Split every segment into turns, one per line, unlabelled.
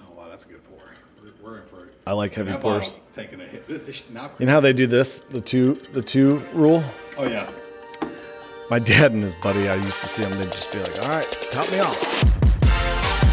Oh, that's a good pour. We're, we're in for it.
I like heavy
That bottle's
pours.
Taking a hit. This- this knob-
You know how they do this, the two, the two rule.
oh yeah.
My dad and his buddy, I used to see them. They'd just be like, "All right, top me off."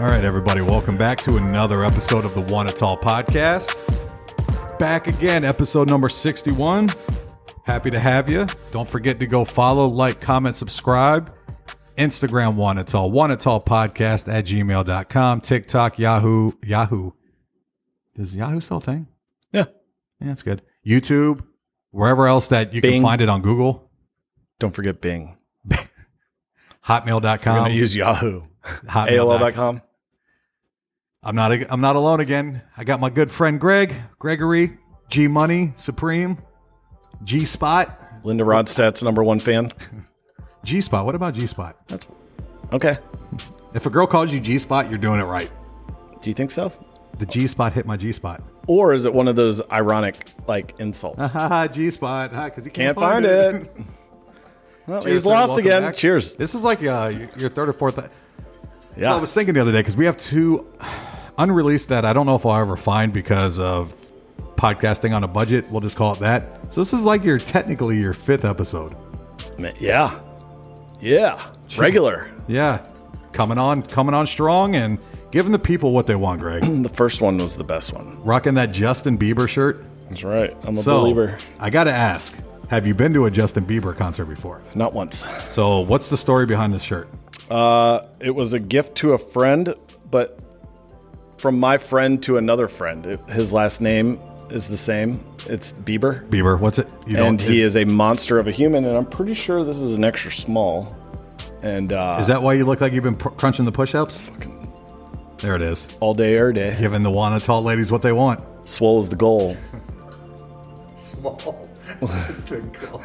All right, everybody, welcome back to another episode of the One It's All podcast. Back again, episode number 61. Happy to have you. Don't forget to go follow, like, comment, subscribe. Instagram One It's All, One It's All podcast at gmail.com, TikTok, Yahoo, Yahoo. Does Yahoo still a thing?
Yeah,
Yeah, that's good. YouTube, wherever else that you can
Bing.
find it on Google,
don't forget Bing. I'm
hotmail.com,
gonna use Yahoo,
hotmail.com.
AOL.com.
I'm not. I'm not alone again. I got my good friend Greg, Gregory, G Money, Supreme, G Spot,
Linda Rodstadt's number one fan.
G Spot. What about G Spot?
That's okay.
If a girl calls you G Spot, you're doing it right.
Do you think so?
The G Spot hit my G Spot.
Or is it one of those ironic like insults?
Ha ha, G Spot. Because you can't,
Can't find it. Well,
Cheers,
he's
sir.
lost
Welcome
again.
back.
Cheers.
This is like uh, your- your third or fourth.
Yeah.
So I was thinking the other day because we have two unreleased that I don't know if I'll ever find because of podcasting on a budget. We'll just call it that. So this is like your technically your fifth episode.
Ma- yeah. Yeah. Regular.
Yeah, coming on, coming on strong, and giving the people what they want. Greg,
The first one was the best one.
rocking that Justin Bieber shirt.
That's right. I'm a
So
believer.
I got to ask, have you been to a Justin Bieber concert before?
Not once.
So what's the story behind this shirt?
Uh, it was a gift to a friend, but from my friend to another friend. It- his last name is the same. It's Bieber.
Bieber, what's it? You
And he
is,
is a monster of a human, and I'm pretty sure this is an extra small. And uh,
is that why you look like you've been pr- crunching the push-ups? There it is.
all day, air day.
Giving the Wanna Tall ladies what they want.
Swole is the goal.
Small. the goal.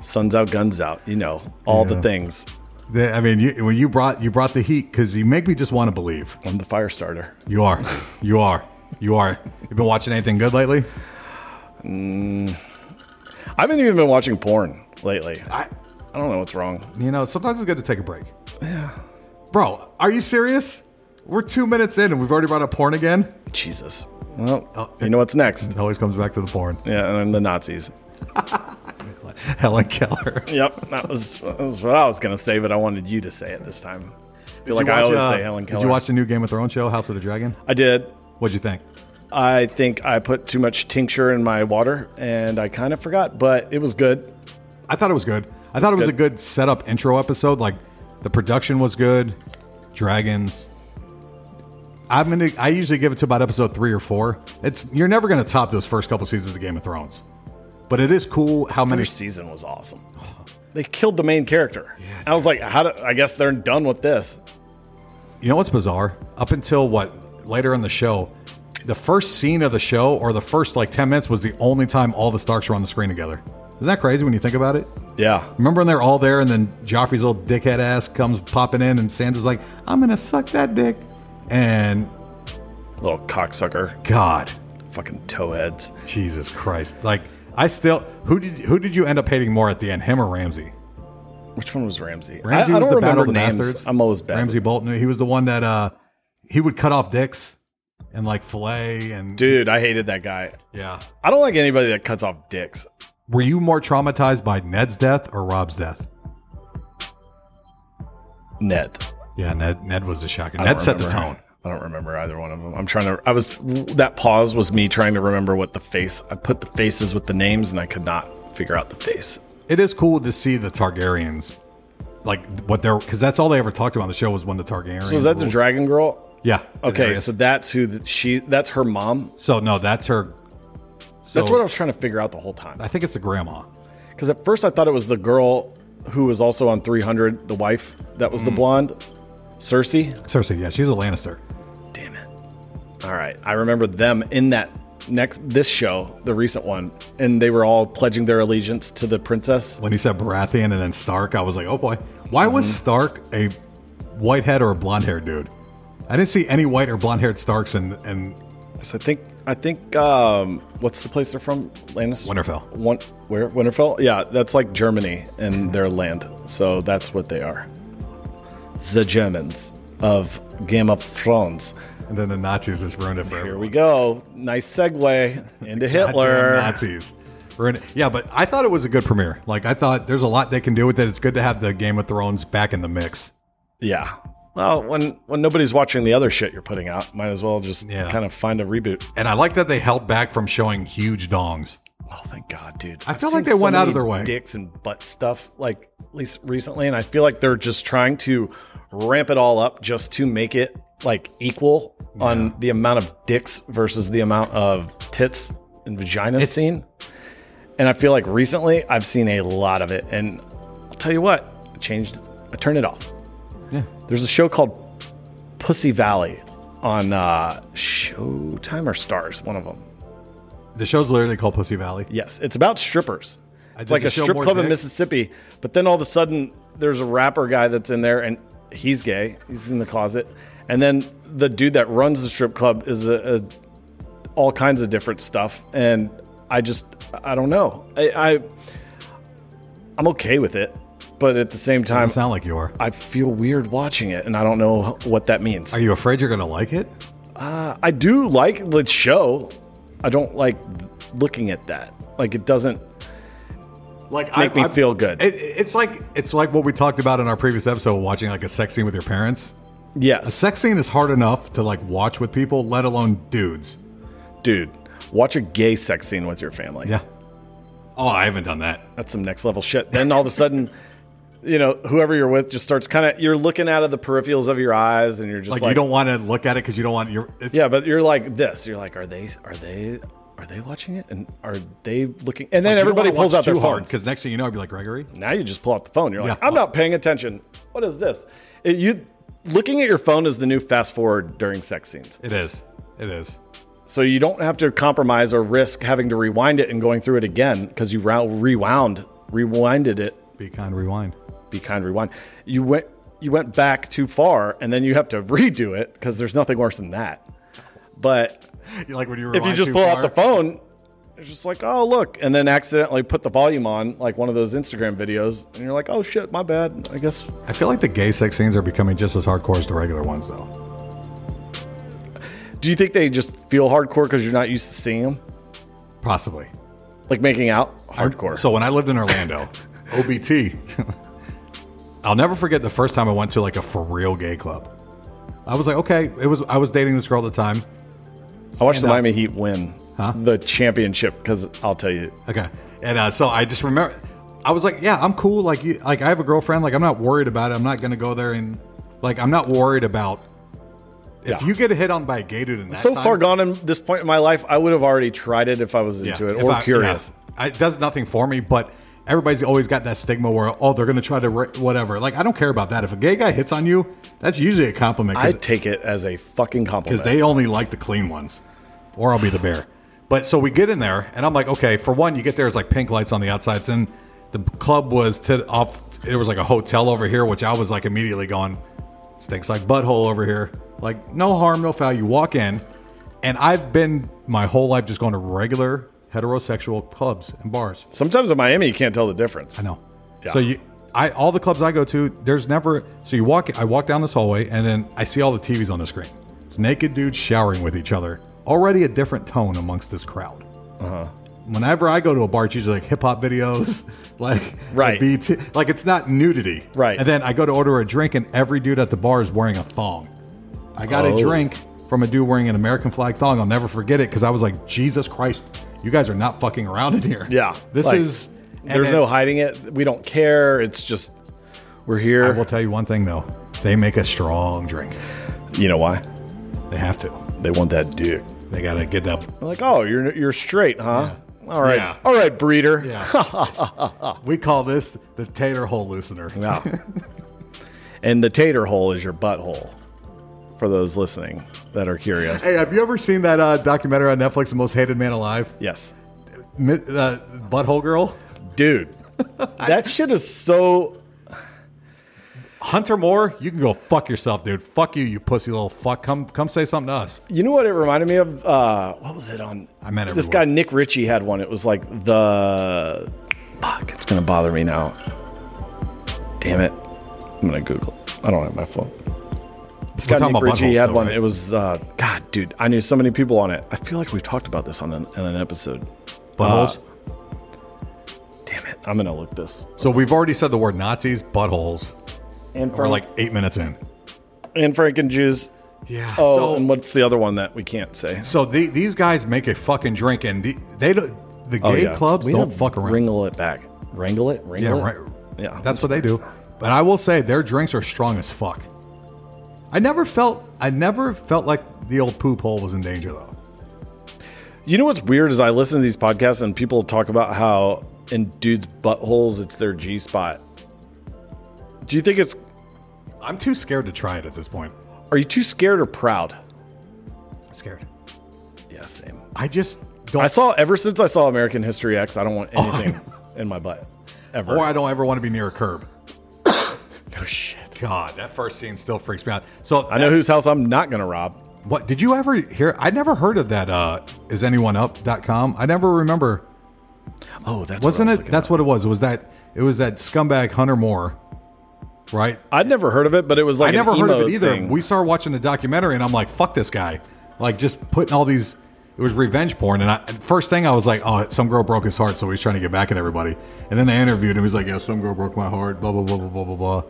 Sun's out, guns out. You know all
Yeah.
the things.
I mean, you, when you brought you brought the heat because you make me just want to believe.
I'm the fire starter.
You are, you are, you are. You been watching anything good lately?
I haven't even been watching porn lately.
I,
I don't know what's wrong.
You know, sometimes it's good to take a break. Yeah. Bro, are you serious? We're two minutes in and we've already brought up porn again.
Jesus. Well,
Oh,
you know what's next?
It always comes back to the porn.
Yeah, and the Nazis.
Helen Keller.
Yep, that was, that was what I was gonna say, but I wanted you to say it this time. I feel like
Did you
I
watch,
always
uh,
say Helen Keller.
Did you watch the new Game of Thrones show, House of the Dragon?
I did.
What'd you think?
I think I put too much tincture in my water, and I kind of forgot, but it was good.
I thought it was good. I thought it was
good.
a good setup intro episode. Like the production was good. Dragons. I'm gonna I usually give it to about episode three or four. It's you're never gonna top those first couple seasons of Game of Thrones. But it is cool how many
First season was awesome. They killed the main character. I was like, how do? I guess they're done with this.
You know what's bizarre? Up until what later in the show, the first scene of the show or the first like 10 minutes was the only time all the Starks were on the screen together. Isn't that crazy when you think about it?
Yeah,
Remember when they're all there and then Joffrey's old dickhead ass comes popping in and Sansa's like, I'm gonna suck that dick. And
little cocksucker,
God,
fucking towheads.
Jesus Christ. Like, I still who did who did you end up hating more at the end? Him or Ramsey?
Which one was Ramsey?
Ramsey
I, I
was
don't
the Battle
remember
of the
names.
Bastards.
I'm always bad.
Ramsey Bolton. He was the one that uh he would cut off dicks and like fillet and
Dude, I hated that guy.
Yeah.
I don't like anybody that cuts off dicks.
Were you more traumatized by Ned's death or Rob's death?
Ned.
Yeah, Ned. Ned was the shocker.
I
Ned
don't
set the
remember.
tone.
I don't remember either one of them. I'm trying to. I was that pause was me trying to remember what the face. I put the faces with the names, and I could not figure out the face.
It is cool to see the Targaryens, like what they're because that's all they ever talked about on the show was when the Targaryens.
So was that the
ruled.
dragon girl?
Yeah.
Okay,
Daenerys.
so that's who the, she. That's her mom.
so no, that's her. So
That's what I was trying to figure out the whole time.
I think it's the grandma.
Because at first I thought it was the girl who was also on Mm. 300, the wife that was the blonde, Cersei.
Cersei. Yeah, she's a Lannister.
Damn All right. I remember them in that next this show, the recent one, and they were all pledging their allegiance to the princess.
When he said Baratheon and then Stark, I was like, oh boy. Why
Mm-hmm.
was Stark a whitehead or a blonde haired dude? I didn't see any white or blonde haired Starks in, in
So I think I think um what's the place they're from? Lannister
Winterfell.
One where Winterfell? Yeah, that's like Germany and their land. So that's what they are. The Germans of Game of Thrones.
And then the Nazis just ruined it for
Here
everyone.
we go. Nice segue into Hitler.
Goddamn Nazis. Ruined it. Yeah, but I thought it was a good premiere. Like, I thought there's a lot they can do with it. It's good to have the Game of Thrones back in the mix.
Yeah. Well, when when nobody's watching the other shit you're putting out, might as well just
Yeah.
kind of find a reboot.
And I like that they held back from showing huge dongs.
Oh, thank God, dude.
I
I've
feel like
seen
they went out of
many
their way.
Dicks and butt stuff, like at least recently, and I feel like they're just trying to ramp it all up just to make it like equal on the amount of dicks versus the amount of tits and vaginas seen. And I feel like recently I've seen a lot of it, and I'll tell you what, I changed. I turned it off.
Yeah.
There's a show called Pussy Valley on uh, Showtime or Stars, one of them.
The show's literally called Pussy Valley.
Yes, it's about strippers. It's
did
like
the
a
show
strip
More
club in
Dick.
Mississippi, but then all of a sudden there's a rapper guy that's in there and he's gay. He's in the closet, and then the dude that runs the strip club is a, a all kinds of different stuff. And I just I don't know. I, I I'm okay with it, but at the same time
Doesn't sound like you are.
I feel weird watching it, and I don't know what that means. Uh,
Are you afraid you're going to like it?
I do like the show. I don't like looking at that. Like it doesn't.
Like
Make me feel good.
It, it's like it's like what we talked about in our previous episode, watching like a sex scene with your parents.
Yes,
Sex scene is hard enough to like watch with people, let alone dudes.
dude. Watch a gay sex scene with your family.
Yeah. Oh, I haven't done that.
That's some next level shit. Then all of a sudden, you know, whoever you're with just starts kind of. You're looking out of the peripherals of your eyes, and you're just
Like,
like,
you don't want to look at it because you don't want your. It,
Yeah, but you're like this. You're like, are they? Are they? Are they watching it? And are they looking? And then
you don't
everybody
wanna watch
pulls out their
too hard
phones.
because next thing you know, I'd be like Gregory.
Now you just pull out the phone. You're like,
Yeah.
I'm not paying attention. What is this? It- you looking at your phone is the new fast forward during sex scenes.
It is. It is.
So you don't have to compromise or risk having to rewind it and going through it again because you rou- rewound, rewinded it.
Be kind. Rewind.
Be kind, rewind. You went you went back too far, and then you have to redo it because there's nothing worse than that. But
You Like when you
if you
rewind
just
too
pull
far.
out the phone, it's just like, oh look, and then accidentally put the volume on, like one of those Instagram videos, and you're like, oh shit, my bad. I guess
I feel like the gay sex scenes are becoming just as hardcore as the regular ones, though.
Do you think they just feel hardcore because you're not used to seeing them?
Possibly.
Like making out? Hardcore.
So when I lived in Orlando, OBT, I'll never forget the first time I went to like a for real gay club. I was like, okay, it was. I was dating this girl at the time.
I watched the
uh,
Miami Heat win the championship because I'll tell you,
Okay, and uh, so I just remember, I was like, yeah, I'm cool. Like, you, like I have a girlfriend. Like, I'm not worried about it. I'm not gonna go there and like I'm not worried about. If
Yeah.
you get hit on by a gay dude in that
so
time,
far gone in this point in my life, I would have already tried it if I was
yeah,
into it
if
or
I-
curious.
yeah, I- it does nothing for me, but. Everybody's always got that stigma where oh they're gonna try to ra- whatever like I don't care about that if a gay guy hits on you that's usually a compliment 'cause
I take it as a fucking
because
compliment.
they only like the clean ones, or I'll be the bear. But so we get in there, and I'm like, okay, for one, you get there, it's like pink lights on the outsides, and the club was to off. There was like a hotel over here, which I was like immediately going, stinks like butthole over here. Like no harm, no foul. You walk in, and I've been my whole life just going to regular heterosexual clubs and bars.
Sometimes in Miami, you can't tell the difference.
I know.
Yeah.
So you, I all the clubs I go to, there's never. So you walk. I walk down this hallway, and then I see all the TVs on the screen. It's naked dudes showering with each other. Already a different tone amongst this crowd.
Uh-huh.
Whenever I go to a bar, it's usually like hip hop videos, like
Right.
like, BT, like it's not nudity,
Right.
And then I go to order a drink, and every dude at the bar is wearing a thong. I got
Oh.
a drink from a dude wearing an American flag thong. I'll never forget it because I was like, Jesus Christ, you guys are not fucking around in here.
Yeah.
this
like,
is. and
There's
then-
no hiding it. We don't care. It's just, we're
I
here.
will tell you one thing though. They make a strong drink.
you know why?
They have to.
They want that dick.
They gotta get that.
They're like, oh, you're, you're straight, huh? All right.
Yeah.
All right, breeder.
We call this the tater hole loosener.
Yeah. and the tater hole is your butthole. for those listening that are curious.
Hey, have you ever seen that uh, documentary on Netflix, The Most Hated Man Alive?
Yes.
Mi- uh, Butthole Girl?
Dude, that shit is so.
Hunter Moore, you can go fuck yourself, dude. Fuck you, you pussy little fuck. Come come say something to us.
You know what it reminded me of? Uh, what was it on?
I meant
this guy
everyone.
Nick Ritchie had one. It was like the fuck. It's gonna bother me now. Damn it! I'm gonna Google. it. I don't have my phone. This
We're
guy
talking about
Nick Ritchie
buttholes
had
though,
one.
right?
It was uh, God, dude. I knew so many people on it. I feel like we've talked about this on an, on an episode.
Buttholes.
Damn it! I'm gonna look this.
so we've already said the word Nazis, buttholes.
And
We're
Frank,
like eight minutes in.
and Frank and Jews.
Yeah.
Oh,
so
and what's the other one that we can't say?
so the, these guys make a fucking drink, and the, they don't. The
Oh,
gay
yeah.
clubs
We
don't
gotta
fuck around.
Wrangle it back. Wrangle it.
yeah,
Wrangle
right.
It. Yeah.
that's what they do. But I will say their drinks are strong as fuck. I never felt. I never felt like the old poop hole was in danger though.
You know what's weird is I listen to these podcasts and people talk about how in dudes' buttholes it's their G spot. Do you think it's
I'm too scared to try it at this point.
are you too scared or proud?
Scared.
Yeah, same.
I just don't.
I saw ever since I saw American History X, I don't want anything in my butt. Ever.
or Oh. I don't ever want to be near a curb.
oh shit.
God, that first scene still freaks me out. So
I know whose house I'm not gonna rob.
What did you ever hear? I never heard of that. Uh, is anyone up.com? I never remember.
Oh,
Wasn't
that's what I was
it?
looking
That's
at.
what it was. It was that. It was that scumbag Hunter Moore, right?
I'd never heard of it, but it was like
I
an
never heard of
emo
it either.
thing.
We started watching the documentary, and I'm like, "Fuck this guy!" Like just putting all these. It was revenge porn, and I, first thing I was like, "Oh, some girl broke his heart, so he's trying to get back at everybody." And then they interviewed him. He's like, "Yeah, some girl broke my heart." Blah blah blah blah blah blah blah.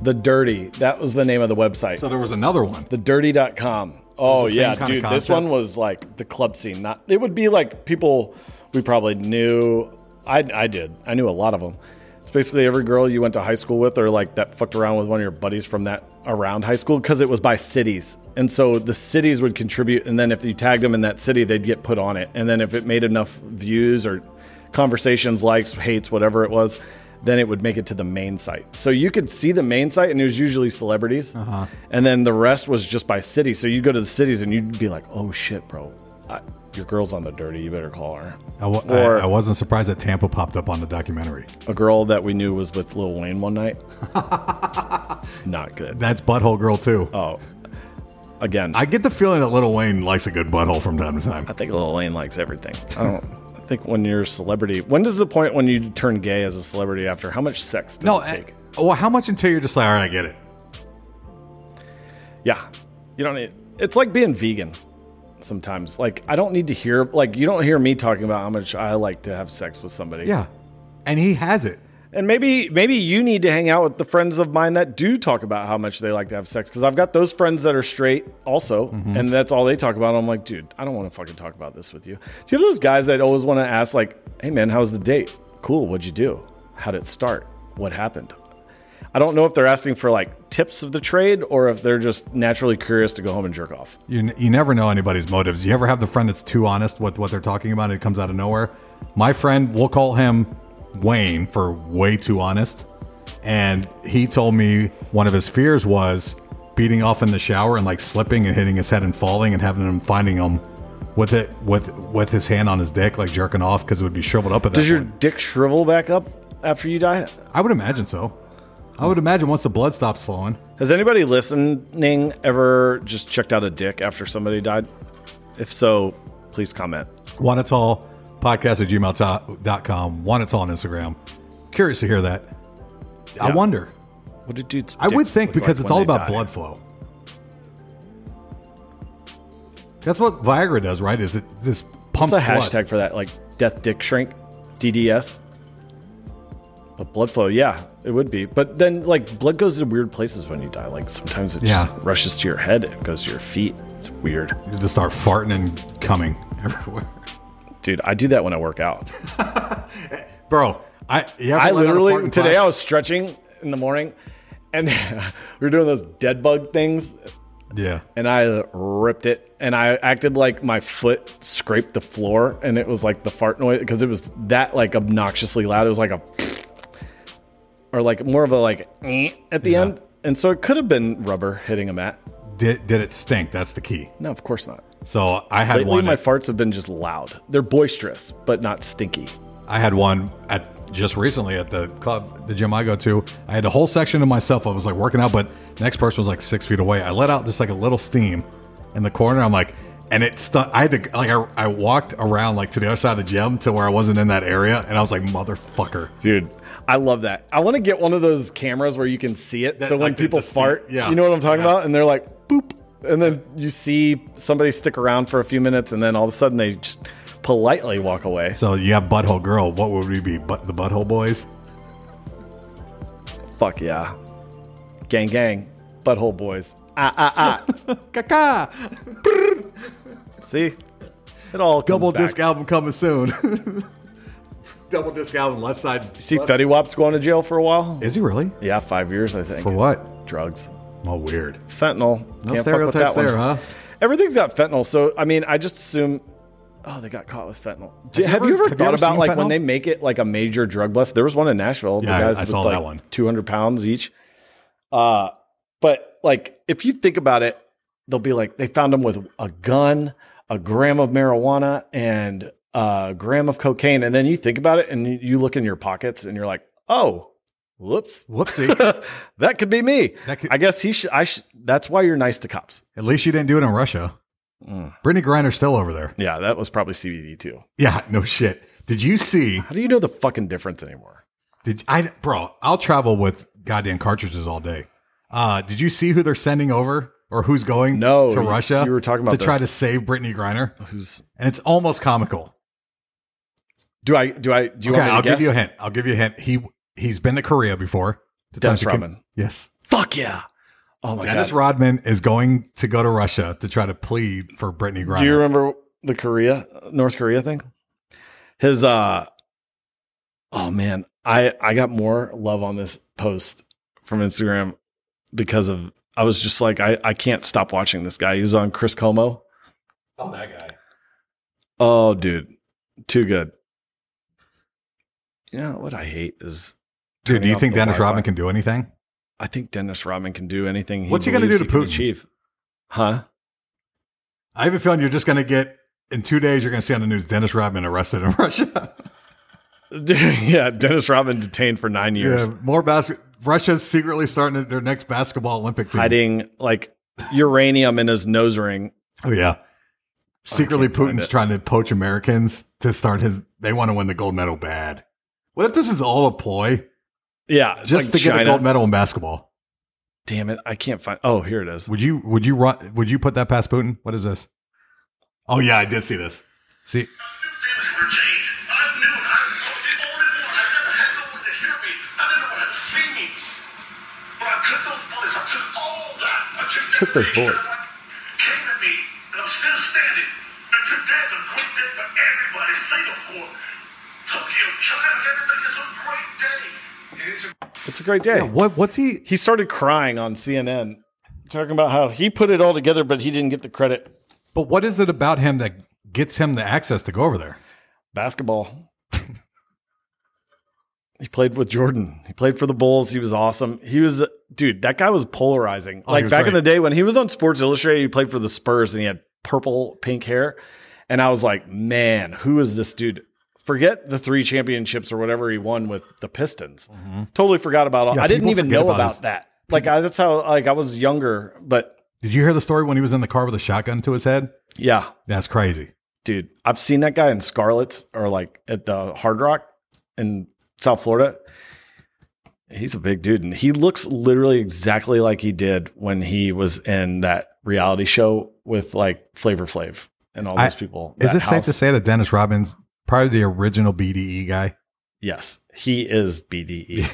the Dirty. That was the name of the website.
So there was another one.
TheDirty.com. Oh
the same
yeah,
kinda
dude. This
concept.
one was like the club scene. Not it would be like people we probably knew. I I did. I knew a lot of them. It's basically every girl you went to high school with, or like that fucked around with one of your buddies from that around high school, because it was by cities, and so the cities would contribute, and then if you tagged them in that city, they'd get put on it, and then if it made enough views or conversations, likes, hates, whatever it was, then it would make it to the main site. So you could see the main site, and it was usually celebrities, and then the rest was just by city. So you'd go to the cities, and you'd be like, "Oh shit, bro, I, your girl's on the dirty. You better call her."
I, wa- I-
Or-
I wasn't surprised that Tampa popped up on the documentary.
A girl that we knew was with Lil Wayne one night. Not good.
That's Butthole Girl too.
Oh, again, I,
I get the feeling that Little Wayne likes a good butthole from time to time.
think Lil Wayne likes everything. I don't. I think when you're a celebrity, when does the point when you turn gay as a celebrity? After how much sex does
No, eh,
it
I,
take?
well, how much until you're just like, all right, I get it.
Yeah. You don't need it's like being vegan sometimes. Like I don't need to hear like you don't hear me talking about how much I like to have sex with somebody.
Yeah, and he has it.
And maybe maybe you need to hang out with the friends of mine that do talk about how much they like to have sex cuz I've got those friends that are straight also and that's all they talk about. I'm like, "Dude, I don't want to fucking talk about this with you." Do you have those guys that always want to ask like, "Hey man, how was the date? Cool, what'd you do? How did it start? What happened?" I don't know if they're asking for like tips of the trade or if they're just naturally curious to go home and jerk off.
You, n- you never know anybody's motives. You ever have the friend that's too honest with what they're talking about and it comes out of nowhere? My friend, we'll call him Wayne for way too honest. And he told me one of his fears was beating off in the shower and like slipping and hitting his head and falling and having him finding him with it with with his hand on his dick like jerking off because it would be shriveled up at that
Does your
point.
dick shrivel back up after you die?
I would imagine so. I would imagine once the blood stops flowing.
Has anybody listening ever just checked out a dick after somebody died? If so, please comment.
One it's all podcast at gmail.com. One it's all on Instagram. Curious to hear that. I
Yeah.
wonder.
What do dudes?
I would
dicks
think
look
because it's
like when
all
they
about
die?
blood flow. That's what Viagra does, right? Is it this pumps
What's a
blood?
hashtag for that? Like death dick shrink, DDS. But blood flow, yeah, it would be. But then, like, blood goes to weird places when you die. Like sometimes it
Yeah.
just rushes to your head. It goes to your feet. It's weird,
You just start farting and coming everywhere,
dude. I do that when I work out.
bro. I you ever
I
let out a fart
literally
in
today I
class?
was stretching in the morning, and we were doing those dead bug things,
yeah.
and I ripped it, and I acted like my foot scraped the floor, and it was like the fart noise because it was that like obnoxiously loud. It was like a, or like more of a like eh at the end, and so it could have been rubber hitting a mat.
Did, did it stink? That's the key.
No, of course not.
So I had
Lately,
one.
my
at-
farts have been just loud. They're boisterous, but not stinky.
I had one at just recently at the club, the gym I go to. I had a whole section to myself. I was like working out, but the next person was like six feet away. I let out just like a little steam in the corner. I'm like, and it stuck. I had to like I, I walked around like to the other side of the gym to where I wasn't in that area, and I was like, motherfucker.
Dude, I love that. I want to get one of those cameras where you can see it. so when
like the-
people
the sti-
fart,
yeah.
you know what I'm talking
Yeah.
about? And they're like, boop. And then you see somebody stick around for a few minutes and then all of a sudden they just politely walk away.
So you have butthole girl. What would we be? But the butthole boys.
Fuck yeah. Gang, gang. Butthole boys. Ah, ah, ah.
Kaka.
see? It all comes
Double
back.
disc album coming soon. Double disc album. Left side.
See, Fetty Wap's going to jail for a while.
Is he really?
Yeah, five years, I think.
For what?
Drugs.
Oh, weird.
Fentanyl.
No
Can't fuck with
stereotypes
that one.
there, huh?
Everything's got fentanyl, so I mean, I just assume. Oh, they got caught with fentanyl. Do- Have,
ever-
you ever,
have you
thought
ever
about
seen
like
fentanyl?
when they make it like a major drug bust? There was one in Nashville.
Yeah, I-
the guys
I
with,
saw that
like,
one.
Two hundred pounds each. Uh, but like if you think about it, they'll be like they found them with a gun, a gram of marijuana, and a gram of cocaine, and then you think about it, and you- you look in your pockets, and you're like, oh, whoops,
Whoopsie.
that could be me.
That could-
I guess he should. I should. That's why you're nice to cops.
At least you didn't do it in Russia.
Mm.
Brittany Griner's still over there.
Yeah, that was probably CBD too.
Yeah, no shit. Did you see?
How do you know the fucking difference anymore?
Did I, bro? I'll travel with goddamn cartridges all day. Uh, did you see who they're sending over or who's going?
No,
to
you-
Russia.
you were talking about
to try to
this.
save Brittany Griner,
Who's
and it's almost comical.
do I do I do you
Okay,
want me to
I'll
guess?
give you a hint. I'll give you a hint. He he's been to Korea before. To
Dennis
talk to Kim-
Rodman.
Yes,
Fuck yeah! Oh my
Dennis
god!
Rodman is going to go to Russia to try to plead for Brittany Griner.
Do you remember the Korea North Korea thing? His uh oh man, I I got more love on this post from Instagram because of I was just like I I can't stop watching this guy. He was on Chris Como.
oh, that guy.
Oh, dude, too good. You know what I hate is
Dude, do
Turning
you
off
think
the
Dennis
Wi-Fi.
Rodman can do anything?
I think Dennis Rodman can do anything. He
What's he gonna
believes
do to
can
Putin?
Achieve, huh?
I have a feeling you're just going to get in two days. You're going to see on the news Dennis Rodman arrested in Russia.
yeah, Dennis Rodman detained for nine years,
more basket. Russia's secretly starting their next basketball Olympic team.
hiding like uranium in his nose ring.
Oh yeah, secretly
find
Putin's
it.
trying to poach Americans to start his. They want to win the gold medal bad. What if this is all a ploy
Yeah, it's
just
like
to get
China.
a gold medal in basketball?
Damn it, I can't find. Oh, here it is.
Would you? Would you? ru- Would you put that past Putin? What is this? Oh yeah, I did see this. See,
Took those bullets.
Came to me, and I'm still standing. And today's a great day for everybody. Singapore, Tokyo, China, everything is a great day. It is a
It's a great day.
what? What's he?
he started crying on CNN, talking about how he put it all together, but he didn't get the credit.
But what is it about him that gets him the access to go over there?
basketball. he played with Jordan. He played for the Bulls. He was awesome. He was dude, that guy was polarizing.
Oh, he
like
was
back in
great.
the day when he was on Sports Illustrated, he played for the Spurs and he had purple pink hair. And I was like, "Man, who is this dude?" Forget the three championships or whatever he won with the Pistons. Totally forgot about all.
Mm-hmm. Yeah,
I didn't
people
even
forget
know
about
about
his-
that. Like I, that's how like I was younger, but
Did you hear the story when he was in the car with a shotgun to his head?
yeah,
That's crazy.
dude, I've seen that guy in Scarlets or like at the Hard Rock in South Florida. He's a big dude, and he looks literally exactly like he did when he was in that reality show with like Flavor Flav and all
I-
those people.
Is
That
it safe to
house.
say that Dennis Robbins probably the original BDE guy?
Yes, he is BDE.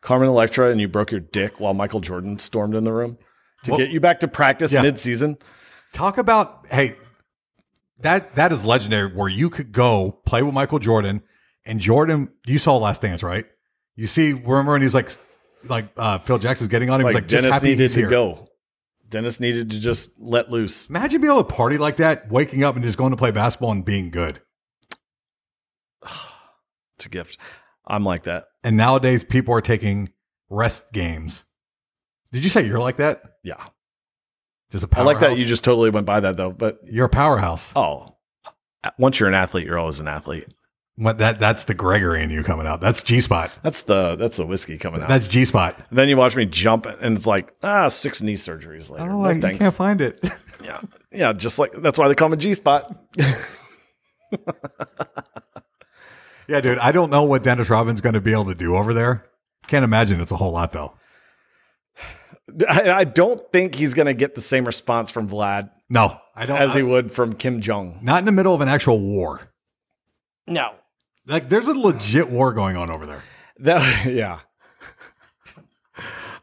Carmen Electra, and you broke your dick while Michael Jordan stormed in the room to
Well-
get you back to practice
Yeah.
mid-season.
Talk about hey, that that is legendary. Where you could go play with Michael Jordan, and Jordan, you saw Last Dance, right? You see, remember when he's like, like uh, Phil Jackson's getting on him. He's
Like,
like, just
Dennis
happy
needed
he's
to
here.
go. Dennis needed to just let loose.
Imagine being able to party like that, waking up and just going to play basketball and being good.
It's a gift. I'm like that.
And nowadays, people are taking rest games. Did you say you're like that?
Yeah.
Just a
I
powerhouse.
like that you just totally went by that though. But
You're a powerhouse.
oh, once you're an athlete, you're always an athlete.
What that that's the Gregory in you coming out. That's G spot.
That's the that's the whiskey coming out.
That's G spot.
And then you watch me jump, and it's like ah, six knee surgeries later.
Oh,
No
like you
thanks.
can't find it.
yeah, yeah, just like that's why they call me G spot.
yeah, dude. I don't know what Dennis Robbins going to be able to do over there. Can't imagine it's a whole lot though.
I, I don't think he's gonna get the same response from Vlad
No, I don't.
as he
I-
would from Kim Jong.
not in the middle of an actual war.
No,
Like there's a legit war going on over there.
That yeah.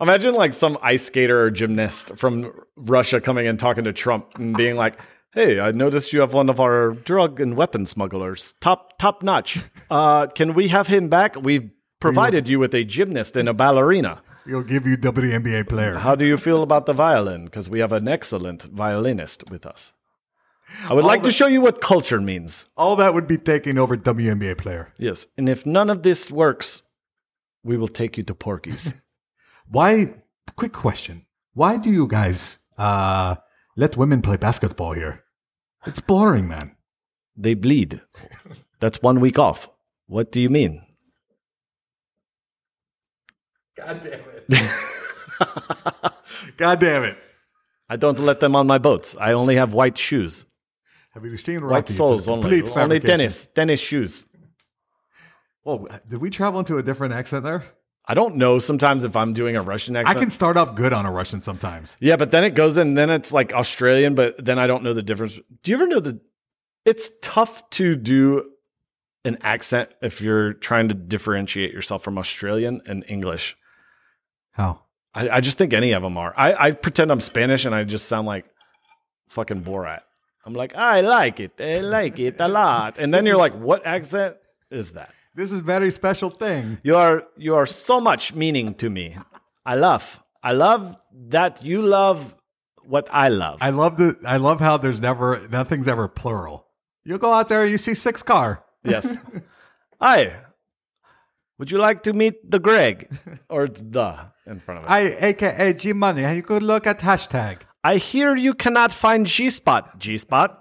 Imagine like some ice skater or gymnast from Russia coming and talking to Trump and being like, "Hey, I noticed you have one of our drug and weapon smugglers, top top notch. Uh, can we have him back? We've provided you with a gymnast and a ballerina.
He'll give you WNBA player.
How do you feel about the violin? Because we have an excellent violinist with us. I would like to show you what culture means.
All that would be taking over WNBA player.
Yes, and if none of this works, we will take you to Porky's."
Why? Quick question. Why do you guys uh, let women play basketball here? It's boring, man.
They bleed. That's one week off. What do you mean?
God damn it. God damn it.
I don't let them on my boats. I only have white shoes,
Have you seen
white
Rocky? It's a
soles only.
complete
Only
fabrication.
tennis, tennis shoes.
Well, did we travel into a different accent there?
I don't know sometimes if I'm doing a Russian
I
accent.
can start off good on a Russian sometimes.
yeah, but then it goes in, then it's like Australian, but then I don't know the difference. Do you ever know the it's tough to do an accent if you're trying to differentiate yourself from Australian and English.
How?
I, I just think any of them are. I, I pretend I'm Spanish and I just sound like fucking Borat. I'm like, I like it. I like it a lot. And then you're like, what accent is that?
This is a very special thing.
You are you are so much meaning to me. I love. I love that you love what I love.
I love the I love how there's never nothing's ever plural. You go out there, you see six car.
yes. Hi. Would you like to meet the Greg? Or it's the in front of it.
I aka G Money. You could look at hashtag.
I hear you cannot find G Spot, G Spot.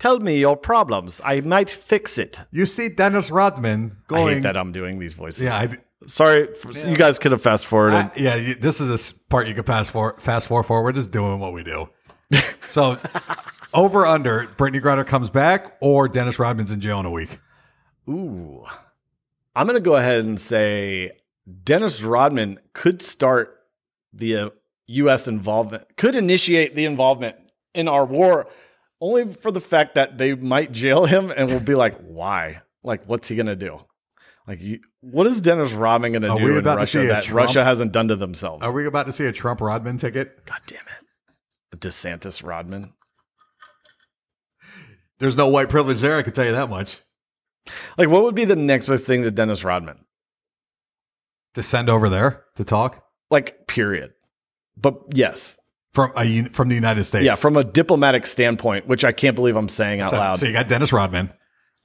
Tell me your problems. I might fix it.
You see Dennis Rodman
I
going.
hate that I'm doing these voices.
yeah, I,
Sorry, for, you guys could have fast forwarded.
I- yeah. you- This is a s- part you could pass for fast forward for. We're just doing what we do. So over under Brittany Griner comes back or Dennis Rodman's in jail in a week.
Ooh. I'm going to go ahead and say Dennis Rodman could start the uh, U.S. involvement, could initiate the involvement in our war only for the fact that they might jail him and we'll be like, why? Like, what's he going to do? Like, you, what is Dennis Rodman going to
we
do in
about to
Russia
see a
that
Trump-
Russia hasn't done to themselves?
Are we about to see a Trump Rodman ticket?
God damn it. DeSantis Rodman.
There's no white privilege there. I can tell you that much.
Like, what would be the next best thing to Dennis Rodman?
To send over there to talk
like period but yes
from a, un- from the United States.
yeah from a diplomatic standpoint which i can't believe i'm saying out
so,
loud
So you got Dennis Rodman.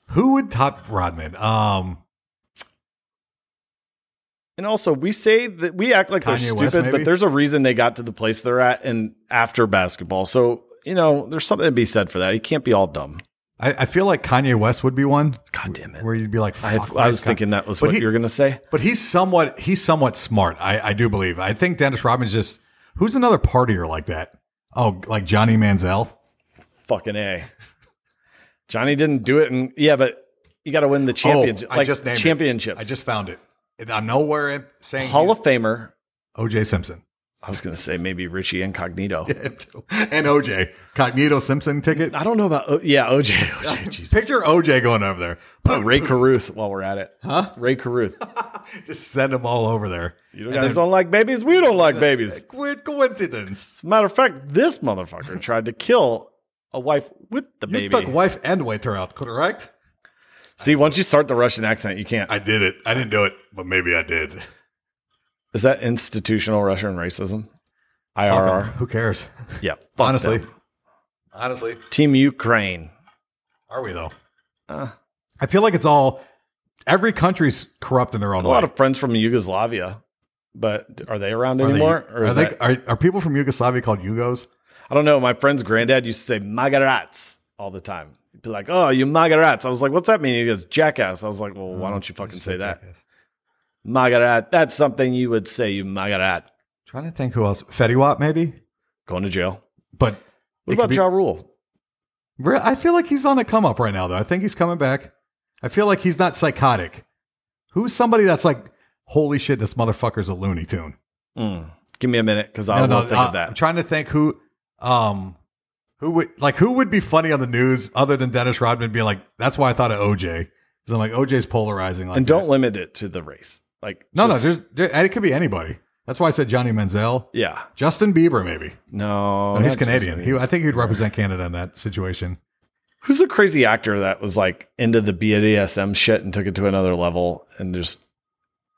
Who would top Rodman? Um,
and also we say that we act like they're
Kanye West,
stupid
maybe?
but there's a reason they got to the place they're at and after basketball so you know there's something to be said for that you can't be all dumb
I, I feel like Kanye West would be one.
God damn it.
Where you'd be like, Fuck,
I, had- I
why
was
is Kanye-
thinking that was
But
what
he-
you were going to say
But he's somewhat he's somewhat smart. I, I do believe. I think Dennis Rodman's just who's another partier like that. Oh, like Johnny Manziel.
fucking a johnny didn't do it and yeah but you got to win the championship
Oh, I
like
just named it.
championships
I just found it. And I'm nowhere in saying
hall of famer
OJ Simpson
i was going to say maybe richie incognito
and OJ Cognito Simpson ticket.
i don't know about o- yeah oj, OJ Jesus.
Picture OJ going over there. Boom,
Ray Caruth while we're at it. Huh? Ray Caruth.
just send them all over there.
You guys don't like babies? We don't like babies.
Weird coincidence.
Matter of fact, this motherfucker tried to kill a wife with the
You
baby.
took wife and waiter out, correct?
See, once you start the Russian accent, you can't.
I did it. I didn't do it, but maybe I did.
Is that institutional Russian racism?
Fuck 'em.
IRR.
Who cares?
Yeah. fuck them.
Honestly. Honestly.
Team Ukraine.
Are we though?
Uh.
I feel like it's all every country's corrupt in their own
A
way.
lot of friends from Yugoslavia, but are they around
are
anymore?
They,
or is
are, they,
that-
are, are people from Yugoslavia called Yugos?
I don't know. My friend's granddad used to say "magarats" all the time. He'd be like, "Oh, you magarats." I was like, "What's that mean?" He goes, "Jackass." I was like, "Well,
Oh,
why don't you fucking say that?"
Jackass.
Magarat. That's something you would say. You magarat.
Trying to think who else. Fetty Wap, maybe?
Going to jail.
But it
What about
could be-
Ja Rule?
Re- I feel like he's on a come up right now, though. I think he's coming back. I feel like he's not psychotic. Who's somebody that's like, holy shit, this motherfucker's a Looney Tune?
Mm. Give me a minute because I won't think
Hmm. uh,
of
I'm
that.
trying to think who, um, who would like who would be funny on the news other than Dennis Rodman being like, that's why I thought of OJ because I'm like OJ's polarizing. Like
And
that.
don't limit it to the race. Like
no
just-
no, there's, there, and it could be anybody. That's why I said Johnny Manziel,
yeah,
Justin Bieber, maybe.
no.
he's
not
Canadian.
Oh, Justin
He,
Bieber.
I think he'd represent Canada in that situation.
Who's the crazy actor that was like into the BDSM shit and took it to another level and just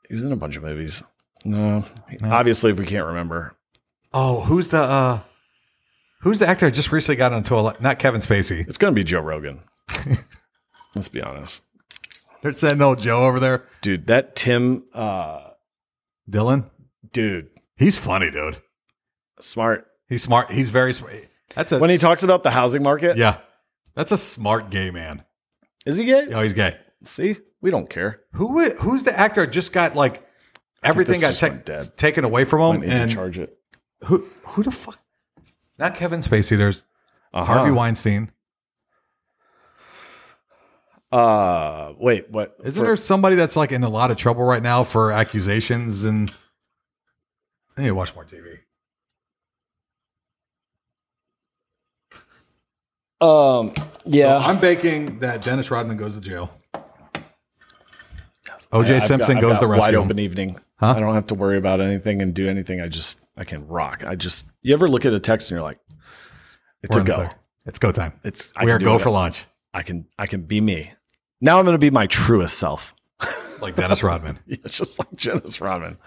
he was in a bunch of movies. No, obviously if we can't remember.
Oh, who's the uh who's the actor I just recently got into a lot? Not Kevin Spacey.
It's gonna be Joe Rogan. Let's be honest,
They're saying no Joe over there.
dude. That Tim, uh,
Dylan.
dude,
He's funny, dude.
smart.
He's smart. He's very smart. That's a
When he talks about the housing market,
Yeah. That's a smart gay man.
is he gay?
Oh, he's gay.
See, we don't care.
Who would- who's the actor I just got like everything
this
got
just
ta-
went dead.
taken away
I
from him?
need to
And
charge it.
who who the fuck? Not Kevin Spacey. There's
Uh-huh.
Harvey Weinstein.
Uh, wait, what?
Isn't
for-
there somebody that's like in a lot of trouble right now for accusations and I need to watch more TV.
Um, yeah,
I'm baking that Dennis Rodman goes to jail. OJ
Oh, I've got-
Simpson
I've
goes
got
to rescue.
Wide
him.
open evening.
Huh?
I don't have to worry about anything and do anything. I just I can rock. I just you ever look at a text and you're like, it's
We're
a
in the
go.
clear. It's go time.
It's I
we
can
are
do
go for
whatever.
lunch,
I can I can be me. Now I'm going to be my truest self.
like Dennis Rodman.
It's just like Janice Rodman.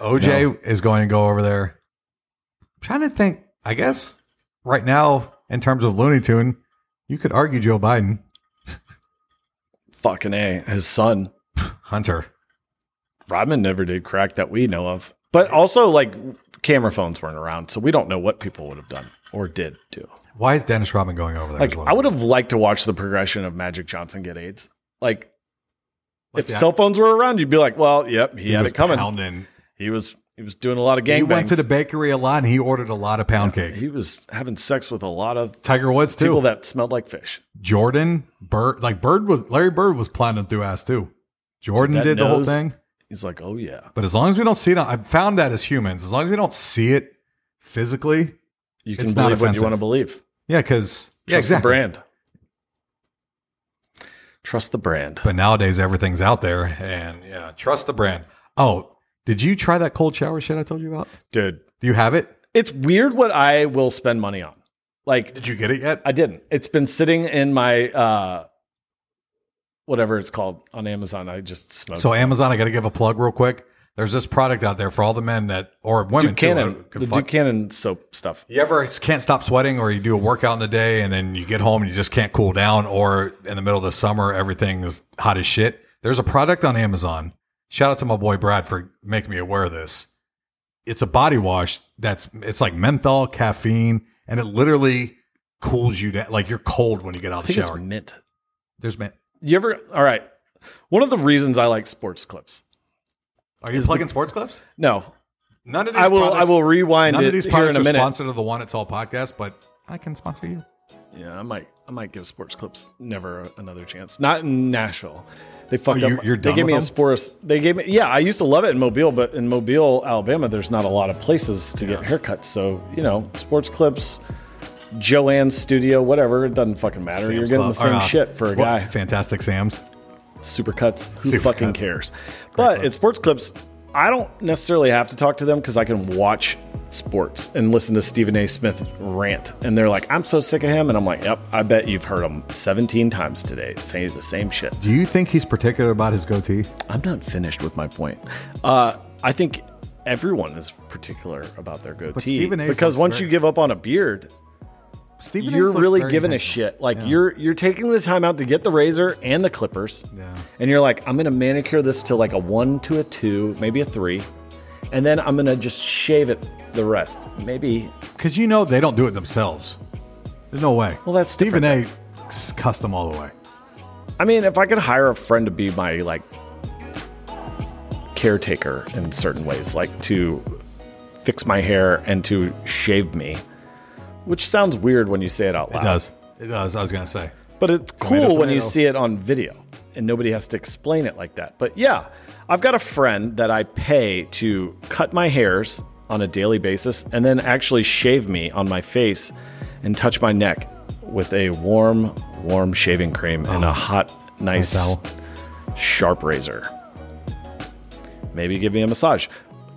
OJ is going to go over there. I'm trying to think. I guess right now, in terms of Looney Tune, you could argue Joe Biden,
Fucking a his son
Hunter.
Rodman never did crack that we know of. But also like camera phones weren't around, so we don't know what people would have done or did do.
Why is Dennis Rodman going over there?
Like
is what
I
I'm-
would have liked to watch the progression of Magic Johnson get AIDS. Like
Like
if
that-
cell phones were around, you'd be like, "Well, yep, he,
he
had
was
it coming.
pounding.
He was he was doing a lot of
He
gang
went to
bangs.
the bakery a lot and he ordered a lot of pound cake.
he was having sex with a lot of
Tiger Woods too.
people that smelled like fish.
Jordan Bird, like Bird was Larry Bird was planning through ass too. Jordan
Dude, that
did the whole
nose.
thing.
He's like, "Oh yeah,
But as long as we don't see it, I've found that as humans, as long as we don't see it physically,
you can
It's not
believe what you
offensive.
want to believe. Trust
yeah, because yeah,
the
exactly.
brand. Trust the brand.
But nowadays everything's out there, and yeah, trust the brand. Oh, did you try that cold shower shit I told you about?
Dude,
Do you have it?
it's weird what I will spend money on. Like
Did you get it yet?
I didn't. It's been sitting in my uh whatever it's called on Amazon. I just smoked.
So Amazon, I got to give a plug real quick. There's this product out there for all the men that or women too.
Buchanan,
who could
the
uh, fuck-
Buchanan soap stuff.
You ever can't stop sweating, or you do a workout in the day and then you get home and you just can't cool down, or in the middle of the summer, everything is hot as shit? There's a product on Amazon. Shout out to my boy Brad for making me aware of this. It's a body wash that's it's like menthol, caffeine, and it literally cools you down. Like you're cold when you get out
I
of the
think it's
shower.
mint.
There's mint.
You ever? All right. One of the reasons I like sports clips.
Are you plugging sports clips?
No,
None of these
I will. I
products-
will rewind
None
it
of these
here in
products
a
are
minute.
sponsored to the One It's All podcast, but I can sponsor you.
Yeah, I might. I might give sports clips never another chance. Not in Nashville. They fucked
Oh, you're-
up.
you're
they
done
gave
with
me
them?
a sports. They gave me. Yeah, I used to love it in Mobile, but in Mobile, Alabama, there's not a lot of places to get haircuts. So you know, sports clips, Joanne's studio, whatever. It doesn't fucking matter. you're
Sam's Club.
getting the same
Or, uh,
shit for a
well,
guy.
Fantastic Sam's.
supercuts. Who
Supercuts.
fucking cares? but
clip.
at sports clips, I don't necessarily have to talk to them because I can watch sports and listen to Stephen A. Smith rant. And they're like, I'm so sick of him. And I'm like, yep, I bet you've heard him 17 times today say the same shit.
Do you think he's particular about his goatee?
I'm not finished with my point. Uh, I think everyone is particular about their goatee
Stephen A.
because
looks
once
very-
you give up on a beard,
Stephen
you're really giving a shit. Like you're you're taking the time out to get the razor and the clippers.
Yeah.
And you're like, I'm gonna manicure this to like a one to a two, maybe a three, and then I'm gonna just shave it the rest. Maybe
Because you know they don't do it themselves. There's no way.
Well, that's
Stephen A. s- cussed them all the way.
I mean, if I could hire a friend to be my like caretaker in certain ways, like to fix my hair and to shave me, which sounds weird when you say it out
It
loud.
does. It does. I was gonna say.
But it's cool when
tomato.
you see it on video and nobody has to explain it like that. But yeah, I've got a friend that I pay to cut my hairs on a daily basis and then actually shave me on my face and touch my neck with a warm, warm shaving cream and
Oh,
a hot, nice,
towel.
sharp razor. Maybe give me a massage.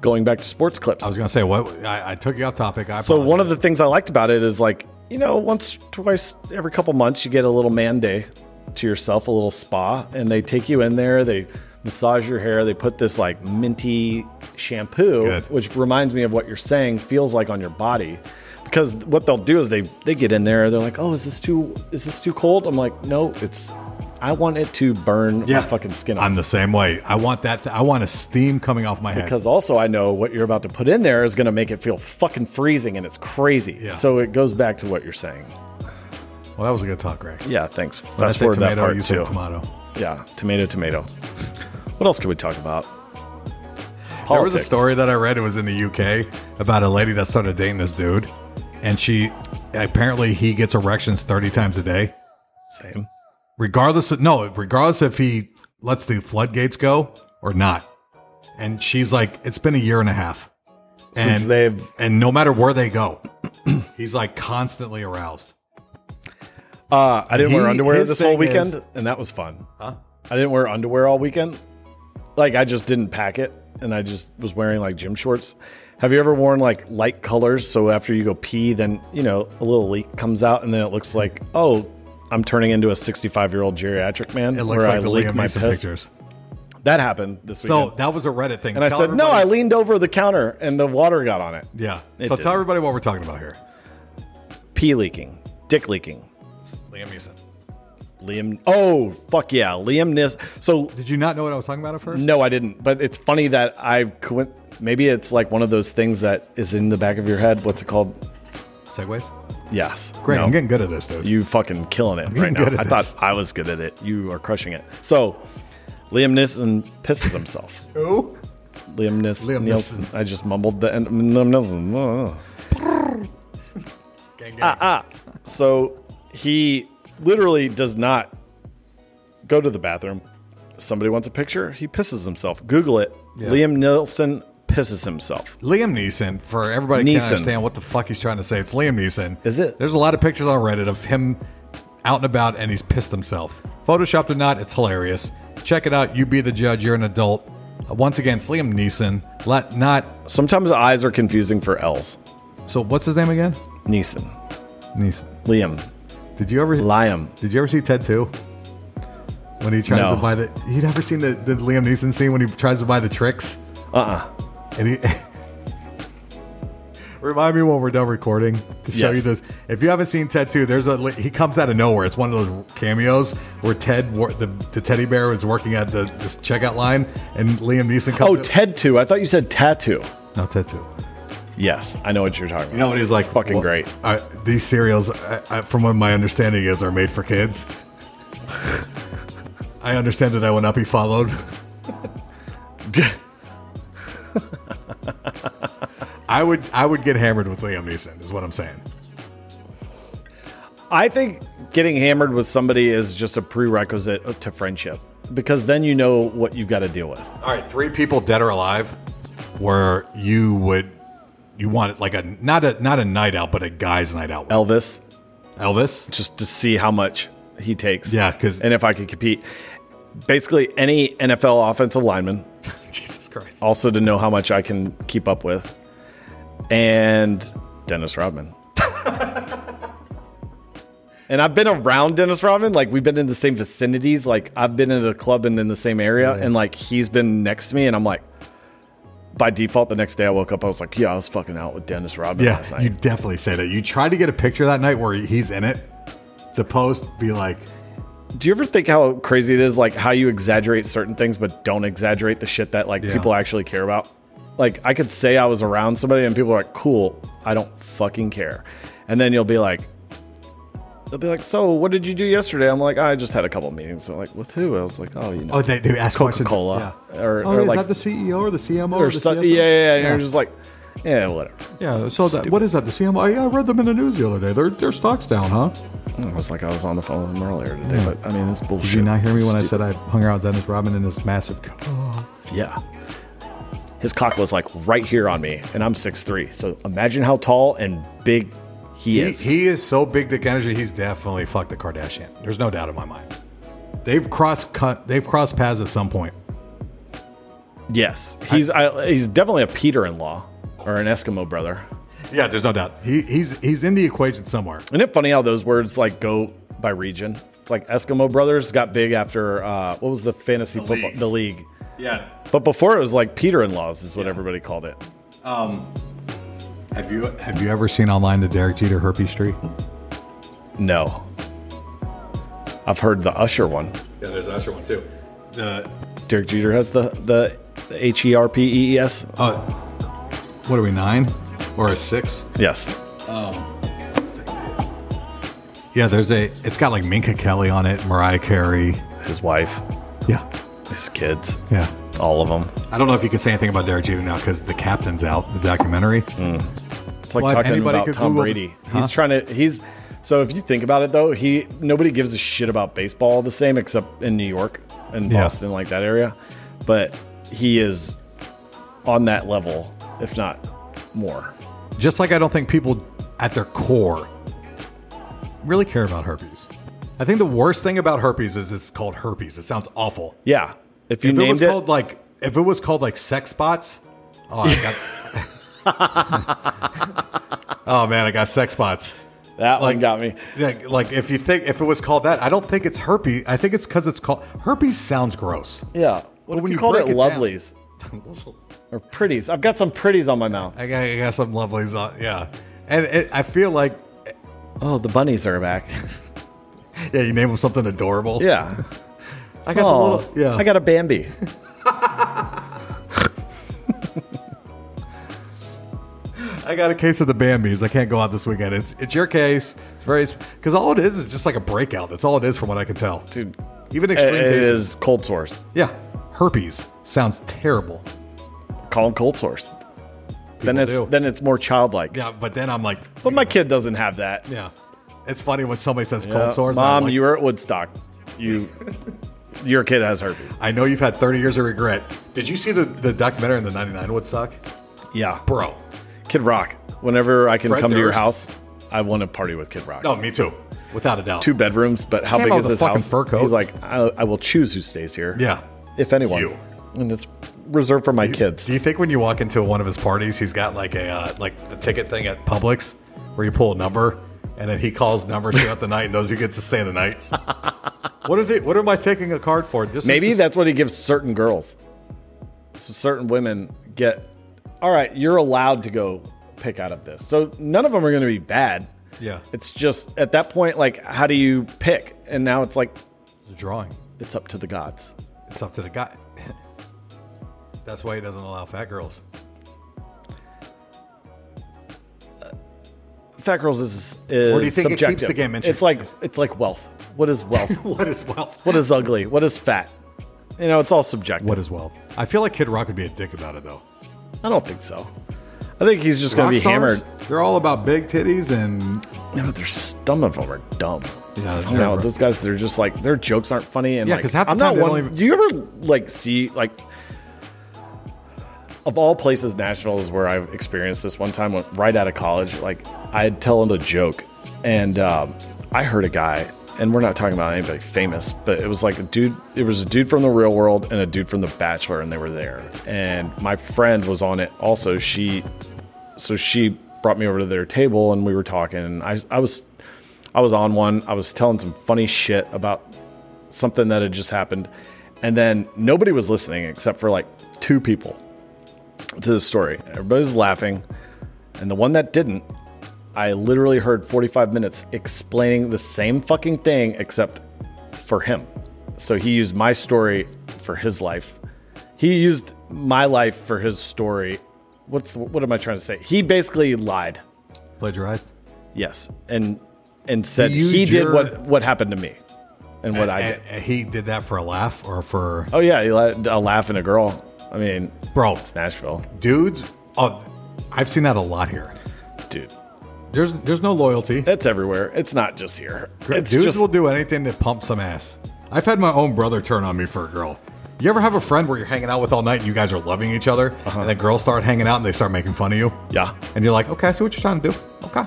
Going back to sports clips.
I was gonna say what I, I took you off topic. I
So one of the things I liked about it is like, you know, once, twice, every couple months, you get a little man day to yourself, a little spa, and they take you in there. They massage your hair. They put this like minty shampoo,
Good.
which reminds me of what you're saying feels like on your body. Because what they'll do is they they get in there. They're like, oh, is this too is this too cold? I'm like, no, it's. I want it to burn
Yeah.
my fucking skin off.
I'm the same way. I want that. I want a steam coming off my head.
Because also, I know what you're about to put in there is going to make it feel fucking freezing and it's crazy. So it goes back to what you're saying.
well, that was a good talk, Greg.
Yeah, thanks.
When I
Fast
say
forward that
tomato,
part
you say
too.
tomato.
Yeah, tomato, tomato. What else can we talk about? Politics.
There was a story that I read. It was in the UK about a lady that started dating this dude, and she apparently he gets erections 30 times a day.
Same.
regardless of no, regardless if he lets the floodgates go or not. And she's like, it's been a year and a half,
Since
and
they've-
and no matter where they go, he's like constantly aroused.
Uh, I didn't
He-
wear underwear
his
this whole
thing
weekend,
is-
and that was fun. Huh? I didn't wear underwear all weekend. Like I just didn't pack it, and I just was wearing like gym shorts. Have you ever worn like light colors? So after you go pee, then you know a little leak comes out, and then it looks like oh, I'm turning into a 65 year old geriatric man.
It looks
where
like
I
the
leak
Liam
my
Mason
piss.
pictures.
That happened this
So
weekend.
that was a Reddit thing.
and I
Tell
said no. I
everybody-
leaned over the counter, and the water got on it.
Yeah.
It
so
did.
tell everybody what we're talking about here.
pee leaking, dick leaking.
Liam Mason.
Liam. Oh fuck yeah, Liam Nis. So
Did you not know what I was talking about at first?
no, I didn't. But it's funny that I coin- maybe it's like one of those things that is in the back of your head. What's it called?
Segways.
Yes.
Great.
No.
I'm getting good at this, dude.
You fucking killing it right
getting
now.
good at
I
this.
thought I was good at it. You are crushing it. So Liam Neeson pisses himself.
Who?
Liam Neeson.
Liam
Nielsen. I just mumbled the end. Liam Neeson. Ugh.
Gang, gang.
Uh, So he literally does not go to the bathroom. Somebody wants a picture. He pisses himself. Google it.
Yeah.
Liam Nielsen pisses himself.
Liam Neeson, for everybody who
Neeson.
can't understand what the fuck he's trying to say, it's Liam Neeson.
Is it?
There's a lot of pictures on Reddit of him out and about and he's pissed himself. Photoshopped or not, it's hilarious. Check it out. You be the judge. You're an adult. Uh, Once again, it's Liam Neeson. Let not.
Sometimes eyes are confusing for L's.
So what's his name again?
Neeson,
Neeson.
Liam,
Did you ever?
Liam.
Did you ever see Ted Two? When he tries
No.
to buy the, you never seen the, the Liam Neeson scene when he tries to buy the tricks,
Uh uh
and he. Remind me when we're done recording to show
Yes.
you this. If you haven't seen Ted Two, there's a li- he comes out of nowhere. It's one of those cameos where Ted, wor- the, the teddy bear, was working at the this checkout line, and Liam Neeson comes.
Oh,
up-
Ted 2. I thought you said tattoo.
no Ted Two.
Yes, I know what you're talking about.
You know what he's like?
It's fucking
"Well,
great.
I, these cereals, I, I, from what my understanding is, are made for kids. I understand that I will not be followed. I would, I would get hammered with Liam Neeson. Is what I'm saying.
I think getting hammered with somebody is just a prerequisite to friendship because then you know what you've got to deal with.
All right, three people dead or alive, where you would, you want like a not a not a night out, but a guy's night out.
Elvis,
Elvis.
just to see how much he takes.
Yeah, 'cause-
and if I could compete, basically any NFL offensive lineman.
Jesus Christ.
Also to know how much I can keep up with, and Dennis Rodman. and I've been around Dennis Rodman, like we've been in the same vicinities. Like I've been in a club and in the same area, and like he's been next to me, and I'm like. By default, the next day I woke up, I was like, "Yeah, I was fucking out with Dennis Rodman
Yeah,
last night."
you definitely said it. You tried to get a picture that night where he's in it to post, be like,
Do you ever think how crazy it is, like how you exaggerate certain things, but don't exaggerate the shit that like
Yeah.
people actually care about? like I could say I was around somebody and people are like, cool, I don't fucking care. And then you'll be like, they'll be like, so what did you do yesterday? I'm like, I just had a couple meetings. They're like, with who? I was like, oh, you know,
Oh, they, they ask questions.
Coca-Cola.
Yeah.
Or-
oh,
or
is
like-
that the CEO or the CMO? Or,
or
Oh, the
so-
CSO?
yeah, yeah, yeah. And
Yeah.
you're just like, yeah, whatever.
Yeah, so that, what is that? The CMO? I, I read them in the news the other day. Their their stock's down, huh?
And I was like, I was on the phone with them earlier today, but I mean, it's bullshit.
Did Hmm. you not hear
It's
me when I
stupid.
said I hung around with Dennis Rodman in this massive coat?
Yeah. His cock was like right here on me, and I'm 6'3. So imagine how tall and big
He,
he is.
he is so big dick energy. He's definitely fucked a Kardashian. There's no doubt in my mind. They've crossed cut. They've crossed paths at some point.
yes. He's I, he's definitely a Peter in law or an Eskimo brother.
Yeah, there's no doubt. He, he's he's in the equation somewhere.
Isn't it funny how those words like go by region? It's like Eskimo brothers got big after uh, what was the fantasy football?
league.
The league.
Yeah.
But before it was like Peter in laws, is what everybody called it.
Have you have you ever seen online the Derek Jeter herpes tree?
No. I've heard the Usher one.
Yeah, there's an Usher one too. The
Derek Jeter has the the H E R P E E S.
uh, what are we nine or a six?
Yes.
Yeah, there's a. It's got like Minka Kelly on it, Mariah Carey.
His wife,
Yeah,
his kids.
yeah.
all of them.
I don't know if you can say anything about Derek Jeter now because the captain's out. The documentary.
It's like
Well, if
talking
anybody
about
could
Tom
Google-
Brady.
Huh?
He's trying to. He's so if you think about it though, he nobody gives a shit about baseball the same except in New York and
Yeah.
Boston, like that area. But he is on that level, if not more.
Just like I don't think people at their core really care about herpes. I think the worst thing about herpes is it's called herpes. It sounds awful.
Yeah. If you
if it was
named it,
called like if it was called like sex spots, oh, I got, oh man, I got sex spots.
that
like-
one got me.
Yeah, like if you think if it was called that, I don't think it's herpes. I think it's because it's called herpes. Sounds gross.
Yeah. What if
when
you
you
called it
break it down-
lovelies or pretties? I've got some pretties on my mouth.
I got, I got some lovelies on. Yeah, and it, I feel like
Oh, the bunnies are back.
yeah, you name them something adorable.
Yeah.
I got the
oh,
little yeah.
I got a Bambi.
I got a case of the Bambies. I can't go out this weekend. It's it's your case. It's very because all it is is just like a breakout. That's all it is, from what I can tell.
Dude,
Even
it
extreme
it
cases.
is cold source.
Yeah, herpes sounds terrible.
call him cold source. then
People
it's
do.
then it's more childlike.
Yeah, but then I'm like,
But my kid doesn't have that.
yeah. It's funny when somebody says
Yeah.
cold sores. and I'm
Mom,
like,
you were at Woodstock. You your kid has herpes.
I know you've had 30 years of regret. Did you see the, the documentary in the 99 Woodstock?
Yeah.
Bro.
Kid Rock. Whenever I can
Fred
come to your
Durst.
house, I want to party with Kid Rock.
No, Oh, me too. Without a doubt.
Two bedrooms, but how
Came
big
out
is
with a
this
fucking
house?
fur coat.
He's like, I, I will choose who stays here.
Yeah.
If anyone.
You.
And it's reserved for my kids.
Do you think when you walk into one of his parties, he's got like a uh, like the ticket thing at Publix where you pull a number and then he calls numbers throughout the night and those who gets to stay the night? what are they? What am I taking a card for? This is
Maybe
the-
that's what he gives certain girls. So certain women get, all right, you're allowed to go pick out of this. So none of them are going to be bad.
yeah.
It's just at that point, like, how do you pick? And now it's like,
It's a drawing.
it's up to the gods.
It's up to the guy. That's why he doesn't allow fat girls.
Fat girls is is
Or do you think it keeps
subjective.
the game in check?
it's like it's like wealth. What is wealth?
What is wealth?
what is ugly? What is fat? You know, it's all subjective.
What is wealth? I feel like Kid Rock would be a dick about it though.
I don't think so. I think he's just going to be hammered.
They're all about big titties and
Yeah, but their some of them are dumb.
Yeah,
Yeah,
they're-
no, those guys they're just like their jokes aren't funny and
Yeah,
like
'cause half the
I'm
time
not
they don't
one.
even-
Do you ever like see like of all places, Nashville is where I've experienced this one time when, right out of college. Like I'd tell him a joke, and um, I heard a guy, and we're not talking about anybody famous, but it was like a dude. It was a dude from the real world and a dude from the Bachelor, and they were there. And my friend was on it also. She, so she brought me over to their table, and we were talking. And I, I was, I was on one. I was telling some funny shit about something that had just happened. And then nobody was listening except for like two people to the story. Everybody's laughing. And the one that didn't, I literally heard 45 minutes explaining the same fucking thing except for him. So he used my story for his life. He used my life for his story. What's what am I trying to say? He basically lied.
Plagiarized.
Yes, and and said
He used
he did
your-
what what happened to me, and what I did.
And, and he did that for a laugh or for
Oh yeah, he li- a laugh and a girl. I mean,
bro,
it's Nashville,
dudes. Oh, I've seen that a lot here.
dude.
There's there's no loyalty.
It's everywhere. It's not just here. It's
Dudes
just
will do anything to pump some ass. I've had my own brother turn on me for a girl. You ever have a friend where you're hanging out with all night and you guys are loving each other,
Uh-huh.
and then girls start hanging out and they start making fun of you?
yeah.
And you're like, okay, I see what you're trying to do. Okay.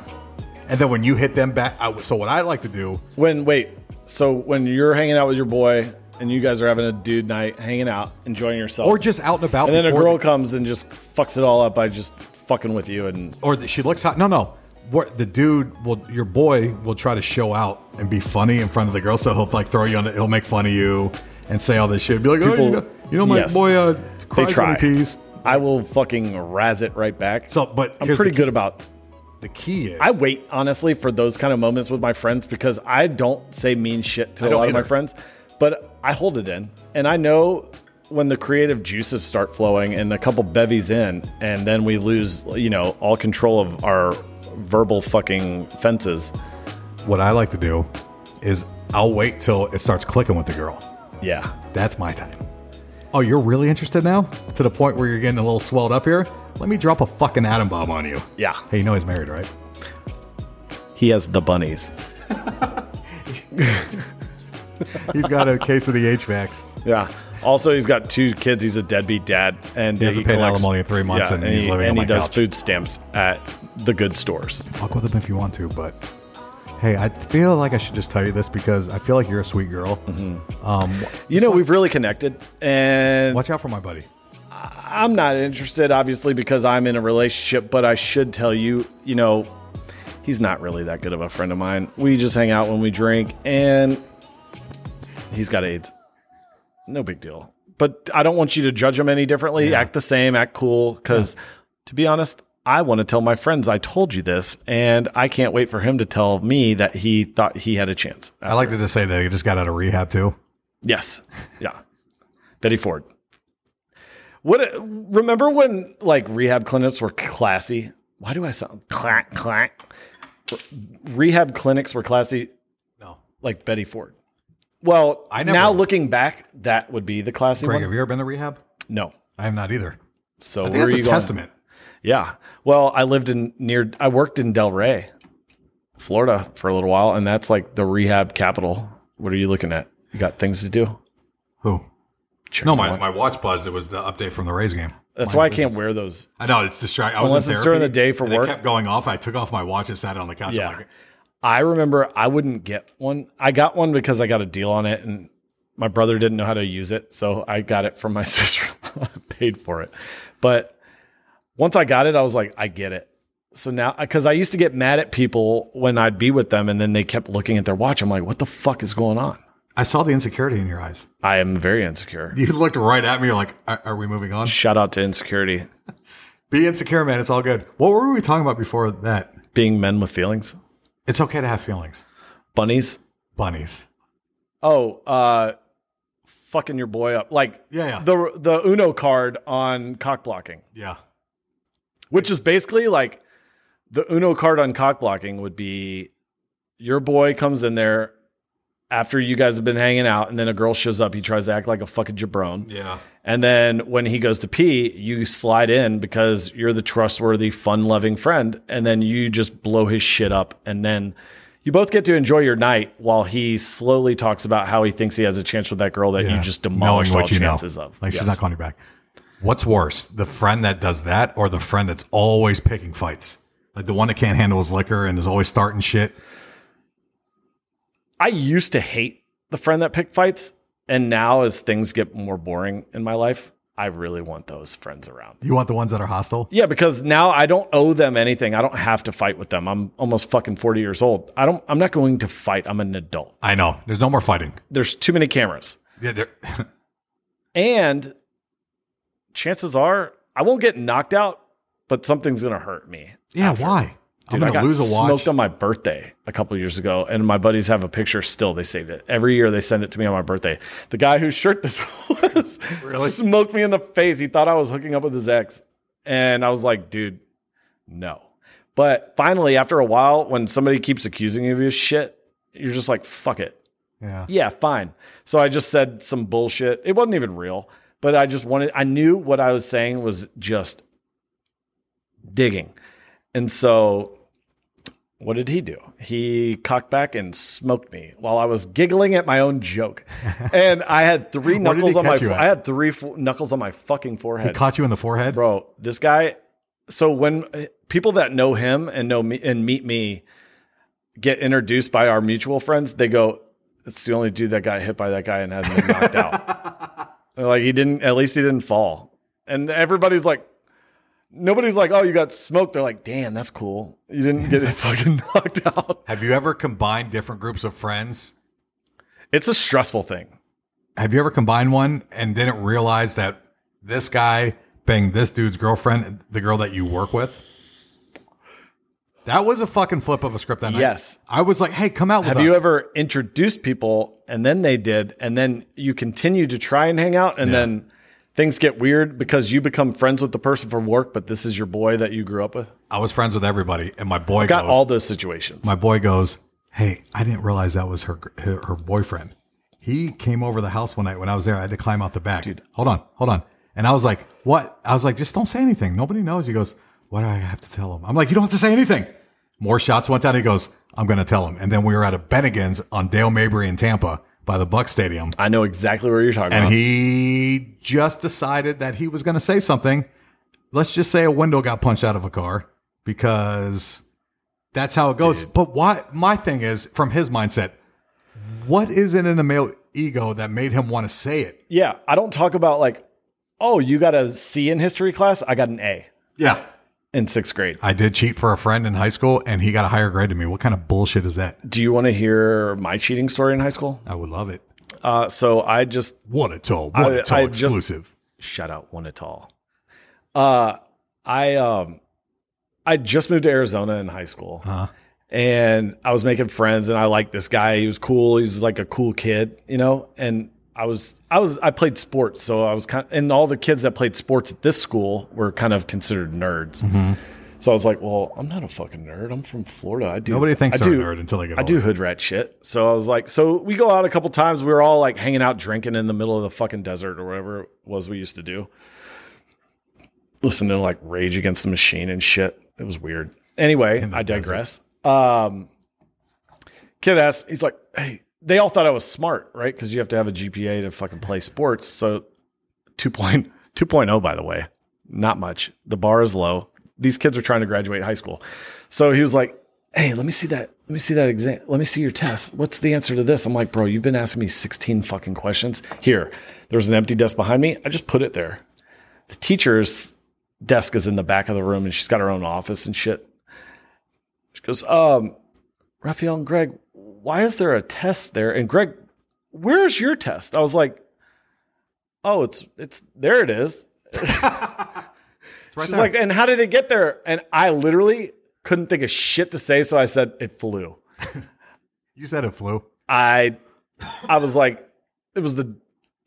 And then when you hit them back, I, so what I like to do,
When wait, so when you're hanging out with your boy and you guys are having a dude night, hanging out, enjoying yourself,
or just out and about,
and then a
before-
girl comes and just fucks it all up by just fucking with you and
or that she looks hot. No, no. What the dude will, your boy will try to show out and be funny in front of the girl. So he'll like throw you on, the, he'll make fun of you and say all this shit. Be like, oh,
People-
you, know, you know my
yes.
boy uh,
they
cries
try.
when he pees.
I will fucking razz it right back.
So, but
I'm
here's
pretty
the,
good about.
The key is
I wait honestly for those kind of moments with my friends because I don't say mean shit to
I
a
don't
lot of my
either.
friends, but I hold it in, and I know when the creative juices start flowing and a couple bevies in, and then we lose, you know, all control of our verbal fucking fences.
what I like to do is I'll wait till it starts clicking with the girl.
Yeah,
That's my time. Oh, you're really interested now? To the point where you're getting a little swelled up here? Let me drop a fucking atom bomb on you.
yeah.
Hey, you know he's married, right?
He has the bunnies.
He's got a case of the HVACs.
Yeah. Also, he's got two kids. He's a deadbeat dad, and he
hasn't paid
collects-
alimony in three months, and he's
he,
living on
and
my
he does
couch.
food stamps at the good stores.
Fuck with him if you want to, but hey, I feel like I should just tell you this because I feel like you're a sweet girl.
Mm-hmm.
Um,
You know, we've really connected, and
watch out for my buddy.
I'm not interested, obviously, because I'm in a relationship. But I should tell you, you know, he's not really that good of a friend of mine. We just hang out when we drink, and he's got AIDS. No big deal. But I don't want you to judge him any differently. Act the same. Act cool. Because to be honest, I want to tell my friends I told you this, and I can't wait for him to tell me that he thought he had a chance.
I like to just say that he just got out of rehab too.
Yes. Yeah. Betty Ford. What remember when like rehab clinics were classy? Why do I sound clack clack? Rehab clinics were classy
No.
like Betty Ford. Well,
I never-
now looking back, that would be the classy
Greg,
one.
have you ever been to rehab?
No.
I have not either.
So
I think
where
that's
are
a
you going?
testament.
Yeah. Well, I lived in near I worked in Del Rey, Florida for a little while, and that's like the rehab capital. What are you looking at? You got things to do?
Who?
Check
No,
it
my,
out.
my watch buzzed. It was the update from the Rays game.
That's
My
why I
business.
can't wear those
I know it's distracting. I was
Unless
in
it's
therapy,
during the day for
and it
work.
kept going off. I took off my watch and sat on the couch. I'm
Yeah.
like,
I remember I wouldn't get one. I got one because I got a deal on it and my brother didn't know how to use it. So I got it from my sister. I paid for it. But once I got it, I was like, I get it. So now, because I used to get mad at people when I'd be with them and then they kept looking at their watch. I'm like, what the fuck is going on?
I saw the insecurity in your eyes.
I am very insecure.
You looked right at me. You're like, are, are we moving on?
Shout out to insecurity,
Be insecure, man. It's all good. What were we talking about before that?
being men with feelings,
It's okay to have feelings.
bunnies.
Bunnies.
Oh, uh, fucking your boy up. Like
Yeah, yeah.
the the Uno card on cock blocking.
Yeah.
which is basically like the Uno card on cock blocking would be your boy comes in there after you guys have been hanging out, and then a girl shows up. He tries to act like a fucking jabron,
Yeah.
and then when he goes to pee, you slide in because you're the trustworthy, fun-loving friend, and then you just blow his shit up, and then. You both get to enjoy your night while he slowly talks about how he thinks he has a chance with that girl that
Yeah.
you just demolished all chances
know.
of.
Like, she's
Yes.
not calling you back. What's worse, the friend that does that or the friend that's always picking fights? Like the one that can't handle his liquor and is always starting shit.
I used to hate the friend that picked fights, and now as things get more boring in my life, I really want those friends around.
You want the ones that are hostile?
Yeah, because now I don't owe them anything. I don't have to fight with them. I'm almost fucking 40 years old. I don't I'm not going to fight. I'm an adult.
I know. There's no more fighting.
There's too many cameras.
Yeah, there-
And chances are I won't get knocked out, but something's going to hurt me.
Yeah, why? I'm
Dude, I
gonna
got
lose a watch.
smoked on my birthday a couple years ago, and my buddies have a picture still. They saved it every year. They send it to me on my birthday. The guy whose shirt this was smoked me in the face. He thought I was hooking up with his ex, and I was like, "Dude, no." But finally, after a while, when somebody keeps accusing you of your shit, you're just like, "Fuck it."
yeah.
Yeah, fine. So I just said some bullshit. It wasn't even real, but I just wanted, I knew what I was saying was just digging. And so what did he do? He cocked back and smoked me while I was giggling at my own joke. And I had
Where did
three
he
knuckles on my,
catch you at?
I had three fo- knuckles on my fucking forehead.
Caught you in the forehead,
Bro, this guy. So when people that know him and know me and meet me get introduced by our mutual friends, they go, "It's the only dude that got hit by that guy and hasn't been knocked out." They're like, "He didn't. At least he didn't fall." And everybody's like, nobody's like, "Oh, you got smoked." They're like, "Damn, that's cool. You didn't get fucking knocked out."
Have you ever combined different groups of friends?
It's a stressful thing.
Have you ever combined one and didn't realize that this guy banged this dude's girlfriend, the girl that you work with? That was a fucking flip of a script that night.
Yes.
I was like, hey, come out with
Have
us.
you ever introduced people and then they did, and then you continue to try and hang out, and then things get weird because you become friends with the person from work, but this is your boy that you grew up with?
I was friends with everybody, and my boy
Got
goes,
all those situations.
my boy goes, hey, I didn't realize that was her, her her boyfriend. He came over the house one night when I was there. I had to climb out the back. Hold on, hold on. And I was like, what? I was like, just don't say anything. Nobody knows. He goes, what do I have to tell him? I'm like, you don't have to say anything. More shots went down. He goes, I'm going to tell him. And then we were at a Bennigan's on Dale Mabry in Tampa by the Buck Stadium.
I know exactly where you're talking
And
about.
he just decided that he was going to say something. Let's just say a window got punched out of a car because that's how it goes. But why? My thing is from his mindset. What is it in the male ego that made him want to say it?
yeah, I don't talk about like, oh, you got a C in history class. I got an A
Yeah,
in sixth grade.
I did cheat for a friend in high school, and he got a higher grade than me. What kind of bullshit is that?
Do you want to hear my cheating story in high school?
I would love it.
Uh, so I just
What a toll! What
I-
a toll!
I just-
Exclusive.
shout out one at all. Uh, I um, I just moved to Arizona in high school,
Uh-huh.
and I was making friends, and I liked this guy. He was cool. He was like a cool kid, you know. And I was I was I played sports, so I was kind. and all the kids that played sports at this school were kind of considered nerds.
Mm-hmm.
So I was like, well, I'm not a fucking nerd. I'm from Florida. I do.
Nobody thinks
I
they're
do-
a nerd until they get
I
older.
do hood rat shit. So I was like, so we go out a couple times. We were all like hanging out, drinking in the middle of the fucking desert or whatever it was we used to do. Listen to like Rage Against the Machine and shit. It was weird. Anyway,
the
I digress. Um, kid asked, he's like, hey, they all thought I was smart, right? Because you have to have a GPA to fucking play sports. So 2.0, 2.0 oh, by the way not much the bar is low these kids are trying to graduate high school so he was like hey let me see that let me see that exam let me see your test what's the answer to this i'm like bro you've been asking me 16 fucking questions here there's an empty desk behind me i just put it there the teacher's desk is in the back of the room and she's got her own office and shit she goes um raphael and greg why is there a test there and greg where's your test i was like oh it's it's there it is
It's right
She's
there.
like, and how did it get there? And I literally couldn't think of shit to say, so I said it flew.
you said it flew.
I, I was like, it was the,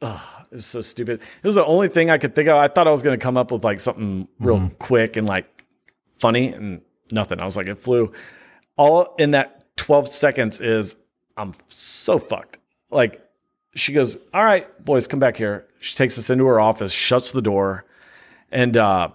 ugh, it was so stupid. It was the only thing I could think of. I thought I was gonna come up with like something real
Mm-hmm.
quick and like funny and nothing. I was like, it flew. All in that twelve seconds is I'm so fucked. Like she goes, all right, boys, come back here. She takes us into her office, shuts the door, and uh,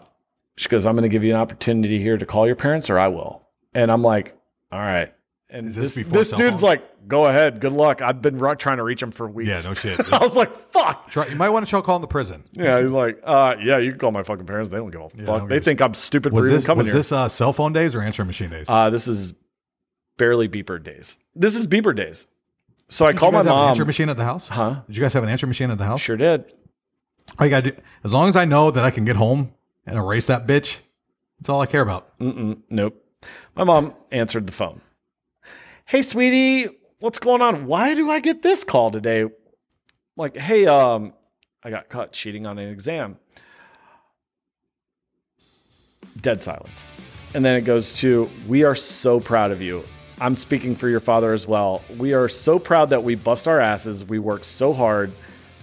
she goes, I'm gonna give you an opportunity here to call your parents, or I will. And I'm like, all right. And
Is this
this,
before
this
cell
dude's
phones?
like like, go ahead, good luck. I've been ru- trying to reach him for weeks.
Yeah, no shit.
I was like, fuck.
Try- you might want to try calling the prison.
Yeah, he's like, uh, yeah, you can call my fucking parents. They don't give a
don't
fuck.
give
They
a
think I'm stupid for
Was
even
this
coming
was
here.
this uh, cell phone days or answering machine days?
uh, this is barely beeper days. This is beeper days. So I
Did
call
you
my
guys have an answer
mom.
machine at the house?
Huh?
Did you guys have an answer machine at the house?
Sure did.
I gotta do, as long as I know that I can get home and erase that bitch, that's all I care about.
Nope. My mom answered the phone. Hey, sweetie, what's going on? Why do I get this call today? Like, hey, um, I got caught cheating on an exam. Dead silence. And then it goes to, We are so proud of you. I'm speaking for your father as well. We are so proud that we bust our asses. We work so hard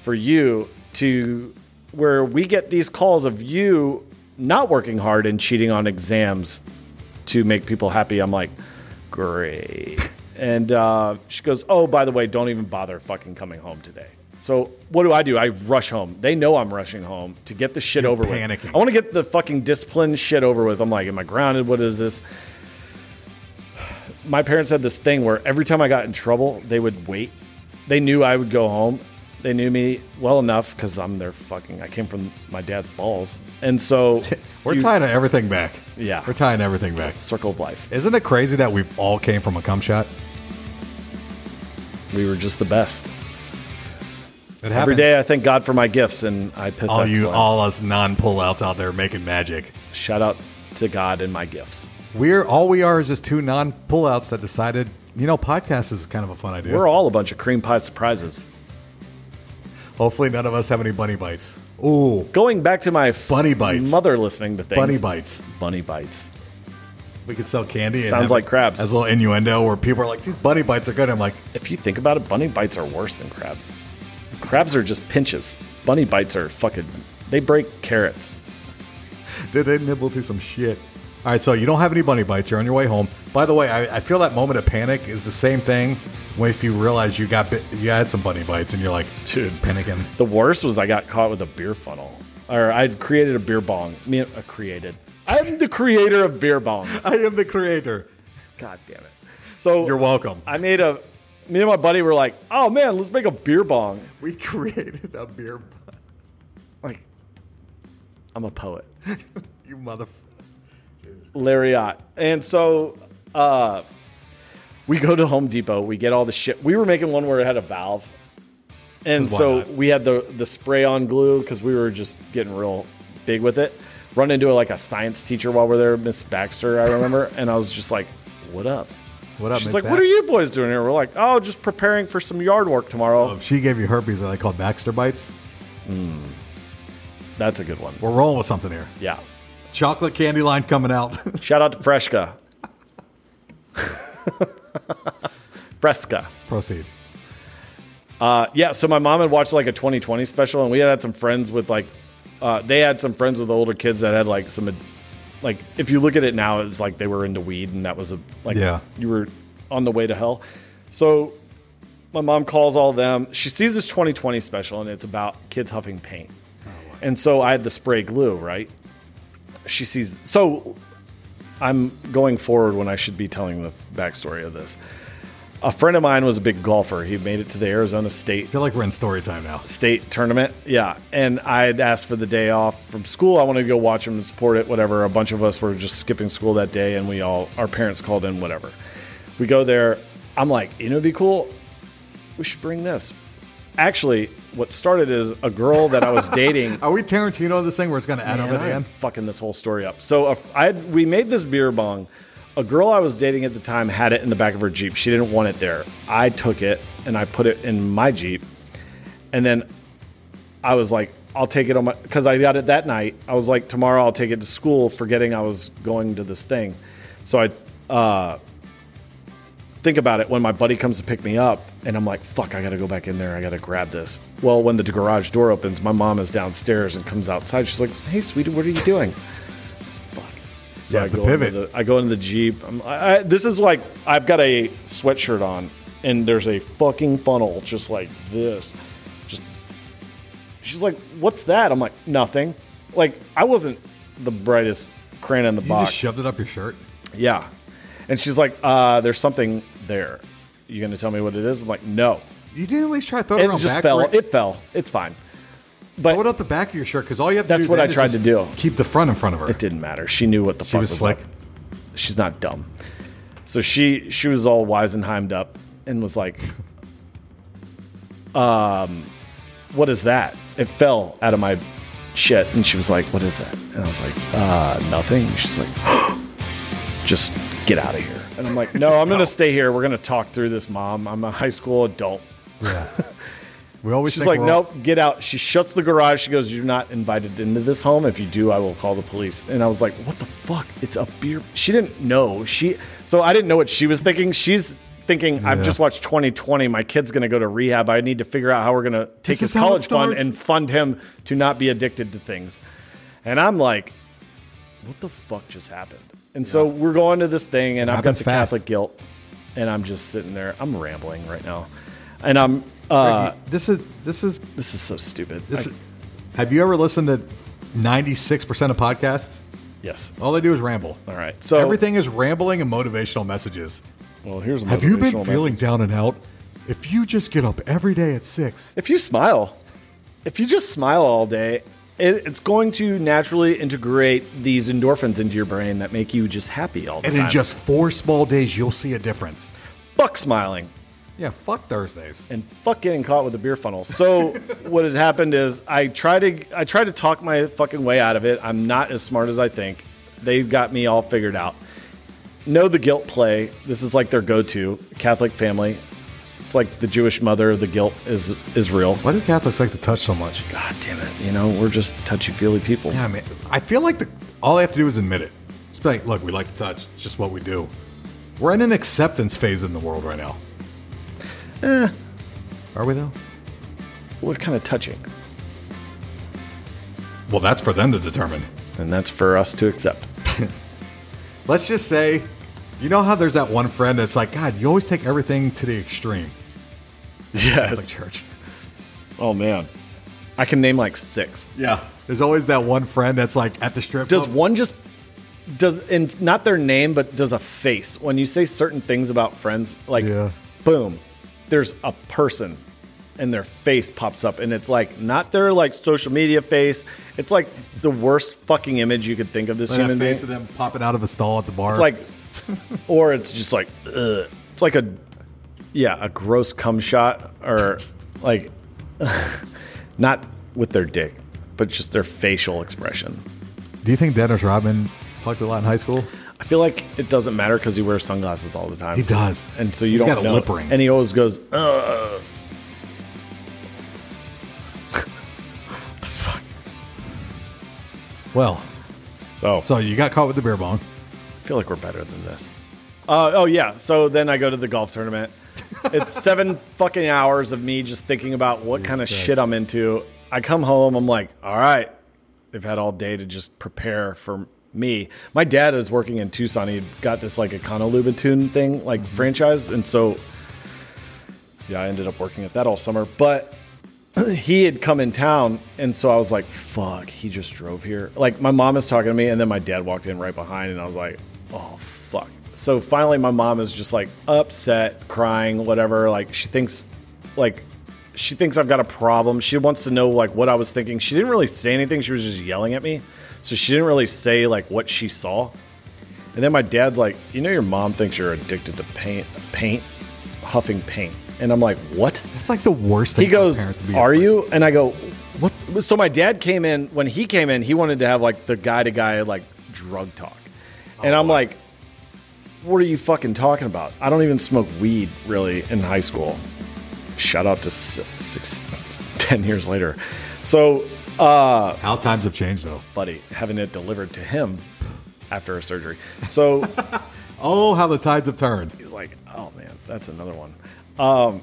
for you to where we get these calls of you not working hard and cheating on exams to make people happy. I'm like, great. And uh, she goes, oh, by the way, don't even bother fucking coming home today. So what do I do? I rush home. They know I'm rushing home to get the shit over
panicking.
with. I want to get the fucking discipline shit over with. I'm like, am I grounded? What is this? My parents had this thing where every time I got in trouble, they would wait. They knew I would go home. They knew me well enough because I'm their fucking. I came from my dad's balls, and so
We're
you-
tying everything back.
Yeah.
We're tying everything back.
Circle of life.
Isn't it crazy that we've all came from a cum shot?
We were just the best.
It happens.
Every day I thank God for my gifts and I piss
all you,
excellence.
all us non pullouts out there making magic.
Shout out to God and my gifts.
We're all we are is just two non pullouts that decided, you know, podcast is kind of a fun idea.
We're all a bunch of cream pie surprises.
Hopefully, none of us have any bunny bites. Ooh,
Going back to my
Bunny bites.
mother listening to things.
bunny bites.
Bunny bites.
We could sell candy. and
Sounds
have
like
it
crabs.
As a little innuendo, where people are like, "These bunny bites are good." I'm like,
If you think about it, bunny bites are worse than crabs. Crabs are just pinches. Bunny bites are fucking. They break carrots.
"Did they nibble through some shit?" All right, so you don't have any bunny bites. You're on your way home. By the way, I, I feel that moment of panic is the same thing when if you realize you got bit, you had some bunny bites, and you're like,
Dude.
panicking."
The worst was I got caught with a beer funnel, or I created a beer bong. Me, uh, created. I'm the creator of beer bongs.
I am the creator.
God damn it. So
You're welcome.
I made a. Me and my buddy were like, "Oh man, let's make a beer bong."
We created a beer. bu-
Like, I'm a poet,
You mother.
Lariat, and so uh, we go to Home Depot. We get all the shit. We were making one where it had a valve, and
Why
so
not?
we had the the spray on glue because we were just getting real big with it. Run into like a science teacher while we're there, Miss Baxter, I remember, and I was just like, "What up?"
What up?
She's
Miss
like,
Bax-
"What are you boys doing here?" We're like, "Oh, just preparing for some yard work tomorrow."
If Oh, she gave you herpes, are they called Baxter bites?
That's a good one.
We're rolling with something here.
Yeah.
Chocolate candy line coming out.
Shout out to Fresca. Fresca.
Proceed.
Uh, yeah, so my mom had watched like a 2020 special, and we had had some friends with like, uh, they had some friends with older kids that had like some, like, if you look at it now, it's like they were into weed, and that was a, like,
Yeah.
you were on the way to hell. So my mom calls all them. She sees this 2020 special, and it's about kids huffing paint. and so I had the spray glue, right? She sees. So I'm going forward when I should be telling the backstory of this. A friend of mine was a big golfer. He made it to the Arizona State
I feel like we're in story time now.
state tournament. Yeah. And I had asked for the day off from school. I wanted to go watch him and support it, whatever. A bunch of us were just skipping school that day and we all, our parents called in, whatever. We go there. I'm like, you know, it'd be cool. We should bring this. Actually, what started is a girl that I was dating
Are we Tarantino on this thing where it's going to add up
Man,
at the
I am
end?
fucking this whole story up. So a- I had, we made this beer bong. A girl I was dating at the time had it in the back of her Jeep. She didn't want it there. I took it and I put it in my Jeep. And then I was like, I'll take it on my, because I got it that night. I was like, tomorrow I'll take it to school, forgetting I was going to this thing. So I, uh, think about it when my buddy comes to pick me up and I'm like, fuck, I gotta go back in there. I gotta grab this. Well, when the garage door opens, my mom is downstairs and comes outside. She's like, hey, sweetie, what are you doing? fuck. So
Yeah,
I,
the
go into
pivot.
the- I go into the Jeep. I'm, I, I, this is like, I've got a sweatshirt on and there's a fucking funnel just like this. Just She's like, what's that? I'm like, nothing. Like, I wasn't the brightest crayon in the
You
box.
just shoved it up your shirt.
Yeah. And she's like, uh, there's something there. You going to tell me what it is? I'm like, no.
You didn't at least try to throw it,
It
around
just
Oh, back.
fell.
Right?
It fell. It's fine.
throw it up the back of your shirt because all you have to
That's
do
what
then
I
is
tried
just
to do.
Keep the front in front of her.
It didn't matter. She knew what the
She
fuck
was
was
slick.
up. She's not dumb. So she she was all Weisenheimed up and was like, um, what is that? It fell out of my shit. And she was like, what is that? And I was like, uh, nothing. And she's like, just get out of here. And I'm like, no, I'm going to stay here. We're going to talk through this, mom. I'm a high school adult.
Yeah. We always
She's
think
like,
we're all-
nope, get out. She shuts the garage. She goes, You're not invited into this home. If you do, I will call the police. And I was like, What the fuck? It's a beer. She didn't know. She so I didn't know what she was thinking. She's thinking, I've
Yeah.
just watched 2020. My kid's gonna go to rehab. I need to figure out how we're gonna
This
take his
is how it
college fund
starts.
and fund him to not be addicted to things. And I'm like, What the fuck just happened? And so we're going to this thing, and I've got
happens
the
fast.
Catholic guilt, and I'm just sitting there. I'm rambling right now, and I'm. Uh,
this is this is
this is so stupid.
this.
I-
is, have you ever listened to ninety six percent of podcasts?
yes.
All they do is ramble.
All right. So
Everything is rambling and motivational messages.
Well, here's a
Have you been
motivational
feeling
message.
down and out? If you just get up every day at six,
If you smile, if you just smile all day, it, it's going to naturally integrate these endorphins into your brain that make you just happy all the
and
time.
in just four small days, you'll see a difference.
fuck smiling.
Yeah, fuck Thursdays.
and fuck getting caught with a beer funnel. So what had happened is I tried to I tried to talk my fucking way out of it. I'm not as smart as I think. They've got me all figured out. Know the guilt play. This is like their go-to Catholic family. It's like the Jewish mother. The guilt is is real.
Why do Catholics like to touch so much?
God damn it! You know we're just touchy-feely peoples.
Yeah, I mean, I feel like the all they have to do is admit it. Just be like, look, we like to touch. It's just what we do. We're in an acceptance phase in the world right now. Eh. Are we though?
What kind of touching?
Well, that's for them to determine.
And that's for us to accept.
Let's just say, you know how there's that one friend that's like, God, you always take everything to the extreme. Like
Yes.
church.
Oh man, I can name like six.
Yeah. There's always that one friend that's like at the strip.
Does
club.
one just does and not their name, but does a face when you say certain things about friends, like
Yeah.
boom, there's a person and their face pops up, and it's like not their like social media face. It's like the worst fucking image you could think of this
Like that
human being.
face of them eh? popping out of a stall at the bar?
It's like, or it's just like, ugh. it's like a, yeah, a gross cum shot or like, not with their dick, but just their facial expression.
do you think Dennis Rodman fucked a lot in high school?
I feel like it doesn't matter because he wears sunglasses all the time.
He does.
and so you
He's
don't
got a
know.
lip ring.
And he always goes, "Uh." "Ugh."
Well,
So,
so you got caught with the beer bong.
I feel like we're better than this. Uh, oh yeah. So then I go to the golf tournament. It's seven fucking hours of me just thinking about what kind of shit I'm into. I come home. I'm like, all right. They've had all day to just prepare for me. My dad is working in Tucson. He got this like Econolubitune thing, like
Mm-hmm.
franchise, and so yeah, I ended up working at that all summer. But he had come in town, and so I was like, "Fuck!" He just drove here. Like my mom is talking to me, and then my dad walked in right behind, and I was like, "Oh fuck!" So finally, my mom is just like upset, crying, whatever. Like she thinks, like she thinks I've got a problem. She wants to know like what I was thinking. She didn't really say anything. She was just yelling at me, so she didn't really say like what she saw. And then my dad's like, "You know, your mom thinks you're addicted to paint, paint, huffing paint." And I'm like, "What?"
That's like the worst thing
he
for a
goes,
parent to be
"Are
afraid-
you?" And I go, "What?" So my dad came in when he came in. He wanted to have like the guy to guy like drug talk, and I'm like, "What are you fucking talking about? I don't even smoke weed really in high school." Shout out to six, six, ten years later. So, uh,
How times have changed though.
buddy, having it delivered to him after a surgery. So.
Oh, how the tides have turned.
he's like, oh man, that's another one. Um,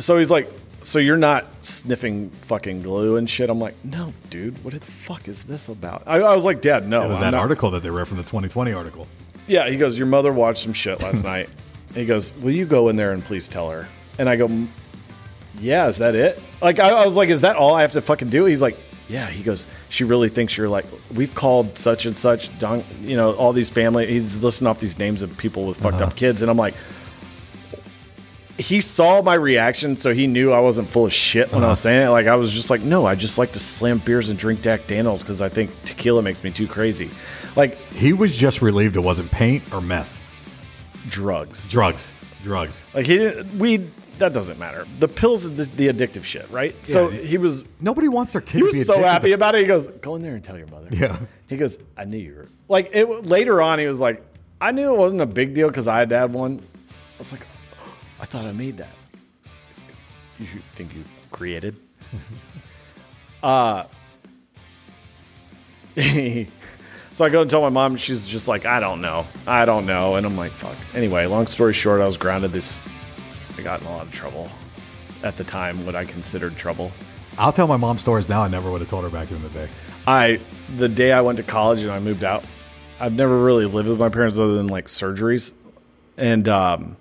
so he's like, so you're not sniffing fucking glue and shit. I'm like, no, dude, what the fuck is this about? I, I was like, Dad, no,
It was
I'm
that
not-
article that they read from the 2020 article.
yeah, he goes, Your mother watched some shit last night. And he goes, Will you go in there and please tell her? And I go, "M- Yeah, is that it? Like, I, I was like, Is that all I have to fucking do? He's like, Yeah. He goes, She really thinks you're like, we've called such and such, don, you know, all these family. He's listing off these names of people with fucked up kids. And I'm like, he saw my reaction, so he knew I wasn't full of shit when I was saying it. Like I was just like, no, I just like to slam beers and drink Jack Daniels because I think tequila makes me too crazy, like
He was just relieved it wasn't paint or meth.
drugs.
Drugs. Drugs.
Like he didn't weed. That doesn't matter. The pills are the, the addictive shit, right? so
it-
he was
Nobody wants their kid
he
to be
was so
addicted
happy
to-
about it. He goes, "Go in there and tell your mother."
Yeah.
He goes, "I knew you were." Like it later on, he was like, "I knew it "Oh, wasn't a big deal because I had to have one." I was like, "I thought I made that." He's like, you think you created. uh, so I go and tell my mom. She's just like, I don't know. I don't know. And I'm like, fuck. Anyway, long story short, I was grounded this. I got in a lot of trouble at the time, what I considered trouble.
I'll tell my mom stories now I never would have told her back in the day.
I the day I went to college and I moved out, I've never really lived with my parents other than like surgeries, and um,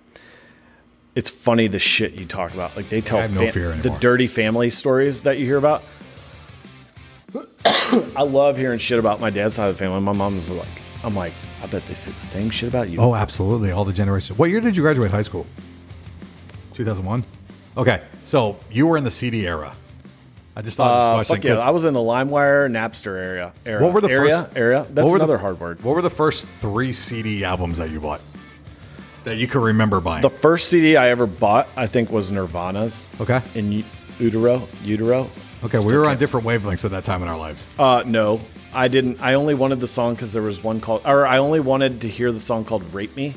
it's funny the shit you talk about. Like they tell
I have no fear
the
anymore.
dirty family stories that you hear about. I love hearing shit about my dad's side of the family. My mom's like, I'm like, I bet they say the same shit about you.
Oh, absolutely. All the generations. What year did you graduate high school? 2001. Okay. So you were in the CD era. I just thought
Uh,
of this question.
fuck yeah,
'cause
I was in the LimeWire, Napster area. era
what were the
area,
first
area? That's
what were the-
another hard word.
What were the first three CD albums that you bought that you could remember buying?
The first CD I ever bought, I think, was Nirvana's.
Okay.
In u- utero, utero.
okay, we were on different wavelengths at that time in our lives.
Uh, no, I didn't. I only wanted the song because there was one called, or I only wanted to hear the song called "Rape Me,"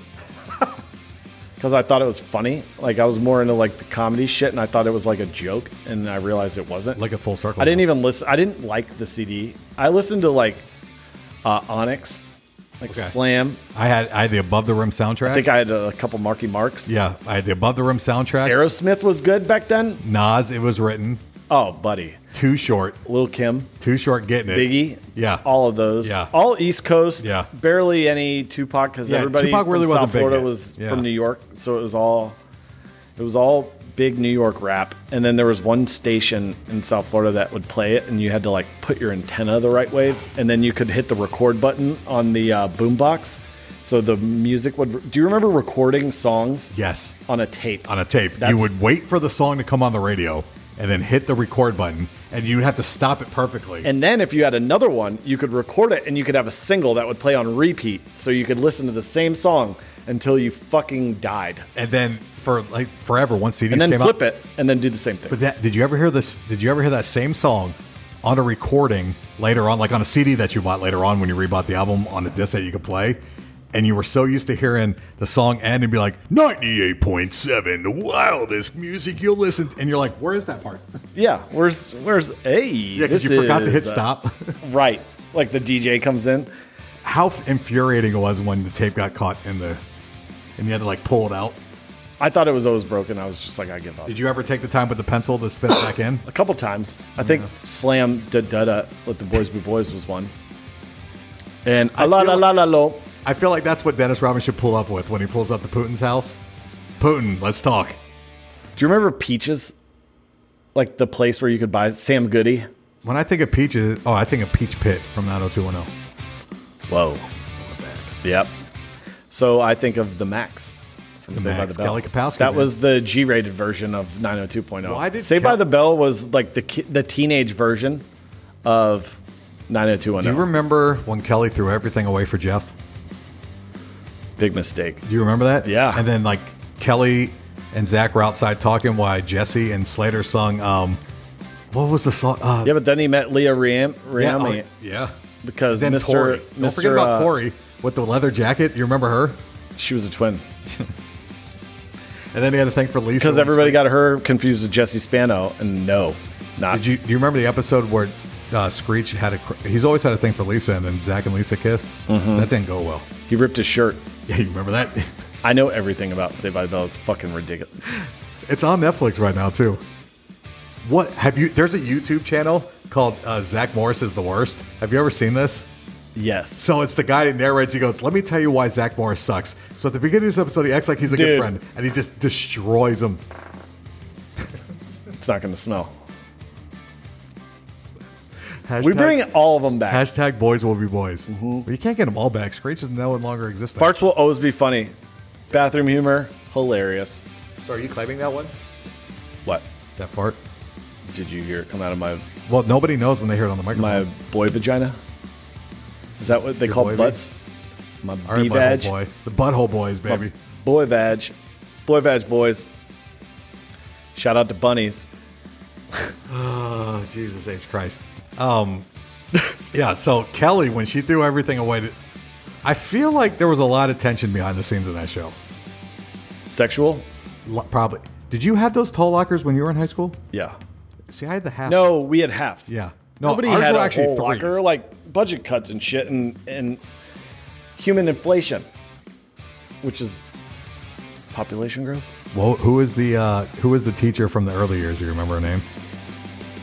because I thought it was funny. Like I was more into like the comedy shit, and I thought it was like a joke, and I realized it wasn't.
Like a full circle.
I didn't even listen. I didn't like the CD. I listened to like uh, Onyx, like Slam.
I had I had the Above the Rim soundtrack.
I think I had a, couple Marky Marks.
yeah, I had the Above the Rim soundtrack.
Aerosmith was good back then.
Nas, it was written.
Oh, buddy,
Too short.
Lil Kim.
Too short getting it.
Biggie.
Yeah.
All of those.
Yeah.
All East Coast.
Yeah.
Barely any Tupac because
Yeah,
everybody
Tupac really
from
wasn't
South
big
Florida
yet.
was
Yeah.
from New York, so it was all it was all big New York rap. And then there was one station in South Florida that would play it, and you had to like put your antenna the right way, and then you could hit the record button on the uh, boombox, so the music would. Do you remember recording songs?
Yes.
On a tape.
on a tape.
That's-
you would wait for the song to come on the radio and then hit the record button, and you'd have to stop it perfectly.
And then if you had another one, you could record it and you could have a single that would play on repeat. So you could listen to the same song until you fucking died.
And then for like forever, once CDs
And then
came
flip
out.
it and then do the same thing.
But that, did you ever hear this? Did you ever hear that same song on a recording later on, like on a CD that you bought later on when you rebought the album on a disc that you could play? And you were so used to hearing the song end and be like, 98.7, the wildest music you'll listen to. And you're like, where is that part?
Yeah, where's where's hey? uh,
Yeah, because you forgot to hit stop.
right. Like the DJ comes in.
how infuriating it was when the tape got caught in the and you had to like pull it out.
I thought it was always broken. I was just like, I give up.
Did you ever take the time with the pencil to spin it back in?
A couple times. I think Slam Da Da Da Let the Boys Be Boys was one. And
I
La La
feel-
La La Lo.
I feel like that's what Dennis Rodman should pull up with when he pulls up to Putin's house. Putin, let's talk.
Do you remember Peaches? Like the place where you could buy Sam Goody.
When I think of peaches, oh, I think of Peach Pit from 90210.
Whoa. Yep. So I think of the Max from
The
Saved
Max,
by the Bell.
Kelly Kapowski,
that
man.
was the G-rated version of 902.0.
Why did
Saved
Kel-
by the Bell was like the ki- the teenage version of 90210.
Do you remember when Kelly threw everything away for Jeff?
Big mistake.
Do you remember that?
Yeah.
And then like Kelly and Zach were outside talking while Jesse and Slater sung, um, what was the song? Uh,
Yeah, but then he met Leah Ram-
yeah,
Rami
oh, yeah.
because
Then
Mr.
Tori.
Mr.
Don't forget about
uh,
Tori with the leather jacket. You remember her?
She was a twin
And then he had to thank for Lisa.
because
when-
everybody got her confused with Jesse Spano, and no, not
Did you do you remember the episode where uh, Screech had a? cr- He's always had a thing for Lisa, and then Zach and Lisa kissed.
Mm-hmm.
That didn't go well.
he ripped his shirt.
Yeah, you remember that?
I know everything about Saved by the Bell. It's fucking ridiculous.
It's on Netflix right now too. What have you? There's a YouTube channel called uh, Zach Morris is the worst. Have you ever seen this?
Yes.
So it's the guy that narrates. He goes, "Let me tell you why Zach Morris sucks." So at the beginning of this episode, he acts like he's a good
Dude.
friend, and he just destroys him.
It's not going to smell. We
Hashtag-
bring Mm-hmm. all of them back.
Hashtag boys will be boys. But you can't get them all back. Screech is no longer existing.
Farts will always be funny. Bathroom humor, hilarious.
So are you claiming that one?
What?
That fart?
Did you hear it come out of my
Well, nobody knows when they hear it on the microphone.
my boy vagina? Is that what they
Your
call
boy
butts? My
All right,
bee
butthole
vag.
boy. The butthole boys,
My
baby.
Boy vag. Boy vag boys. Shout out to bunnies.
Oh, Jesus H. Christ. Um, yeah, so Kelly, when she threw everything away, to- I feel like there was a lot of tension behind the scenes in that show.
Sexual?
L- Probably. Did you have those tall lockers when you were in high school?
Yeah.
See, I had the half.
No, we had halves.
Yeah. No,
Nobody
ours
had
were
a
actually
whole
threes.
locker, like budget cuts and shit, and and human inflation, which is population growth.
Well, who is the uh, who is the teacher from the early years? You remember her name?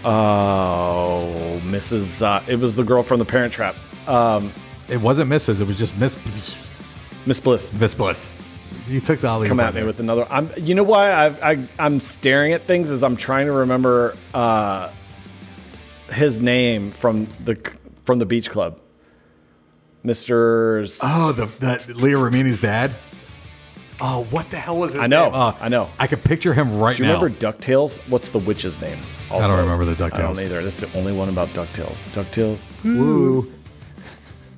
Oh, Mrs. Uh, it was the girl from The Parent Trap, um,
It wasn't Mrs. It was just Miss
Miss Bliss.
Miss Bliss. You took the alley.
Come at me with another. I'm. You know why I've, I I'm staring at things as I'm trying to remember uh, his name from the from the beach club, Mister.
Oh, the that Leo Ramini's dad. Oh, what the hell was his
I know,
name? Uh,
I know.
I could picture him right
Do you
now.
remember DuckTales? What's the witch's name? Also,
remember the
I don't
DuckTales.
either. That's the only one about DuckTales. DuckTales.
Woo.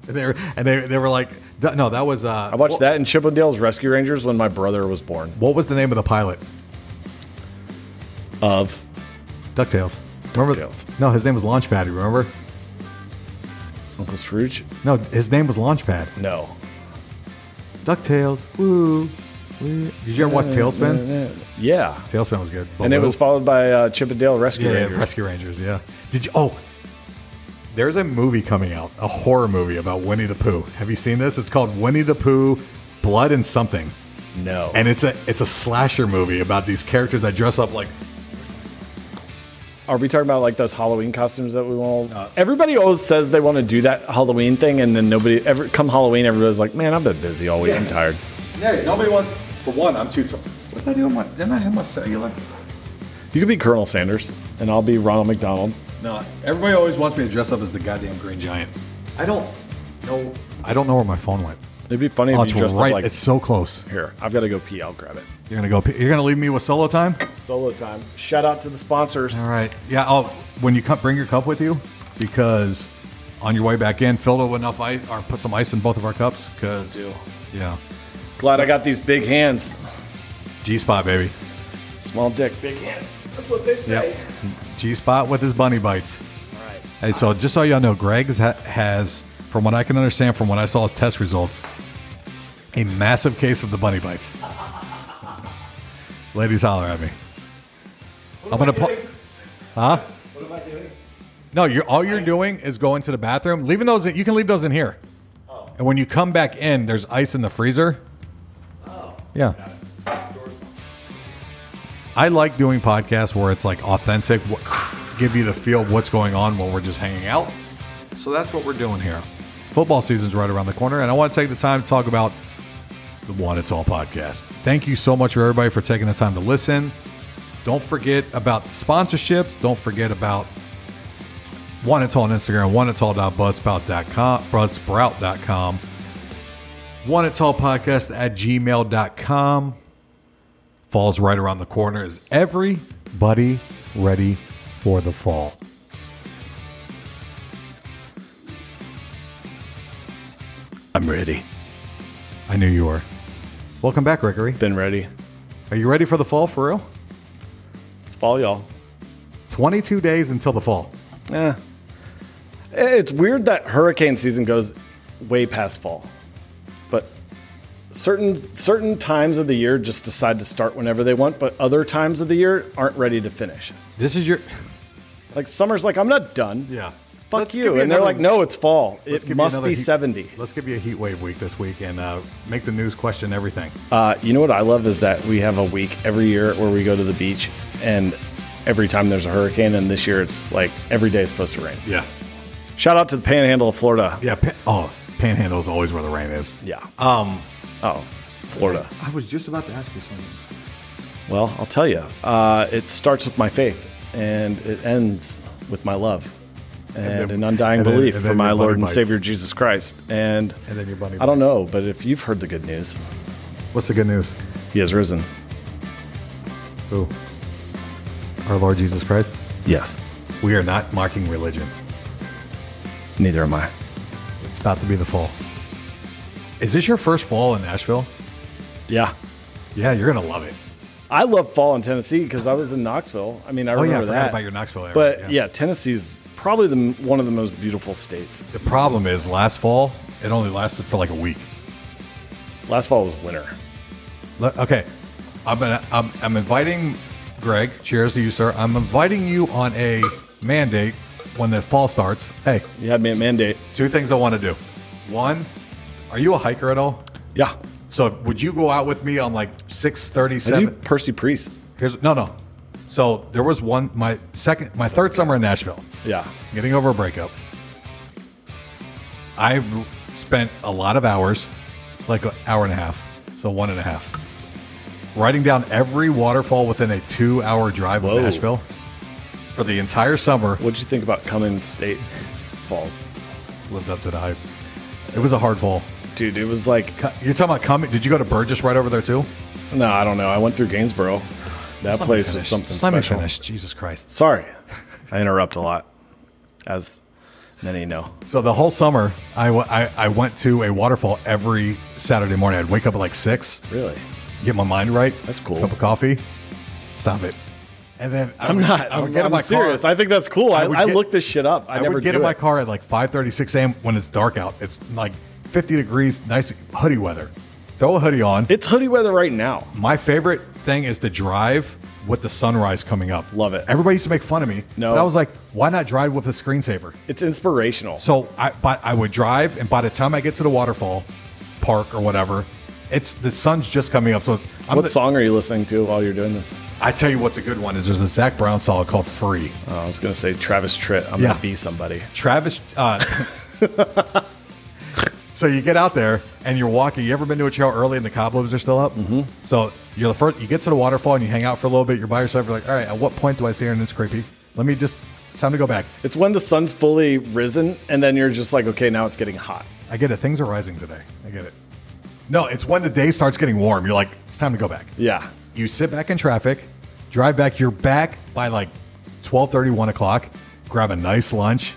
And they were, and they, they were like, du- no, that was. Uh,
I watched that in Chippendales Rescue Rangers when my brother was born.
What was the name of the pilot?
Of
Ducktales. Remember?
DuckTales.
No, his name was Launchpad. You remember?
Uncle Scrooge?
No, his name was Launchpad.
No.
Ducktales. Woo. Woo. Did you ever watch Tailspin?
Yeah.
Tailspin was good.
And it was followed by uh, Chippendale Rescue
Yeah, yeah,
Rangers.
Rescue Rangers. Yeah. Did you? Oh, there's a movie coming out, a horror movie about Winnie the Pooh. Have you seen this? It's called Winnie the Pooh, Blood and Something,
No.
and it's a it's a slasher movie about these characters that dress up like
Are we talking about like those Halloween costumes that we want?
Uh,
Everybody always says they want to do that Halloween thing, and then nobody ever come Halloween. Everybody's like, "Man, I've been busy all week. I'm tired."
Yeah, nobody wants. For one, I'm too tall. What's I doing? My, didn't I have my cellular?
You could be Colonel Sanders, and I'll be Ronald McDonald.
No, everybody always wants me to dress up as the goddamn Green Giant. I don't know. I don't know where my phone went.
It'd be funny
Oh,
if
it's
you dressed
right.
up like
it's so close.
here. I've got to go pee. I'll grab it.
You're gonna go. p- You're gonna leave me with solo time.
Solo time. Shout out to the sponsors.
All right. Yeah. I'll, when you come, bring your cup with you because on your way back in, fill it with enough ice or put some ice in both of our cups. Cause
Do.
yeah,
Glad I got these big hands.
G spot baby.
Small dick, big hands. That's what they say.
G spot with his bunny bites.
All right.
Hey, so just so y'all know, Greg ha- has, from what I can understand, from what I saw his test results, a massive case of the bunny bites. Ladies, holler at me. I'm gonna. Pa- huh? What am I doing? No, you're all you're doing is going to the bathroom, leaving those. You can leave those in here. And when you come back in, there's ice in the freezer. Oh. Yeah. I like doing podcasts where it's like authentic, wh- give you the feel of what's going on when we're just hanging out. So that's what we're doing here. Football season's right around the corner, and I want to take the time to talk about the One It's All podcast. Thank you so much for everybody for taking the time to listen. Don't forget about the sponsorships. Don't forget about One It's All on Instagram, oneitall.buzzsprout.com, buzzsprout.com, One It's All podcast at gmail.com falls right around the corner. Is everybody ready for the fall?
I'm ready.
I knew you were. Welcome back, Gregory.
Been ready.
Are you ready for the fall for real?
Let's follow y'all.
22 days until the fall.
Eh. It's weird that hurricane season goes way past fall, but certain certain times of the year just decide to start whenever they want, but other times of the year aren't ready to finish.
This is your.
Like summer's like I'm not done.
Yeah.
Fuck
Let's give
you. And they're
another-
like, no, it's fall.
let's give
It
you
must
another
be
heat-
70.
Let's give you a heat wave week this week and uh, make the news question everything.
Uh, you know what I love is that we have a week every year where we go to the beach, and every time there's a hurricane, and this year it's like every day is supposed to rain.
Yeah.
Shout out to the Panhandle of Florida.
Yeah. Pa- oh, panhandle is always where the rain is.
Yeah.
Um,
Oh, Florida.
I was just about to ask you something.
Well, I'll tell you. Uh, it starts with my faith, and it ends with my love. And,
then-
an undying
and then-
belief
and
for
then
my
your bunny
Lord and
bites.
Savior Jesus Christ. And,
And then your bunny
I don't
bites.
know, but if you've heard the good news,
What's the good news?
He has risen.
Who? Our Lord Jesus Christ.
Yes,
We are not mocking religion.
neither am I.
It's about to be the fall. Is this your first fall in Nashville?
Yeah,
Yeah, you're gonna love it.
I love fall in Tennessee because I was in Knoxville. I mean, I
Oh
remember
yeah, I forgot
that.
about your Knoxville area.
but yeah. Tennessee's probably the m- one of the most beautiful states.
the problem is last fall it only lasted for like a week.
Last fall was winter.
Le- Okay, I'm, gonna, I'm I'm inviting Greg. Cheers to you, sir. I'm inviting you on a mandate when the fall starts. Hey,
You had me a mandate.
two things I want to do. One, are you a hiker at all?
Yeah.
So would you go out with me on like six thirty
I do
seven?
Percy Priest.
Here's no no. So there was one my second my third summer in Nashville,
Yeah.
getting over a breakup. I spent a lot of hours, like an hour and a half, so one and a half, writing down every waterfall within a two hour drive of
Whoa.
Nashville for the entire summer.
What'd you think about Cummins State Falls?
Lived up to the hype. It was a hard fall.
Dude, it was like,
Co- You're talking about coming? Did you go to Burgess right over there too?
no, I don't know. I went through Gainsboro. That
Just let me
place was
finish.
something
Just Let me
special.
finish. Jesus Christ.
Sorry, I interrupt a lot, as many know.
So the whole summer, I wa- I- I went to a waterfall every Saturday morning. I'd wake up at like six,
Really?
get my mind right.
That's cool.
Cup of coffee. Stop it. And then I
I'm
would-
not.
I
I'm,
would get in
I'm
my
serious.
car.
I think that's cool. I,
would
I,
get-
looked this shit up.
I
I, never
would get
do
in my
it.
car at like 5:36 a.m. when it's dark out. It's like 50 degrees, nice hoodie weather. Throw a hoodie on.
It's hoodie weather right now.
my favorite thing is to drive with the sunrise coming up.
Love it.
Everybody used to make fun of me.
No.
but I was like, why not drive with a screensaver?
It's inspirational.
So I but I would drive, and by the time I get to the waterfall park or whatever, it's the sun's just coming up. So it's, I'm
what
the-
song are you listening to while you're doing this?
I tell you what's a good one is there's a Zach Brown song called Free.
Oh, I was gonna say Travis Tritt. I'm
Yeah.
gonna be somebody.
Travis. Uh, so you get out there and you're walking. You ever been to a trail early and the cobwebs are still up? Mm-hmm. So you're the first. You get to the waterfall and you hang out for a little bit. You're by yourself. You're like, all right, at what point do I see her and it's creepy? Let me just. It's time to go back.
It's when the sun's fully risen, and then you're just like, okay, now it's getting hot.
I get it. Things are rising today. I get it. No, it's when the day starts getting warm. You're like, it's time to go back.
Yeah.
you sit back in traffic, drive back, you're back by like 12:30, 1 o'clock, grab a nice lunch,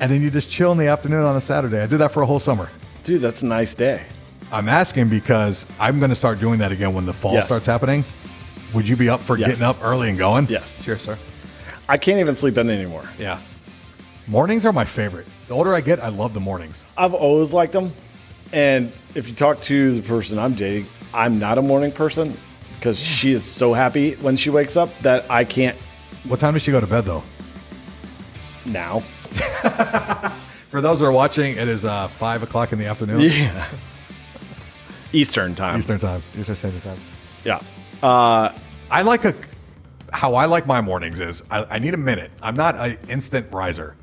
and then you just chill in the afternoon on a Saturday. I did that for a whole summer.
Dude, that's a nice day.
I'm asking because I'm going to start doing that again when the fall
Yes.
starts happening. Would you be up for
Yes.
getting up early and going?
Yes.
Cheers, sir.
I can't even sleep in anymore.
Yeah. Mornings are my favorite. The older I get, I love the mornings.
I've always liked them. And if you talk to the person I'm dating, I'm not a morning person because she is so happy when she wakes up that I can't
What time does she go to bed though?
now.
For those who are watching, it is uh, five o'clock in the afternoon,
Yeah. Eastern time.
Eastern time, Uh, Eastern Standard Time.
Yeah.
I like a how I like my mornings is I, I need a minute. I'm not an instant riser,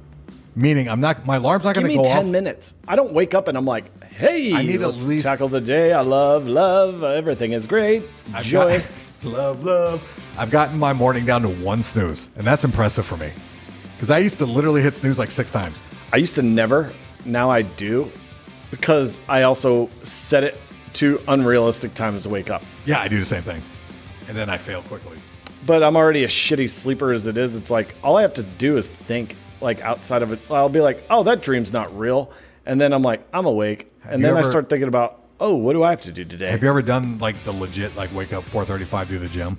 meaning I'm not my alarm's not
Give
going to
me
go
10
off.
minutes. I don't wake up and I'm like, hey,
I need at
let's
least-
tackle the day. I love, love. Everything is great.
I've
Joy.
got- love, love. I've gotten my morning down to one snooze, and that's impressive for me because I used to literally hit snooze like six times.
I used to never. Now I do because I also set it to unrealistic times to wake up.
Yeah, I do the same thing, and then I fail quickly.
but I'm already a shitty sleeper as it is. It's like all I have to do is think like outside of it. I'll be like, oh, that dream's not real, and then I'm like, I'm awake, and
you
then I
ever-
start thinking about, oh, what do I have to do today?
Have you ever done like the legit like wake up 4:35 do the gym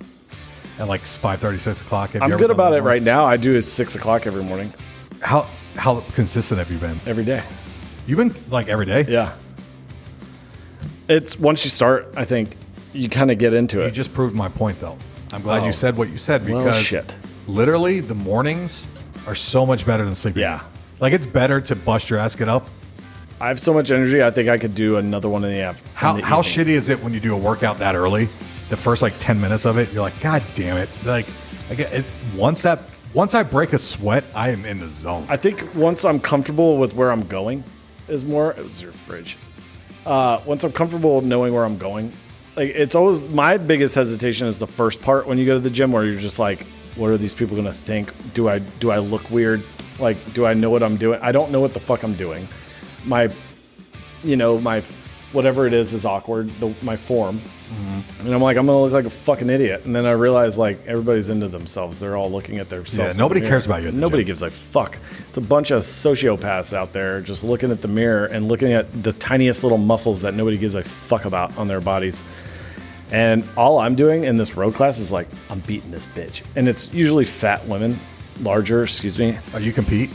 at like 5:30 6 o'clock? Have you
I'm
ever
good
done
about
the
it right
morning-
now. I do is six o'clock every morning,
How how consistent have you been?
every day.
You've been like every day.
Yeah. It's once you start, I think you kind of get into
You
it.
just proved my point, though. I'm glad
Oh.
you said what you said
Well,
because
shit.
literally the mornings are so much better than sleeping.
Yeah.
Like it's better to bust your ass, get up.
I have so much energy. I think I could do another one in the app.
How,
in the
how
evening.
shitty is it when you do a workout that early? The first like 10 minutes of it, you're like, God damn it. Like, I get it. Once that, once I break a sweat, I am in the zone.
I think once I'm comfortable with where I'm going, is more. It was your fridge. Uh, once I'm comfortable knowing where I'm going, like it's always my biggest hesitation is the first part when you go to the gym where you're just like, what are these people gonna think? Do I do I look weird? Like, do I know what I'm doing? I don't know what the fuck I'm doing. My, you know, my f- whatever it is is awkward. The, my form. And I'm like, I'm gonna look like a fucking idiot. And then I realize like everybody's into themselves. They're all looking at themselves. in the
nobody
mirror.
cares about you at the
Nobody
gym.
gives a fuck. It's a bunch of sociopaths out there just looking at the mirror and looking at the tiniest little muscles that nobody gives a fuck about on their bodies. And all I'm doing in this road class is like, I'm beating this bitch. And it's usually fat women, larger, excuse me.
Are you compete?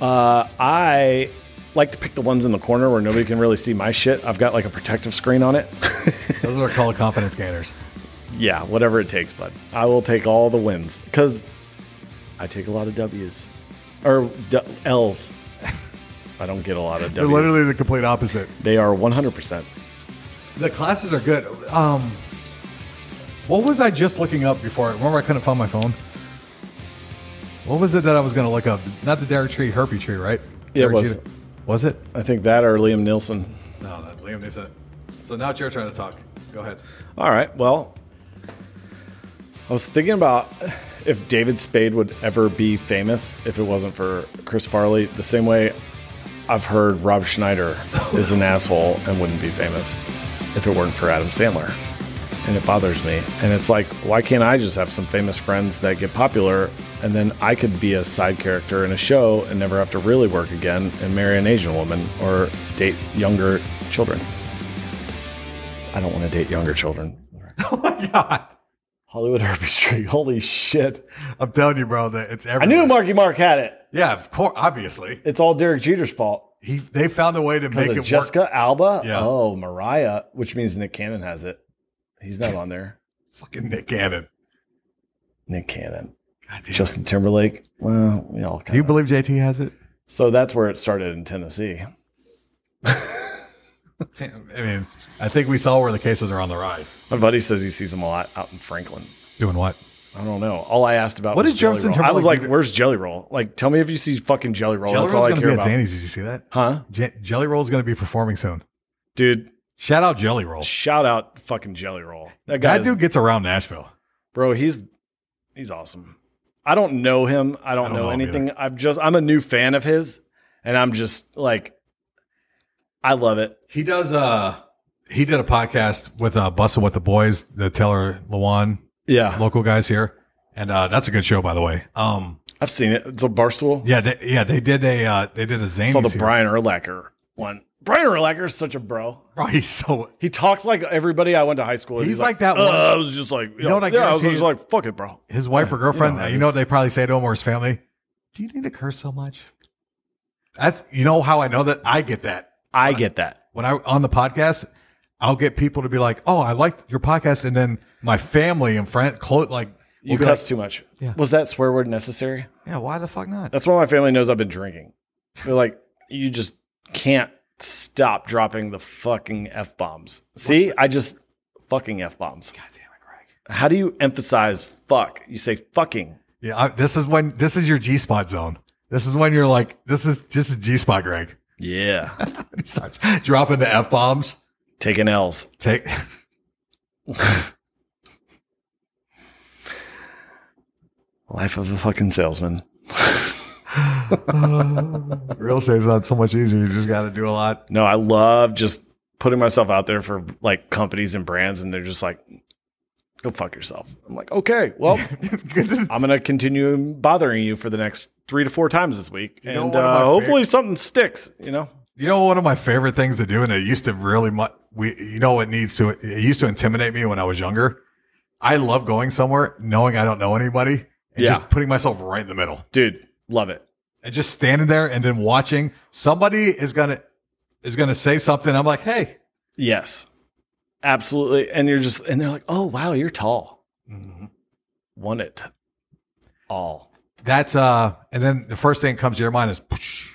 Uh, I like to pick the ones in the corner where nobody can really see my shit. I've got like a protective screen on it.
Those are called confidence gainers.
yeah, whatever it takes, bud. I will take all the wins because I take a lot of W's or d- L's. I don't get a lot of
They're
W's.
literally the complete opposite.
they are 100%.
The classes are good. Um, what was I just looking up before? Remember, I couldn't find my phone. What was it that I was going to look up? Not the Derek Tree, Herpy Tree, right?
Yeah, it
Derek
was.
Jeter. Was it?
I think that or Liam Nielsen.
No, no, Liam Neeson. So now it's your turn to talk. Go ahead.
All right. Well, I was thinking about if David Spade would ever be famous if it wasn't for Chris Farley, the same way I've heard Rob Schneider is an asshole and wouldn't be famous if it weren't for Adam Sandler. And it bothers me. And it's like, why can't I just have some famous friends that get popular and then I could be a side character in a show and never have to really work again and marry an Asian woman or date younger children? I don't want to date younger children.
Oh God,
Hollywood Artistry. Holy shit.
I'm telling you, bro, that it's
I
everywhere.
knew Marky Mark had it.
Yeah, of course, obviously.
It's all Derek Jeter's fault.
He they found a way to
Was
make
it
it
Jessica
work.
Alba?
Yeah.
Oh, Mariah, which means Nick Cannon has it. He's not on there.
Fucking Nick Cannon.
Nick Cannon.
God damn it.
Justin Timberlake. Well, we all
Do
kind
you
of.
believe JT has it?
so that's where it started in Tennessee.
I mean, I think we saw where the cases are on the rise.
My buddy says he sees him a lot out in Franklin.
Doing what?
I don't know. All I asked about
What
was
did
Jelly
Justin
Roll. I was
Timberlake
like,
do?
"Where's Jelly Roll? Like, tell me if you see fucking Jelly Roll.
Jelly
that's all
Roll's going
I
to
care
be at
about."
Zanny's. Did you see that?
Huh,
Je- Jelly Roll's going to be performing soon.
dude?
Shout out Jelly Roll.
Shout out fucking Jelly Roll. That guy
That
is
dude gets around Nashville.
bro he's he's awesome i don't know him i don't,
I don't
know,
know him
anything i'm just i'm a new fan of his and i'm just like i love it
He does. Uh, he did a podcast with uh, Bustle with the Boys, the Taylor Lewan
yeah
local guys here, and uh, that's a good show, by the way. Um,
i've seen it it's a barstool
yeah, they, yeah, they did a uh, they did a
i
Zany.
saw the brian erlacher one brian erlacher is such a bro
He's so
he talks like everybody i went to high school with.
He's like that
"Uh,
one-
i was just like you
know what I
yeah, I was
guarantee
just
you-
like fuck it bro
his wife or girlfriend. uh, You
how
know,
it
what they probably say to him or his family? Do you need to curse so much? That's you know how I know that I get that
i get that
when I on the podcast. I'll get people to be like, "Oh, I liked your podcast," and then my family and friends, clo- like,
you
will be
cuss too much
Yeah.
was that swear word necessary
like, "Yeah, why the fuck not?"
That's why my family knows I've been drinking. They're like, you just can't stop dropping the fucking f bombs. See, I just fucking f bombs.
God damn it, Greg.
How do you emphasize fuck? You say fucking.
Yeah, I, this is when this is your G spot zone. This is when you're like, this is just a G spot, Greg.
Yeah,
He starts dropping the f bombs.
taking L's.
Take
Life of a fucking salesman.
real estate's not so much easier. You just got to do a lot.
No, I love just putting myself out there for like companies and brands, and they're just like, go fuck yourself. I'm like, okay, well, I'm gonna continue bothering you for the next three to four times this week,
know,
and
one of my
uh,
fav-
hopefully something sticks. You know,
you know, one of my favorite things to do, and it used to really much. We, you know, what needs to. It used to intimidate me when I was younger. I love going somewhere knowing I don't know anybody and
Yeah.
just putting myself right in the middle.
dude, love it.
and just standing there and then watching somebody is gonna is gonna say something i'm like hey
Yes, absolutely. And you're just, and they're like, oh wow, you're tall. Won it all.
that's uh and then the first thing that comes to your mind is "Psh,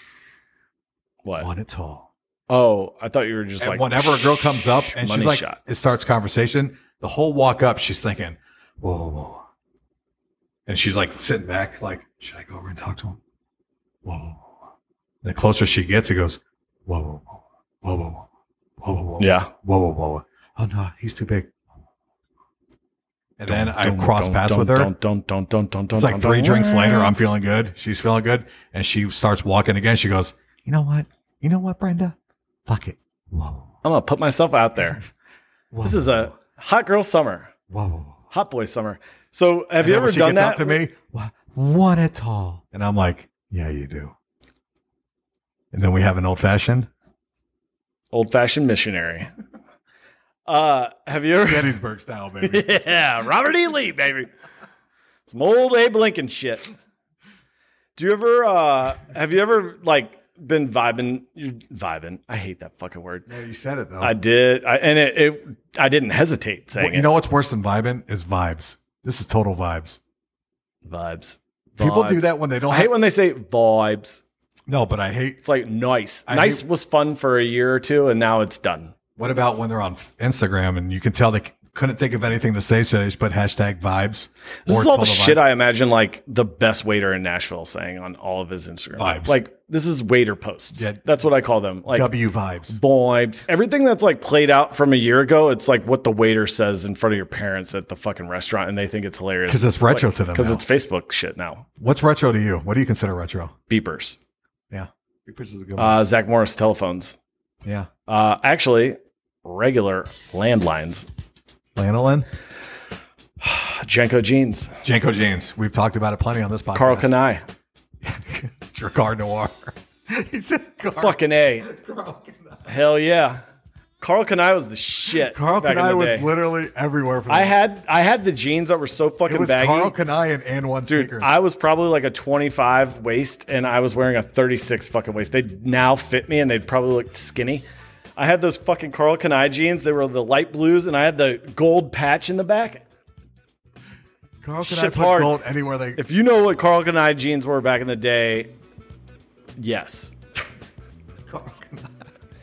What?
one it tall
Oh, I thought you were just
and
like
whenever a girl comes up and
money
she's like
shot.
it starts conversation the whole walk up she's thinking whoa, whoa whoa and she's like sitting back like should i go over and talk to him whoa, whoa, whoa, whoa. the closer she gets it goes whoa whoa whoa whoa whoa whoa whoa whoa whoa
yeah,
whoa, whoa, whoa, whoa. Oh no, he's too big. And then I cross paths with her.
Don't don't don't don't don't don't.
it's like three drinks later, I'm feeling good. She's feeling good. And she starts walking again. She goes, You know what? You know what, Brenda? Fuck it. Whoa.
I'm gonna put myself out there.
whoa
This is a hot girl summer,
whoa, whoa, whoa.
hot boy summer. So have
And then
you ever
when she
done
gets
that?
up to me, "Wha- one at all. And I'm like, Yeah, you do. And then we have an old fashioned
Old fashioned missionary. Uh, have you ever?
Gettysburg style, baby.
yeah, Robert E. Lee, baby. Some old Abe Lincoln shit. Do you ever uh have you ever like been vibing, vibing. I hate that fucking word.
Yeah, you said it though.
I did, I, and it, it, I didn't hesitate saying
you know what's worse than vibing is vibes. This is total vibes.
it. Vibes.
People do
Vibes.
that when they don't.
I hate
have-
when they say vibes.
no, but I hate.
It's like nice.
I
nice
hate-
was fun for a year or two, and now it's done.
What about when they're on f- Instagram and you can tell they c- couldn't think of anything to say, so they just put hashtag vibes.
This
or
is all
total
the shit
vibe.
I imagine like the best waiter in Nashville saying on all of his Instagram.
Vibes.
Like this is waiter posts.
Yeah.
That's what I call them. Like
W vibes.
vibes. Everything that's like played out from a year ago, it's like what the waiter says in front of your parents at the fucking restaurant and they think it's hilarious.
'Cause it's retro to them
Because
now.
it's Facebook shit now.
What's retro to you? What do you consider retro?
Beepers.
Yeah, Beepers is a good one.
Uh Zach Morris telephones.
yeah,
Uh actually regular landlines.
Lanolin,
Jenko jeans.
Janko Jeans. We've talked about it plenty on this podcast.
Carl Kanai.
Dracar Noir. he said Car-
Fucking A.
Carl Kanai.
Hell yeah. Carl Kanai was the shit.
Carl
back in
Kanai
the
was
day.
literally everywhere. For
I
this.
had I had the jeans that were so
it
fucking
was
baggy.
Carl Kanai and and one
Dude,
sneakers.
I was probably like a 25 waist and I was wearing a 36 fucking waist. They'd now fit me and they'd probably look skinny. I had those fucking Carl Kanai jeans. They were the light blues and I had the gold patch in the back.
Carl Kanai
shit's
put
hard.
gold anywhere they.
If you know what Carl Kanai jeans were back in the day, yes.
Carl Kanai.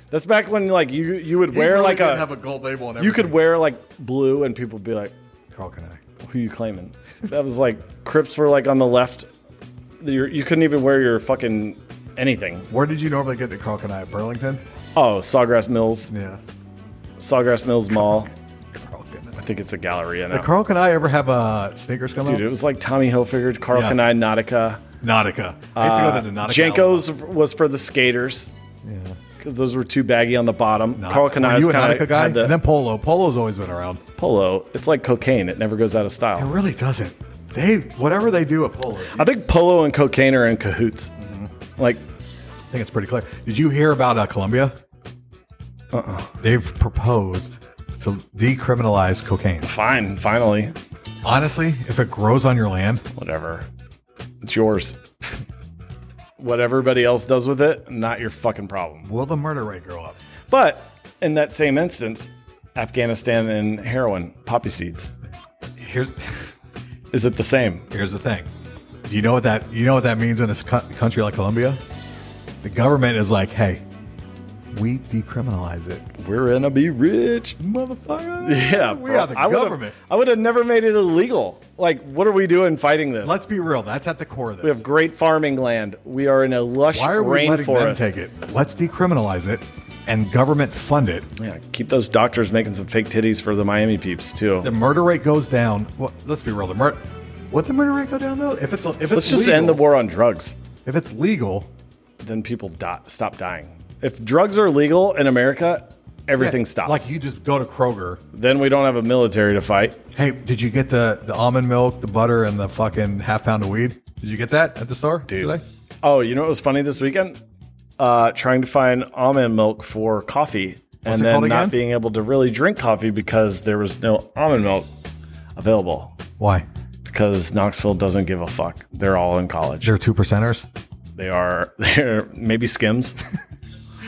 That's back when like you you would
He
wear
really
like
did
a
have a gold label on
you could
everything.
wear like blue and people would be like
Carl Kanai.
who you claiming? That was like Crips were like on the left. You're, you couldn't even wear your fucking anything.
Where did you normally get to Carl Kanai? Burlington.
Oh, Sawgrass Mills,
Yeah,
Sawgrass Mills Mall.
Carl Kanai.
I think it's a gallery now.
Did Carl Kanai ever have uh, sneakers come
Dude, it
out?
was like Tommy Hilfiger, Carl
Yeah.
Kanai, Nautica.
Nautica. I used to go to the Nautica.
Jenko's was for the skaters
outlet. Yeah.
because those were too baggy on the bottom.
Nautica.
Carl Kanai
Were
was
you a
kinda
Nautica guy?
had the
and then Polo. Polo's always been around.
polo. It's like cocaine; it never goes out of
It
style.
really doesn't. They whatever they do at Polo, I
I think polo and cocaine are in cahoots.
Mm-hmm.
Like
think it's pretty clear. Did you hear about uh, Colombia? Uh-uh.
Uh-uh.
They've proposed to decriminalize cocaine.
fine, finally,
Honestly, if it grows on your land,
whatever. It's yours. what everybody else does with it, not your fucking problem.
will the murder rate go up?
But in that same instance, Afghanistan and heroin, poppy seeds.
Here's
Is it the same?
here's the thing. Do you know what that you know what that means in a co- country like Colombia? The government is like, hey, we decriminalize it,
We're gonna be rich.
motherfucker.
Yeah,
we
bro.
are the
I would've-
government.
I would have never made it illegal. Like, what are we doing fighting this?
Let's be real. That's at the core of this.
we have great farming land. We are in a lush
Why are we letting them
rainforest.
take it? Let's decriminalize it and government fund it.
Yeah, keep those doctors making some fake titties for the Miami peeps too.
The murder rate goes down. Well, let's be real. The murder. What the murder rate go down though? If it's if it's
Let's just
legal-
end the war on drugs.
If it's legal,
Then people die, stop dying. If drugs are legal in America, everything
yeah,
stops.
Like you just go to Kroger.
then we don't have a military to fight.
Hey, did you get the the almond milk, the butter, and the fucking half pound of weed? Did you get that at the store today?
Oh, you know what was funny this weekend? Uh, trying to find almond milk for coffee and
it
then
called again?
not being able to really drink coffee because there was no almond milk available
Why?
because Knoxville doesn't give a fuck. They're all in college.
They're two percenters.
They are they're maybe skims.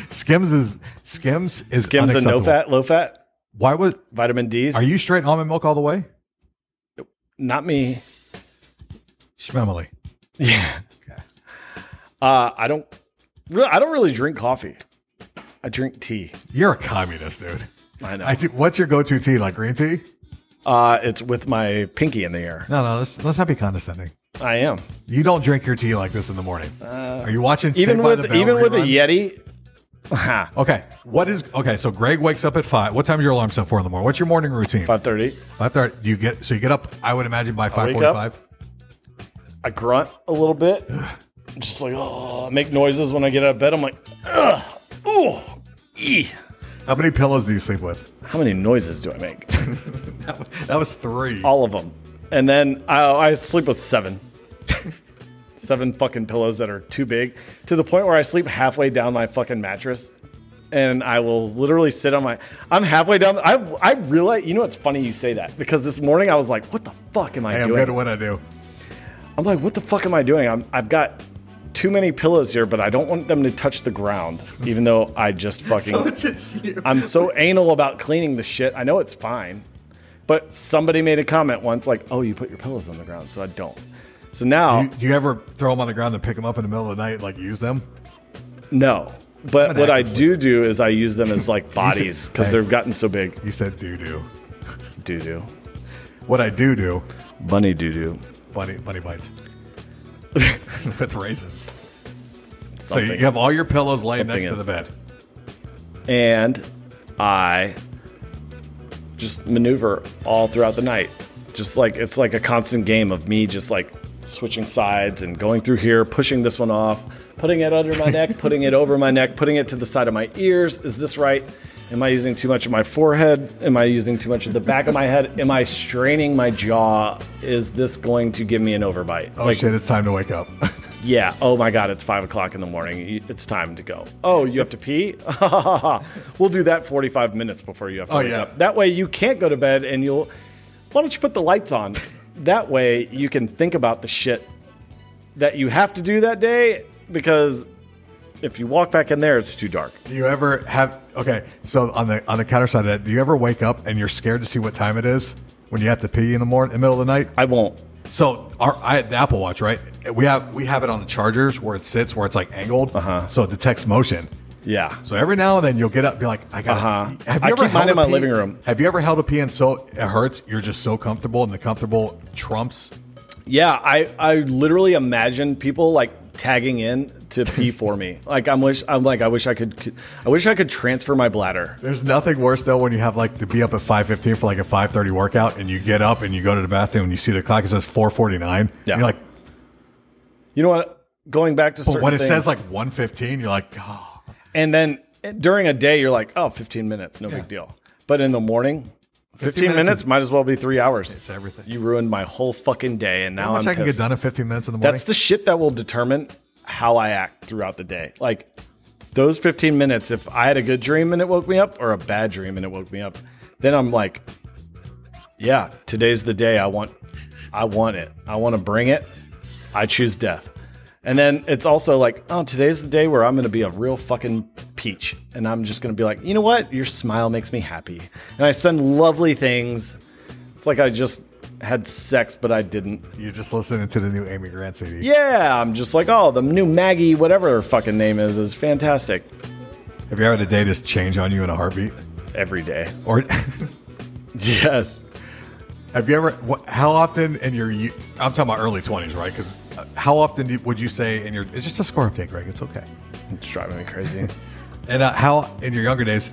Skims is Skims is
Skims and no
unacceptable.
fat, low fat,
Why would
vitamin D's.
are you straight almond milk all the way?
not me.
Schmemily.
Yeah. Uh, I don't really I don't really drink coffee. I drink tea.
You're a communist, dude.
I know.
I do, what's your go-to tea? Like green tea?
uh, it's with my pinky in the air.
No, no. Let's let's not be condescending.
I am.
You don't drink your tea like this in the morning. Are you watching Saved
Uh, even
by
with
the Bell
even with a
reruns?
Yeti. Ha,
Okay, what is okay? So Greg wakes up at five. What time is your alarm set for in the morning? What's your morning routine?
5:30.
Five thirty. You get so you get up. I would imagine by five
wake
forty-five.
I grunt a little bit, just like oh, I make noises when I get out of bed. I'm like, ugh, ooh, ee.
How many pillows do you sleep with?
How many noises do I make?
That was, that was three.
All of them. And then I, I sleep with seven, seven fucking pillows that are too big to the point where I sleep halfway down my fucking mattress. And I will literally sit on my. I'm halfway down. I I realize. You know, it's funny you say that because this morning I was like, "What the fuck am I
hey, I'm
doing?"
good at what I do.
I'm like, what the fuck am I doing? I'm, I've got too many pillows here, but I don't want them to touch the ground, even though I just fucking.
So it's just you.
I'm so anal about cleaning the shit. I know it's fine, but somebody made a comment once like, "Oh, you put your pillows on the ground," so I don't. So now,
Do you, you ever throw them on the ground and pick them up in the middle of the night, and, like use them?
no. But
an
what I
active
do do is I use them as like bodies because
Hey.
they've gotten so big.
You said doo doo.
Doo doo,
What I do do,
bunny doo doo.
bunny bunny bites with raisins. So
Something.
you have all your pillows laid next to
Something
the bed.
and I just maneuver all throughout the night. Just like it's like a constant game of me just like switching sides and going through here, pushing this one off, putting it under my neck, putting it over my neck, putting it to the side of my ears. Is this right? Am I using too much of my forehead? Am I using too much of the back of my head? Am I straining my jaw? Is this going to give me an overbite?
Oh shit! It's time to wake up.
Yeah. Oh my God, it's five o'clock in the morning. You- It's time to go. Oh, you have to pee? we'll do that 45 minutes before you have to
Oh,
wake
yeah.
up. That way you can't go to bed and you'll. Why don't you put the lights on? that way you can think about the shit that you have to do that day because if you walk back in there, it's too dark.
do you ever have? Okay, so on the on the counter side of that, do you ever wake up and you're scared to see what time it is when you have to pee in the morning, in the middle of the night?
I won't.
So our I, the Apple Watch, right? We have we have it on the chargers where it sits, where it's like angled, uh-huh. so it detects motion.
Yeah.
So every now and then you'll get up, and be like, I got.
Uh-huh.
to Have you
I
ever
keep mine
held
in
a
my
pee-
living room.
Have you ever held a pee and so it hurts? You're just so comfortable, and the comfortable trumps.
Yeah, I, I literally imagine people like tagging in to pee for me. Like I'm wish I'm like I wish I could I wish I could transfer my bladder.
There's nothing worse though when you have like to be up at 5:15 for like a 5:30 workout, and you get up and you go to the bathroom and you see the clock. It says 4:49.
Yeah.
And you're like,
You know what? Going back to certain
when it
things,
says like 1:15, you're like, oh,
and then during a day, you're like, oh, 15 minutes, no big deal. But in the morning, 15, minutes,
minutes is-
might as well be three hours.
It's everything.
You ruined my whole fucking day, and now
how much
I'm
I can
pissed.
get done in 15 minutes in the morning.
That's the shit that will determine how I act throughout the day. Like those 15 minutes, if I had a good dream and it woke me up, or a bad dream and it woke me up, then I'm like, yeah, today's the day I want. I want it. I want to bring it. I choose death. And then it's also like, oh, today's the day where I'm going to be a real fucking peach. And I'm just going to be like, you know what? Your smile makes me happy. And I send lovely things. It's like I just had sex, but I didn't.
you're just listening to the new Amy Grant CD.
Yeah, I'm just like, oh, the new Maggie, whatever her fucking name is, is fantastic
Have you ever had a day just change on you in a heartbeat?
every day.
Or
Yes.
have you ever? What, how often in your? you- I'm talking about early 20s, right? Because how often do, would you say in your? It's just a score update, Greg. It's okay.
It's driving me crazy.
And uh, how in your younger days,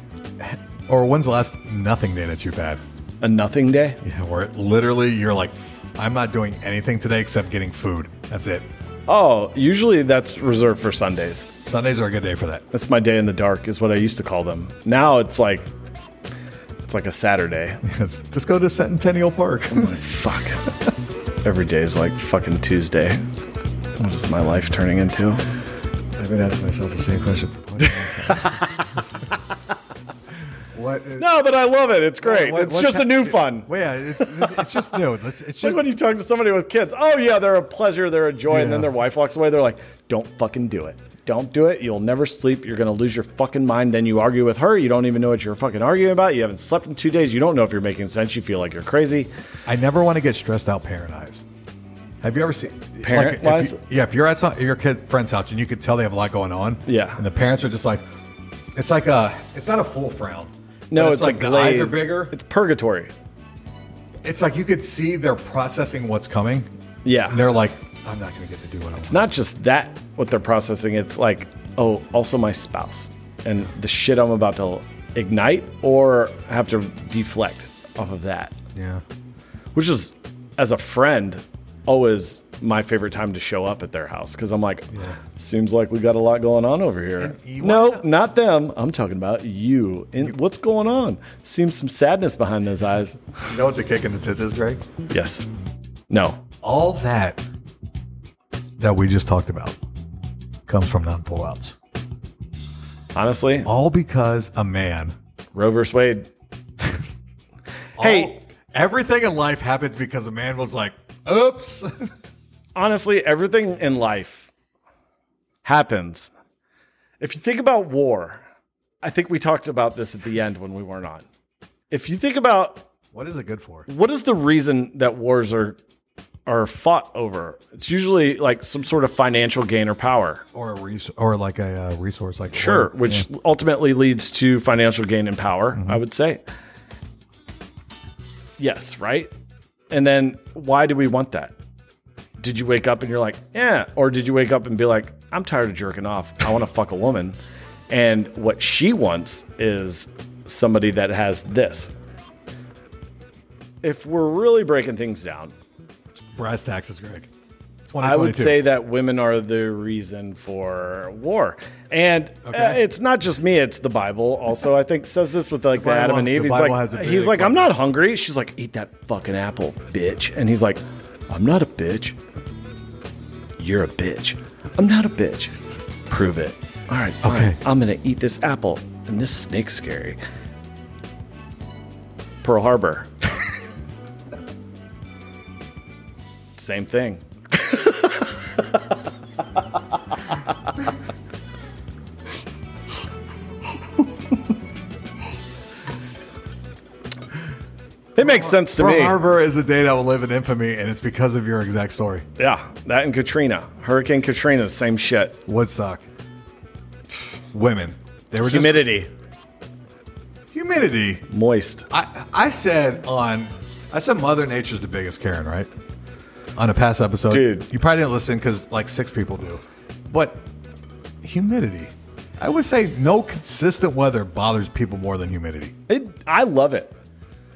or when's the last nothing day that you've had?
A nothing day?
Yeah, where it literally you're like, "F- I'm not doing anything today except getting food. That's it.
Oh, usually that's reserved for Sundays.
Sundays are a good day for that.
That's my day in the dark, is what I used to call them. Now it's like, it's like a Saturday.
It's- Just go to Centennial Park.
Fuck. every day is like fucking Tuesday. What is my life turning into?
I've been asking myself the same question for quite a long time. What is,
No, but I love it. It's great.
What-
it's
what
just a
ti-
new fun.
Well, yeah, it, it- it's just new. It's, it's
It's
just
like when you talk to somebody with kids. Oh yeah, they're a pleasure, they're a joy, and then
Yeah.
their wife walks away. They're like, "Don't fucking do it. Don't do it. You'll never sleep. You're gonna lose your fucking mind." Then you argue with her. You don't even know what you're fucking arguing about. You haven't slept in two days. You don't know if you're making sense. You feel like you're crazy.
I never want to get stressed out parent eyes. Have you ever seen like,
Parent
if
wise?
you- yeah, if you're at some, your kid friend's house and you could tell they have a lot going on.
Yeah.
and the parents are just like, it's like a, it's not a full frown.
No,
but
it's, like
the eyes are
glazed.
bigger.
It's purgatory.
It's like you could see they're processing what's coming.
Yeah,
And they're like, I'm not going to get to do what I want.
it's not just that what they're processing. It's like, oh, also my spouse and the shit I'm about to ignite or have to deflect off of that.
Yeah.
which is as a friend always my favorite time to show up at their house because i'm like seems like we got a lot going on over here
And you
no
wanna-
not them i'm talking about you and what's going on seems some sadness behind those eyes
You know what the kick in the tits is, Greg?
yes no
All that that we just talked about comes from non pullouts.
honestly
All because a man.
roe versus wade hey
all- everything in life happens because a man was like, oops.
honestly everything in life happens. If you think about war, I think we talked about this at the end when we weren't on. If you think about
What is it good for?
what is the reason that wars are are fought over? It's usually like some sort of financial gain or power.
Or a res- or like a uh, resource like
Sure,
oil.
which ultimately leads to financial gain and power, I would say. Yes, right? And then why do we want that? Did you wake up and you're like, yeah? Or did you wake up and be like, I'm tired of jerking off. I want to fuck a woman. And what she wants is somebody that has this. If we're really breaking things down,
brass taxes, Greg.
I would
2022.
say that women are the reason for war, and uh,
Okay.
it's not just me; it's the Bible. Also, I think says this with like the,
Bible-
Adam and Eve.
the
He's
Bible
like,
has a
he's
big
like, I'm
fucking-
not hungry. She's like, eat that fucking apple, bitch. And he's like, I'm not a bitch. You're a bitch. I'm not a bitch. Prove it. All right, fine.
Okay.
I'm gonna eat this apple, and this snake's scary. Pearl Harbor. Same thing. It makes sense to
Pearl
me.
Harbor is a day that will live in infamy, and it's because of your exact story.
Yeah, that and Katrina, Hurricane Katrina, same shit.
Woodstock. Women. They were
Humidity,
just humidity.
moist.
I I said on I said Mother Nature's the biggest Karen, right? On a past episode,
Dude.
you probably didn't listen because like six people do, but humidity. I would say no consistent weather bothers people more than humidity.
It, I love it.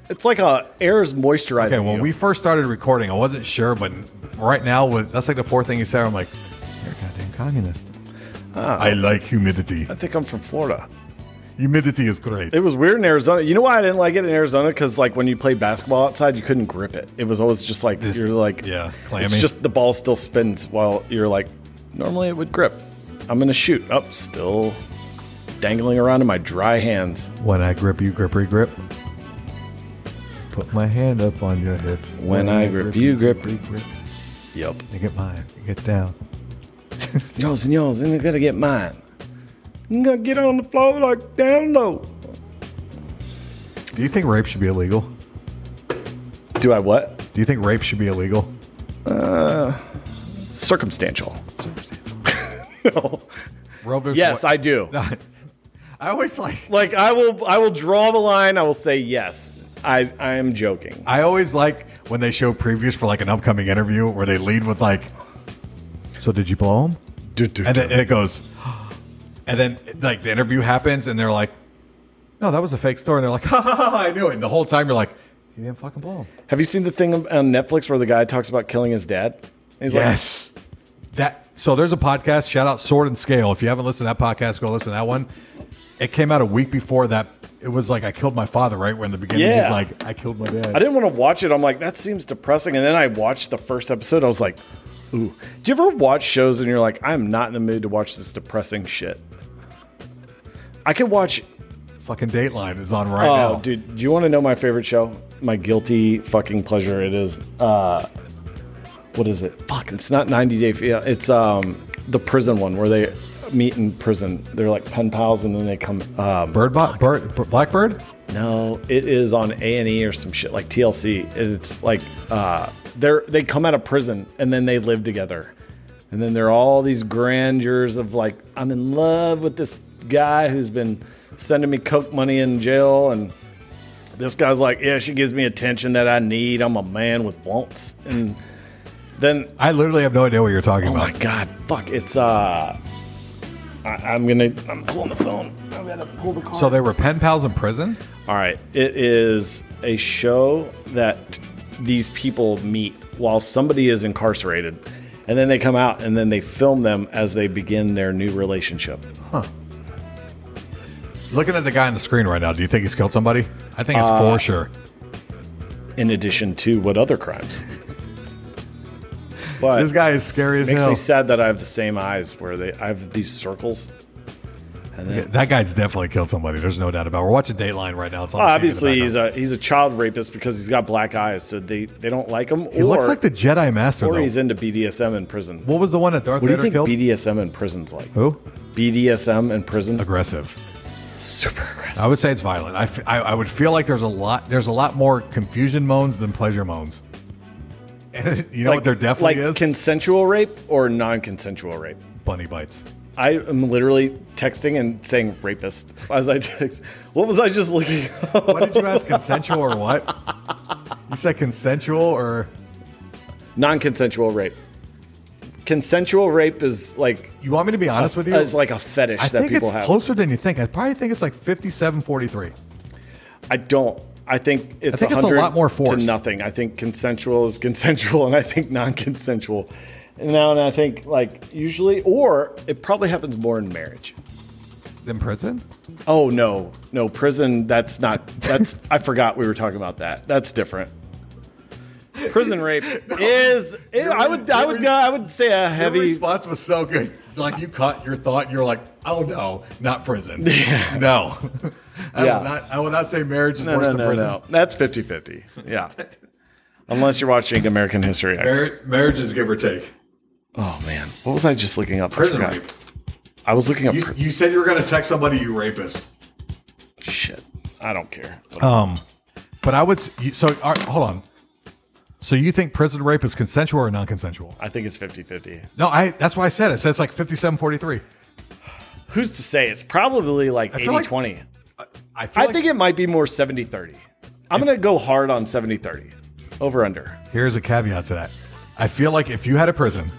It's like a air's moisturizing.
Okay, when
you.
we first started recording, I wasn't sure, but right now, with that's like the fourth thing you said. I'm like, you're a goddamn communist. I like humidity.
I think I'm from Florida.
Humidity is great.
It was weird in Arizona. You know why I didn't like it in Arizona? Because like when you played basketball outside, you couldn't grip it. It was always just like
This-
you're like
yeah,
It's
clammy.
just the ball still spins while you're like normally it would grip. I'm gonna shoot up, still dangling around in my dry hands.
When I grip you, grippery grip. Put my hand up on your hip.
When I grip you, grippery
grip.
Yep.
You get mine. You get down.
Yours and yours, and I'm gonna get mine. I'm gonna get on the floor like down low.
Do you think rape should be illegal?
Do I what?
Do you think rape should be illegal?
Circumstantial. no.
Roe versus
Yes, I
Wade-
do.
I always like.
Like I will, I will draw the line. I will say yes. I, I am joking.
I always like when they show previews for like an upcoming interview where they lead with like, "So did you blow him?" And then and it goes, and then like the interview happens and they're like, "No, that was a fake story." And they're like, "Ha ha ha! ha, I knew it." And the whole time you're like, "He didn't fucking blow him."
Have you seen the thing on Netflix where the guy talks about killing his dad? And he's
Yes. That so there's a podcast. Shout out Sword and Scale. If you haven't listened to that podcast, go listen to that one. It came out a week before that. It was like I killed my father. Right when the beginning,
Yeah.
he's like, I killed my dad.
Like, I didn't want to watch it. I'm like, that seems depressing. And then I watched the first episode. I was like, ooh. Do you ever watch shows and you're like, I'm not in the mood to watch this depressing shit? I could watch.
Fucking Dateline is on right
Oh,
now.
dude, do you want to know my favorite show? My guilty fucking pleasure. It is. uh What is it? Fuck, it's not 90 Day. Fian- It's um the prison one where they meet in prison. They're like pen pals, and then they come. Um,
Bird, bo- bird, b- Blackbird.
No, it is on A and E or some shit like TLC. It's like uh, they're they come out of prison and then they live together, and then there are all these grandeurs of like I'm in love with this guy who's been sending me coke money in jail, and this guy's like, yeah, she gives me attention that I need. I'm a man with wants, and then
I literally have no idea what you're talking
Oh my
about.
god, fuck! It's uh, I, I'm gonna I'm pulling the phone. I'm gonna pull the car.
So they were pen pals in prison.
All right. It is a show that these people meet while somebody is incarcerated. And then they come out and then they film them as they begin their new relationship.
Looking at the guy on the screen right now, do you think he's killed somebody? I think it's
Uh,
for sure.
In addition to what other crimes? But
This guy is scary as
makes
hell.
me sad that I have the same eyes where they I have these circles. And then,
That guy's definitely killed somebody. There's no doubt about. it. We're watching Dateline right now. It's on the
Well,
TV in the
Oh, obviously, he's
background.
a he's a child rapist because he's got black eyes, so they, they don't like him.
he
or,
looks like the Jedi Master.
or
Though.
he's into BDSM in prison.
what was the one that Darth
What do you
Vader
think
killed?
BDSM in prison's like?
Who?
BDSM in prison?
Aggressive.
Super aggressive.
I would say it's violent. I, f- I, I would feel like there's a lot there's a lot more confusion moans than pleasure moans. And you know what there definitely
like
is?
consensual rape or non-consensual rape.
Bunny bites.
I am literally texting and saying rapist as I text. What was I just looking? up?
What did you ask? consensual or what? You said consensual or
non-consensual rape. Consensual rape is like
you want me to be honest with you?
is like a fetish
I
that
think
people
it's
have.
closer than you think. I probably think it's like 5743.
I don't. I think it's,
think it's a
100
lot more
to
force.
nothing. I think consensual is consensual, and I think non-consensual. And now, and I think like usually, or it probably happens more in marriage.
In prison?
Oh no, no prison. That's not. That's I forgot we were talking about that. That's different. Prison rape is. it- I would. I would. go- I would say a heavy.
Your response was so good. It's like you caught your thought. You're like, oh no, not prison. No. I,
Yeah.
will not, I will not say marriage is
no,
worse
no,
than
no,
prison.
no. That's 50-50. Yeah. Unless you're watching American History X.
Mar- marriage is give or take.
Oh man, what was I just looking up? I
Prison
forgot.
rape.
I was looking up.
You,
pri-
you said you were going to text somebody, you rapist.
Shit. I don't care.
Um, but I would. s- you- So all right, hold on. So you think prison rape is consensual or non-consensual?
I think it's 50-50.
No, I. That's why I said it. So it's like fifty-seven forty-three.
Who's to say? It's probably like
feel like-
80-20.
I, feel
I
like-
think it might be more 70-30. I'm going to go hard on 70-30. Over under.
here's a caveat to that. I feel like if you had a prison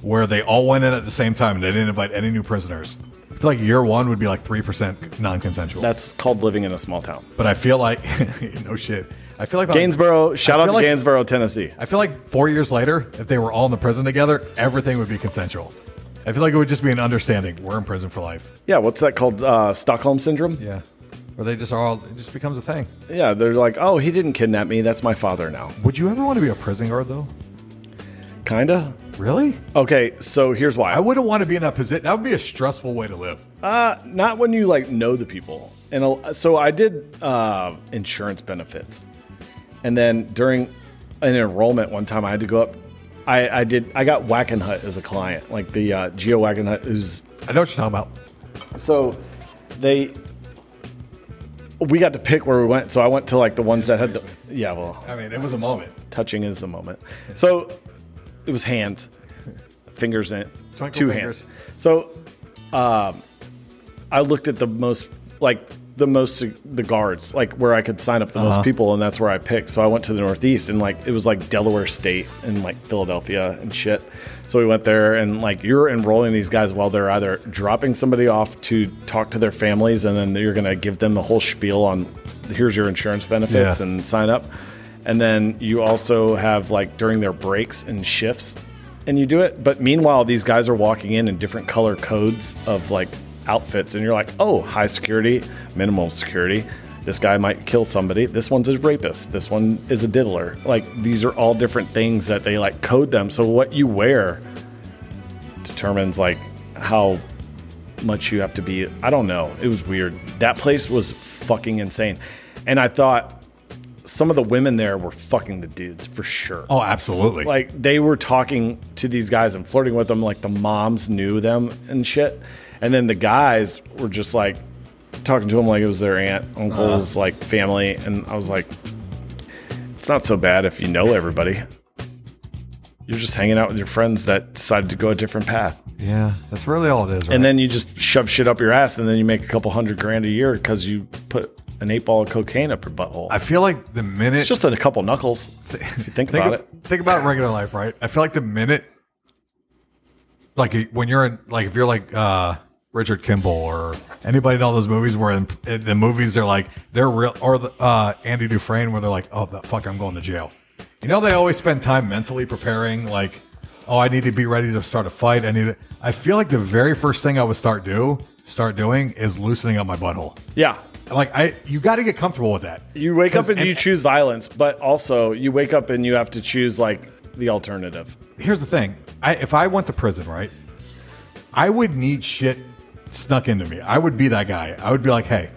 where they all went in at the same time and they didn't invite any new prisoners, I feel like year one would be like three percent non-consensual.
That's called living in a small town.
but I feel like no shit. I feel like about-
Gainsborough, shout
I
out
feel
to
like-
Gainsborough, Tennessee.
I feel like four years later, if they were all in the prison together, everything would be consensual. I feel like it would just be an understanding. We're in prison for life.
Yeah, what's that called? Uh, Stockholm syndrome?
Yeah. Or they just are all, it just becomes a thing.
Yeah, they're like, oh, he didn't kidnap me. That's my father now.
Would you ever want to be a prison guard, though?
Kinda.
Really?
Okay, so here's why.
I wouldn't want to be in that position. That would be a stressful way to live.
Uh, not when you like know the people. And a- so I did uh, insurance benefits, and then during an enrollment one time, I had to go up. I, I did. I got Wacken Hut as a client, like the uh, Geo Wacken Hut, who's
I know what you're talking about.
so they. We got to pick where we went, so I went to like the ones that had the yeah. Well,
I mean, it was a moment.
touching is the moment. So it was hands, fingers in
Twinkle
two
fingers.
hands. So um, I looked at the most like the most the guards like where I could sign up the
Uh-huh.
most people, and that's where I picked. So I went to the Northeast, and like it was like Delaware State and like Philadelphia and shit. So we went there, and like you're enrolling these guys while they're either dropping somebody off to talk to their families, and then you're gonna give them the whole spiel on here's your insurance benefits
Yeah.
and sign up. And then you also have like during their breaks and shifts, and you do it. But meanwhile, these guys are walking in in different color codes of like outfits, and you're like, oh, high security, minimal security. This guy might kill somebody. This one's a rapist. This one is a diddler. Like these are all different things that they like code them. So what you wear determines like how much you have to be. I don't know. It was weird. That place was fucking insane. And I thought some of the women there were fucking the dudes for sure.
Oh, absolutely.
Like they were talking to these guys and flirting with them. Like the moms knew them and shit. And then the guys were just like talking to them like it was their aunt, uncles, like family. And I was like, it's not so bad if you know everybody. You're just hanging out with your friends that decided to go a different path.
yeah, that's really all it is. Right?
And then you just shove shit up your ass, and then you make a couple hundred grand a year because you put an eight ball of cocaine up your butthole.
I feel like the minute.
it's just a couple knuckles, if you think,
think,
about
ab-
it.
think about regular life, right? I feel like the minute, like when you're in, like if you're like uh Richard Kimball or anybody in all those movies where in, in the movies they're like they're real or the, uh Andy Dufresne where they're like, oh the fuck, I'm going to jail. You know, they always spend time mentally preparing, like, oh, I need to be ready to start a fight. I need. To, I feel like the very first thing I would start do start doing is loosening up my butthole.
Yeah.
Like I, you got to get comfortable with that.
You wake up and
and-
you choose violence, but also you wake up and you have to choose like the alternative.
here's the thing. I if I went to prison, right? I would need shit snuck into me. I would be that guy. I would be like, hey,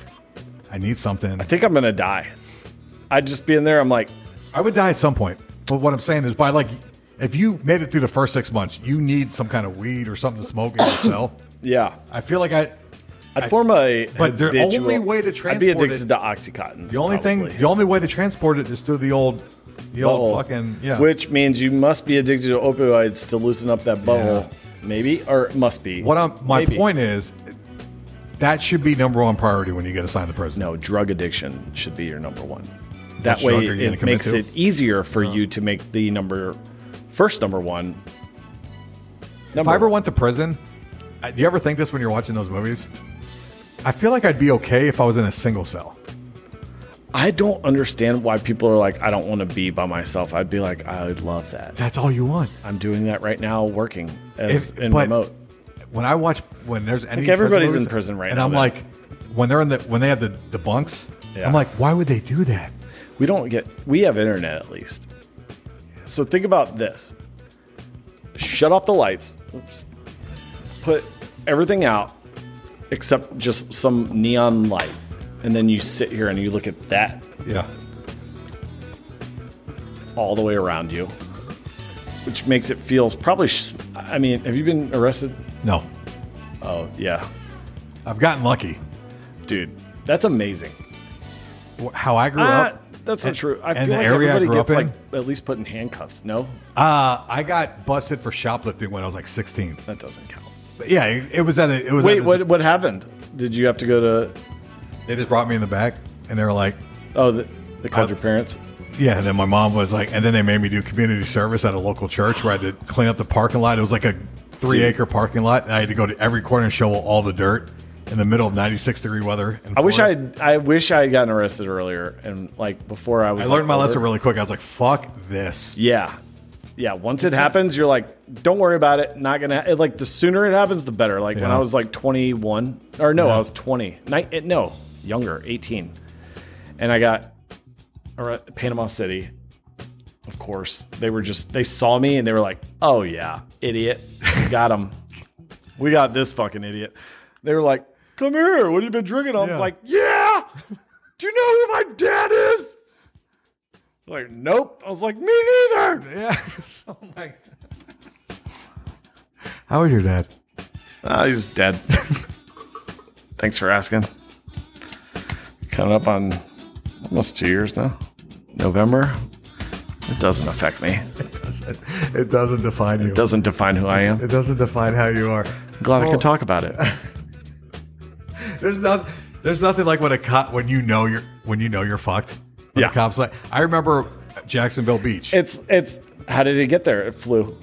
I need something.
I think I'm gonna die. I'd just be in there. I'm like,
I would die at some point. But what I'm saying is, by like, if you made it through the first six months, you need some kind of weed or something to smoke in your cell.
yeah.
I feel like I.
I'd form a.
But the
habitual-
only way to
I'd be
transport
addicted
it-
to oxycontin.
The only thing, the only way to transport it is through the old, the old fucking yeah.
Which means you must be addicted to opioids to loosen up that bubble, maybe, or must be.
what I'm, my
Maybe.
point is, that should be number one priority when you get assigned to prison.
No, drug addiction should be your number one. That
Which
way,
drug are you gonna
it
commit
makes
to? Oh.
it easier for you to make the number first number one.
If I ever went to prison, I, do you ever think this when you're watching those movies? I feel like I'd be okay if I was in a single cell.
I don't understand why people are like, I don't want to be by myself. I'd be like, I would love that.
That's all you want.
I'm doing that right now, working as
If-
in
but-
remote.
When I watch, when there's any, prison
everybody's in
movies,
prison right
and
now,
I'm
though.
like, when they're in the, when they have the, the bunks,
Yeah.
I'm like, why would they do that?
We don't get, we have internet at least. So think about this shut off the lights, Oops. put everything out except just some neon light. And then you sit here and you look at that
Yeah,
all the way around you, which makes it feels probably, sh- I mean, have you been arrested?
no,
Oh, yeah.
I've gotten lucky.
Dude, that's amazing.
Wh- How I grew
Ah,
up,
that's not
and-
true. I
and
feel
the
like
area I
everybody
grew
gets
up
like
in?
at least put in handcuffs. No,
Uh, I got busted for shoplifting when I was like 16.
that doesn't count.
But yeah, it, it was at a. It was
Wait,
at a-
what what happened? Did you have to go to
They just brought me in the back, and they were like,
oh the, they called your parents?
"Yeah." And then my mom was like, and then they made me do community service at a local church where I had to clean up the parking lot. It was like a three-acre parking lot, and I had to go to every corner and shovel all the dirt in the middle of 96 degree weather. in
I wish I
Florida.
had- I wish I had gotten arrested earlier and like before I was.
I learned
like,
my
older.
lesson really quick. I was like, "Fuck this."
Yeah, yeah. Once it happens, you're like, don't worry about it. Not gonna it, like the sooner it happens, the better. Like when
Yeah.
I was like 21 or no,
Yeah.
I was 20. Ni- eh, no, younger, 18, and I got arre- Panama City. Of course, they were just they saw me and they were like, "Oh yeah, idiot, got him. we got this fucking idiot." They were like, "Come here, what have you been drinking?" I'm
Yeah.
like, "Yeah, do you know who my dad is?" Like, nope. I was like, "Me neither."
Yeah. oh my. God. How was your dad?
Ah, he's dead. Thanks for asking. Coming up on almost two years now. November. It doesn't affect me.
It doesn't define you.
It doesn't define who I am.
It doesn't define how you are.
Glad I
Well,
could talk about it.
There's not. There's nothing like when a cop when you know you're when you know you're fucked. When
Yeah.
The cops like I remember Jacksonville Beach.
It's it's how did it get there? It flew.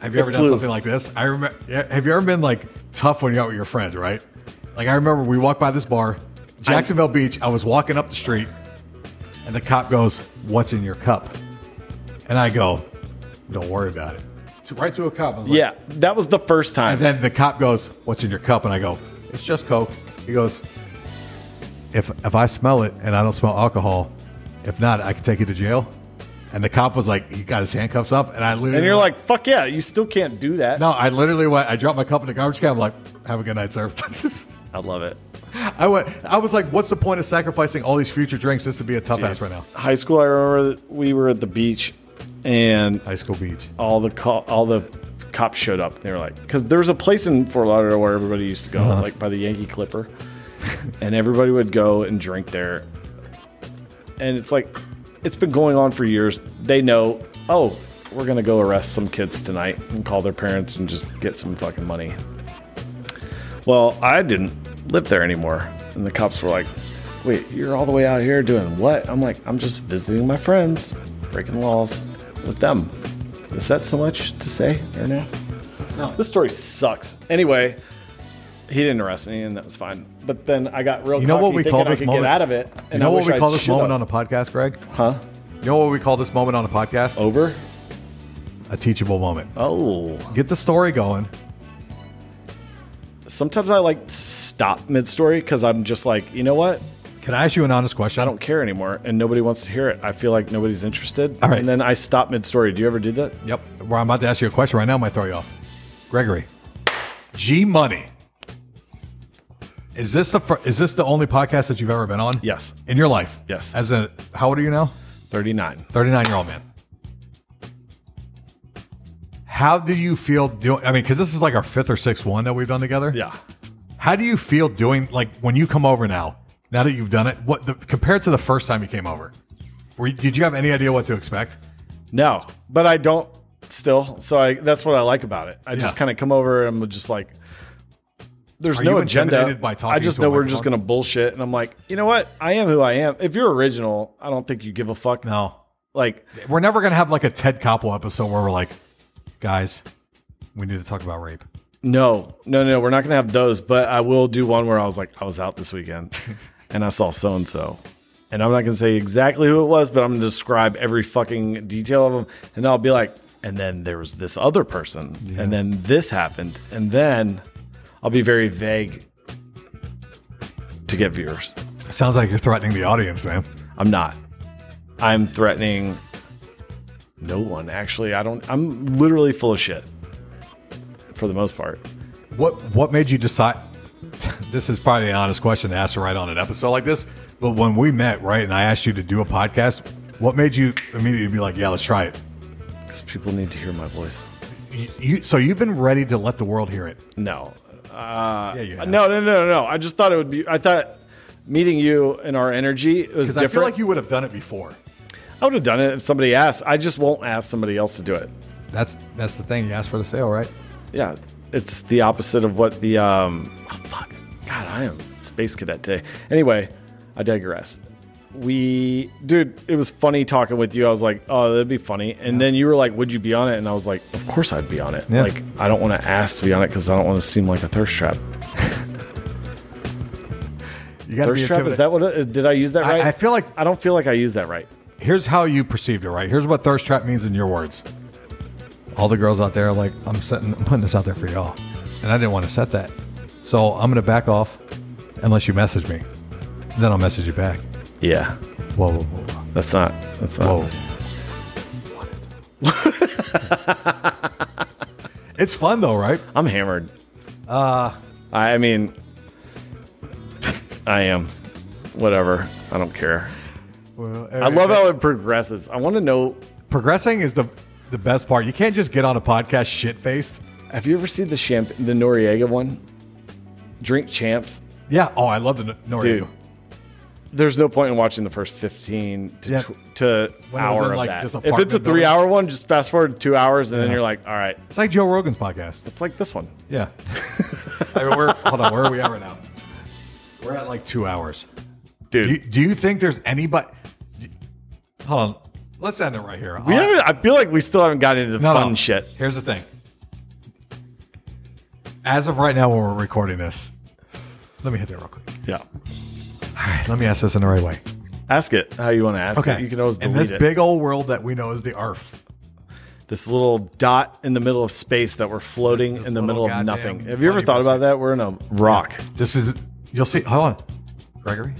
have you ever
it
done
flew.
something like this? I remember. Have you ever been like tough when you're out with your friends? Right. Like I remember we walked by this bar, Jacksonville Beach. I was walking up the street, and the cop goes, "What's in your cup?" And I go, "Don't worry about it." To, right to a cop. I was like,
Yeah, that was the
And
first time.
then the cop goes, "What's in your cup?" And I go, "It's just Coke." He goes, "If if I smell it and I don't smell alcohol, if not, I can take you to jail." And the cop was like, he got his handcuffs up, and I literally
And you're like, fuck yeah, you still can't do that.
"No, I literally went. I dropped my cup in the garbage can. I'm like, have a good night, sir."
I love it.
I went. I was like, "What's the point of sacrificing all these future drinks just to be a tough ass right now?"
High school, I remember that we were at the beach and
High school beach.
all the co- all the cops showed up. They were like, because there was a place in Fort Lauderdale where everybody used to go, like by the Yankee Clipper, and everybody would go and drink there. And it's like, it's been going on for years. They know, oh, we're gonna go arrest some kids tonight and call their parents and just get some fucking money. Well, I didn't live there anymore, and the cops were like, "Wait, you're all the way out here doing what?" I'm like, "I'm just visiting my friends, breaking laws with them." Is that so much to say, Ernest? No. This story sucks. Anyway, he didn't arrest me, and that was fine. But then I got real.
You know what
cocky
we
thinking
call
I
this
could
moment?
Get out of it.
You
and
know
I
what
wish
we
I
call this
should
moment on
have.
a podcast, Greg?
huh?
You know what we call this moment on a podcast?
Over.
A teachable moment.
Oh.
Get the story going.
Sometimes I like stop mid story because I'm just like, you know what?
Can I ask you an honest question?
I don't care anymore, and nobody wants to hear it. I feel like nobody's interested.
All right.
And then I stop mid story. Do you ever do that?
Yep. Well, I'm about to ask you a question right now. I might throw you off. Gregory, G Money Is this the fir- is this the only podcast that you've ever been on?
Yes.
In your life?
Yes.
As a how old are you now?
39.
39 year old man. How do you feel doing? I mean, because this is like our fifth or sixth one that we've done together.
Yeah.
How do you feel doing like when you come over now? Now that you've done it, what the, compared to the first time you came over? Were you, did you have any idea what to expect?
No, but I don't still. So I that's what I like about it. I just
Yeah.
kind of come over and I'm just like, there's
Are
no
you
agenda.
intimidated by talking
I just
to a
know we're just
microphone?
gonna bullshit, and I'm like, you know what? I am who I am. If you're original, I don't think you give a fuck.
No.
Like,
We're never gonna have like a Ted Koppel episode where we're like, guys, we need to talk about rape.
no, no, no, we're not gonna have those. But I will do one where I was like, I was out this weekend, and I saw so and so. And I'm not gonna say exactly who it was, but I'm gonna describe every fucking detail of them, and I'll be like, and then there was this other person, and then this happened, and then I'll be very vague to get viewers.
Sounds like you're threatening the audience, man.
I'm not. I'm threatening no one. Actually, I don't. I'm literally full of shit for the most part.
What what made you decide? This is probably an honest question to ask right on an episode like this. But when we met, right, and I asked you to do a podcast, what made you immediately be like, "Yeah, let's try it"?
Because people need to hear my voice.
You, you- so you've been ready to let the world hear it.
No. Uh,
Yeah, you have.
no, no, no, no, no. I just thought it would be. I thought meeting you and our energy it was
Because
different.
I feel like you would have done it before.
I would have done it if somebody asked. I just won't ask somebody else to do it.
That's that's the thing. You asked for the sale, right?
Yeah, it's the opposite of what the um. Oh fuck! God, I am space cadet today. Anyway, I digress. We, dude, it was funny talking with you. I was like, oh, that'd be funny. And then you were like, would you be on it? And I was like, of course I'd be on it.
Yeah.
Like, I don't want to ask to be on it because I don't want to seem like a thirst trap.
You got to be
Thirst trap?
intimidated.
Is that what? It, did I use that
I-
right?
I feel like-
I don't feel like I used that right.
Here's how you perceived it, right? Here's what thirst trap means in your words. All the girls out there are like, I'm setting, I'm putting this out there for y'all, and I didn't want to set that, so I'm gonna back off unless you message me. Then I'll message you back.
Yeah,
Whoa, whoa, whoa,
that's not. That's not.
whoa. whoa. it's fun though, right?
I'm hammered. Uh, I, I mean, I am. Whatever. I don't care.
Well,
I love how it progresses. I want to know.
progressing is the the best part. You can't just get on a podcast shit faced.
Have you ever seen the champ, the Noriega one? Drink champs,
Yeah. Oh, I love the Noriega.
dude. There's no point in watching the first 15 to,
Yeah.
tw- to
When it was
hour
in,
of
like,
that.
this
If it's a
apartment building.
three hour one, just fast forward two hours, and then you're like, all right,
It's like Joe Rogan's podcast.
it's like this one.
Yeah. I mean, we're, hold on, where are we at right now? We're at like two hours.
Dude,
Do you, do you think there's anybody? d- Hold on. Let's end it right here.
we haven't, I feel like we still haven't gotten into the fun shit.
Here's the thing. As of right now, when we're recording this, let me hit that real quick.
Yeah.
All right, let me ask this in the right way.
Ask it how you want to ask it.
Okay.
You can always delete
in this
it.
big old world that we know is the earth.
this little dot in the middle of space that we're floating
This
in the
little
middle of
goddamn
nothing. Have you ever thought
honeysuckle.
about that? We're in a rock.
This is you'll see. Hold on, Gregory.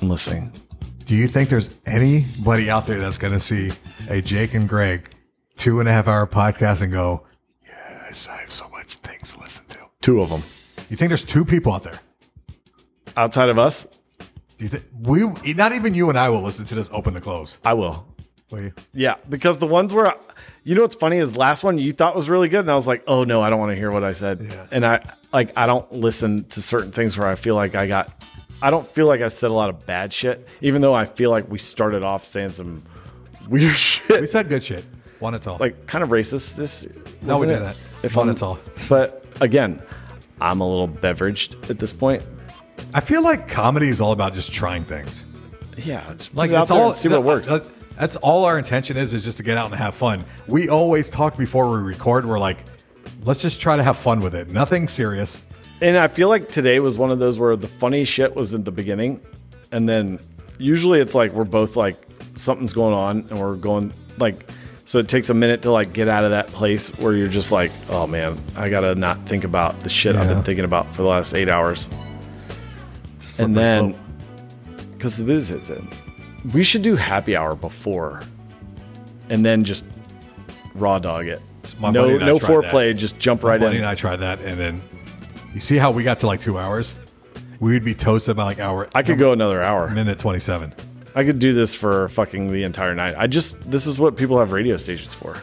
I'm listening.
Do you think there's anybody out there that's going to see a Jake and Greg two and a half hour podcast and go, Yes, I have so much things to listen to?
Two of them
You think there's two people out there?
outside of us.
Do you think we, not even you and I, will listen to this open to close?
I will.
Will you?
Yeah, because the ones where, you know, what's funny is last one you thought was really good, and I was like, oh no, I don't want to hear what I said,
Yeah.
and I like I don't listen to certain things where I feel like I got, I don't feel like I said a lot of bad shit, even though I feel like we started off saying some weird
We
shit,
said good shit. One and all.
like kind of racist. This
no, we
wasn't
did
it?
that.
If
One
I'm-
and all.
But again, I'm a little beveraged at this point.
I feel like comedy is all about just trying things.
Yeah, just
Like
put it out
that's
there
all. uh,
and see what
that-
works.
that- that's all our intention is is just to get out and have fun. We always talk before we record. We're like, let's just try to have fun with it. Nothing serious.
and I feel like today was one of those where the funny shit was at the beginning, and then usually it's like we're both like something's going on, and we're going like. So it takes a minute to like get out of that place where you're just like, oh man, I gotta not think about the shit I've
Yeah.
been thinking about for the last eight hours.
It's a
and
slippery
then
slope.
because the booze hits in we should do happy hour before and then just raw dog it
My
no
buddy and I
no
tried that.
foreplay just jump right
Buddy
in
and I tried that, and then you see how we got to like two hours. We'd be toasted by like hour
I could go another hour.
minute twenty seven.
I could do this for fucking the entire night. I just this is what people have radio stations for.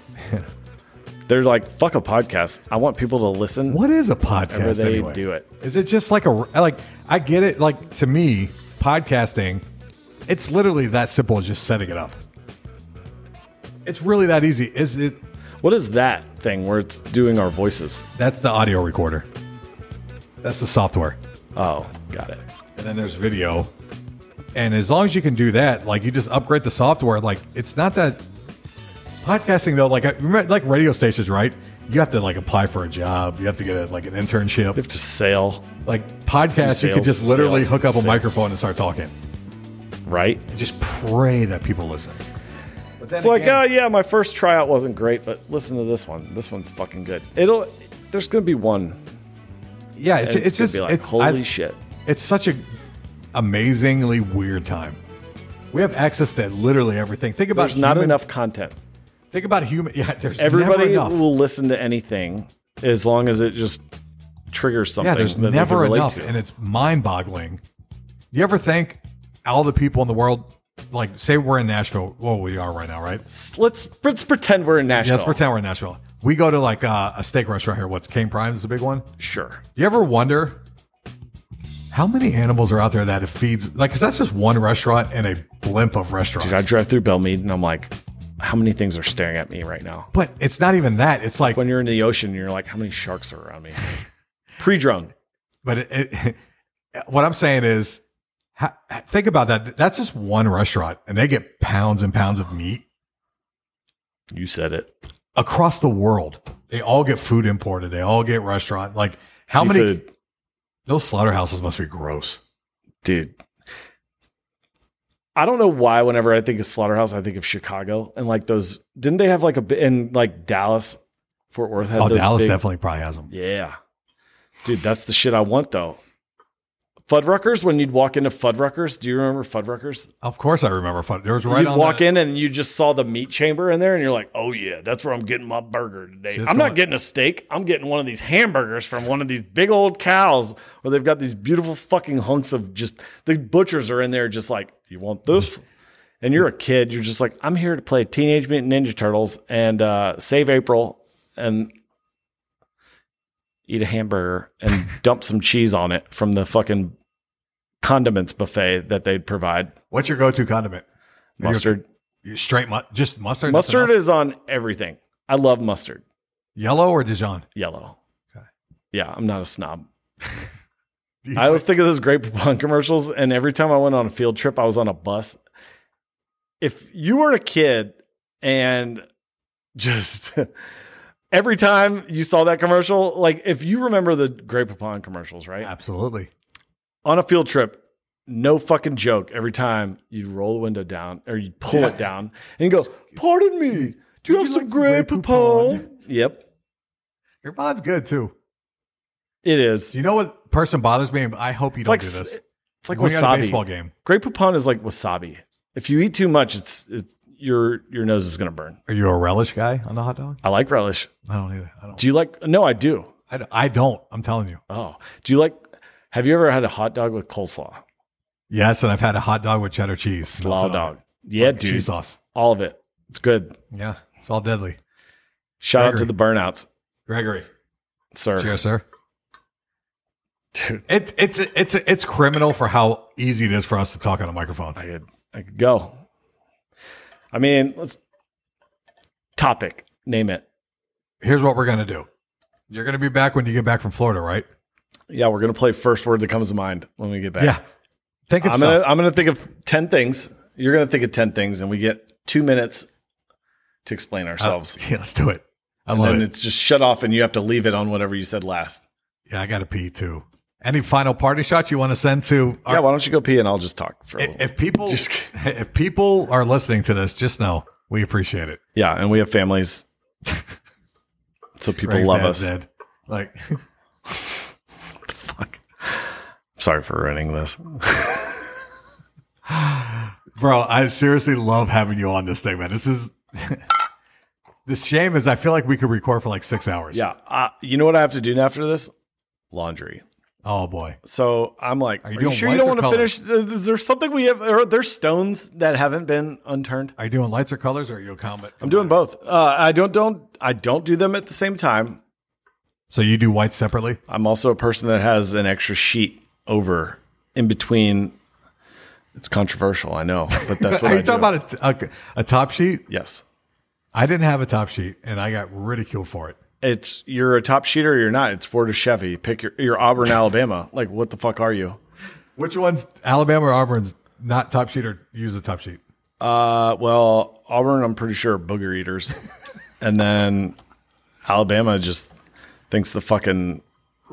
They're like, fuck a podcast. I want people to listen.
What is a podcast?
Whenever they
anyway?
do it.
Is it just like a like? I get it. Like to me, podcasting, it's literally that simple as just setting it up. It's really that easy. Is it?
What is that thing where it's doing our voices?
That's the audio recorder. That's the software,
Oh, got it.
and then there's video. And as long as you can do that, like you just upgrade the software. Like it's not that podcasting though. Like I- remember, like radio stations, right? You have to like apply for a job. You have to get a, like an internship.
You have to sail,
Like podcasts, you could
sales,
just literally
sales,
hook up a
sales.
microphone and start talking.
right?
And just pray that people listen.
It's like, oh yeah, my first tryout wasn't great, but listen to this one. This one's fucking good. It'll there's gonna be one.
yeah, it's,
and
it's,
gonna
just
be like,
it's,
holy
I-
shit.
It's such a amazingly weird time. We have access to literally everything. Think about
There's not
human-
enough content.
Think about human. Yeah, there's
Everybody
never enough.
will listen to anything as long as it just triggers something.
Yeah, there's
that they can
never
relate
enough,
to.
and it's mind-boggling. You ever think all the people in the world, like say we're in Nashville? Well, we are right now, right?
let's let's pretend we're in Nashville.
Yes, pretend we're in Nashville. We go to like uh, a steak restaurant here. What's King Prime is a big one.
Sure.
You ever wonder how many animals are out there that it feeds? Like, because that's just one restaurant and a blimp of restaurants.
Dude, I drive through Belmead and I'm like, how many things are staring at me right now?
but it's not even that. It's like,
When you're in the ocean, you're like, how many sharks are around me? Pre drone.
but it, it, what I'm saying is, ha, think about that. That's just one restaurant, and they get pounds and pounds of meat
You said it.
across the world. They all get food imported. They all get restaurant. Like, how many?
Seafood.
Those slaughterhouses must be gross.
dude? I don't know why. Whenever I think of slaughterhouse, I think of Chicago and like those. Didn't they have like a bi- in like Dallas, Fort Worth? Had
Oh,
those
Dallas
big-
definitely probably has them.
Yeah. Dude, that's the shit I want though. Fuddruckers, when you'd walk into Fuddruckers, do you remember Fuddruckers?
Of course, I remember. fun- There was right
you'd
on
walk
the-
in and you just saw the meat chamber in there, and you're like, "Oh yeah, that's where I'm getting my burger today.
Shit's
I'm
going-
not getting a steak. I'm getting one of these hamburgers from one of these big old cows where they've got these beautiful fucking hunks of just the butchers are in there, just like you want this." And you're a kid. You're just like, I'm here to play Teenage Mutant Ninja Turtles and uh, save April and eat a hamburger and dump some cheese on it from the fucking condiments buffet that they'd provide.
What's your go-to condiment?
Mustard.
Straight mu- just mustard. nothing
Mustard
else?
is on everything. I love mustard.
yellow or Dijon.
Yellow.
Okay.
Yeah, I'm not a snob.
Do you
I always think of those grape Poupon commercials, and every time I went on a field trip, I was on a bus. If you were a kid and just every time you saw that commercial, like if you remember the grape Poupon commercials, right?
Absolutely.
on a field trip, no fucking joke. Every time you roll the window down or you pull it down and you go, "Pardon me, do you
you
have some
like some
Grey
Grey
Poupon?" Yep,
Your mod's good too.
it is.
Do you know what person bothers me? I hope you
It's
don't
like
do
s-
this.
it's like
When you're at a baseball
wasabi.
game.
Grey Poupon is like wasabi. If you eat too much, it's, it's your your nose is gonna burn.
Are you a relish guy on the hot dog?
I like relish.
I don't either. I don't.
Do you like? No, I do.
I, d- I don't. I'm telling you.
Oh, do you like? Have you ever had a hot dog with coleslaw?
Yes, and I've had a hot dog with cheddar cheese.
Slaw
melted on
dog.
it.
Yeah,
Like
dude.
Cheese sauce.
All of it. It's good.
Yeah, it's all deadly.
Shout out to
Gregory.
the burnouts,
Gregory.
sir.
Cheers, sir.
Dude.
It, it's it's it's criminal for how easy it is for us to talk on a microphone.
I could I could go. I mean, let's topic, name it.
Here's what we're gonna do. You're gonna be back when you get back from Florida, right?
Yeah, we're gonna play first word that comes to mind when we get back.
Yeah. Think of
I'm
something.
gonna I'm gonna think of ten things. You're gonna think of ten things, and we get two minutes to explain
Uh,
ourselves.
Oh, Yeah, let's do it. I
and
love
then
it.
it's just shut off, and you have to leave it on whatever you said last.
Yeah, I got to pee too. Any final party shots you want to send to? Our,
yeah, why don't you go pee and I'll just talk for a
if,
little.
if people
Just-
if people are listening to this, just know we appreciate it.
yeah, and we have families, so people
Greg's
love
dad
us.
said, Like,
Fuck. Sorry for ruining this.
bro, I seriously love having you on this thing, man. This is the shame is I feel like we could record for like six hours.
Yeah. Uh, you know what I have to do after this? Laundry.
Oh boy.
So I'm like, are
you
you,
doing
sure you
whites
don't
or
want to
colors?
finish? Is there something we have? Are there stones that haven't been unturned?
Are you doing lights or colors or are you a combat?
I'm doing both. Uh, I don't don't I don't do them at the same time.
So you do whites separately?
I'm also a person that has an extra sheet over in between. It's controversial, I know, but that's what
Are
I
you talking
do.
about a, t- a- a top sheet?
yes,
I didn't have a top sheet and I got ridiculed for it.
it's you're a top sheeter, or you're not. It's Ford or Chevy. Pick your you're Auburn, Alabama. Like what the fuck are you?
Which one's Alabama or Auburn's not top sheet or use a top sheet?
Uh, well, Auburn, I'm pretty sure are booger eaters, and then Alabama just thinks the fucking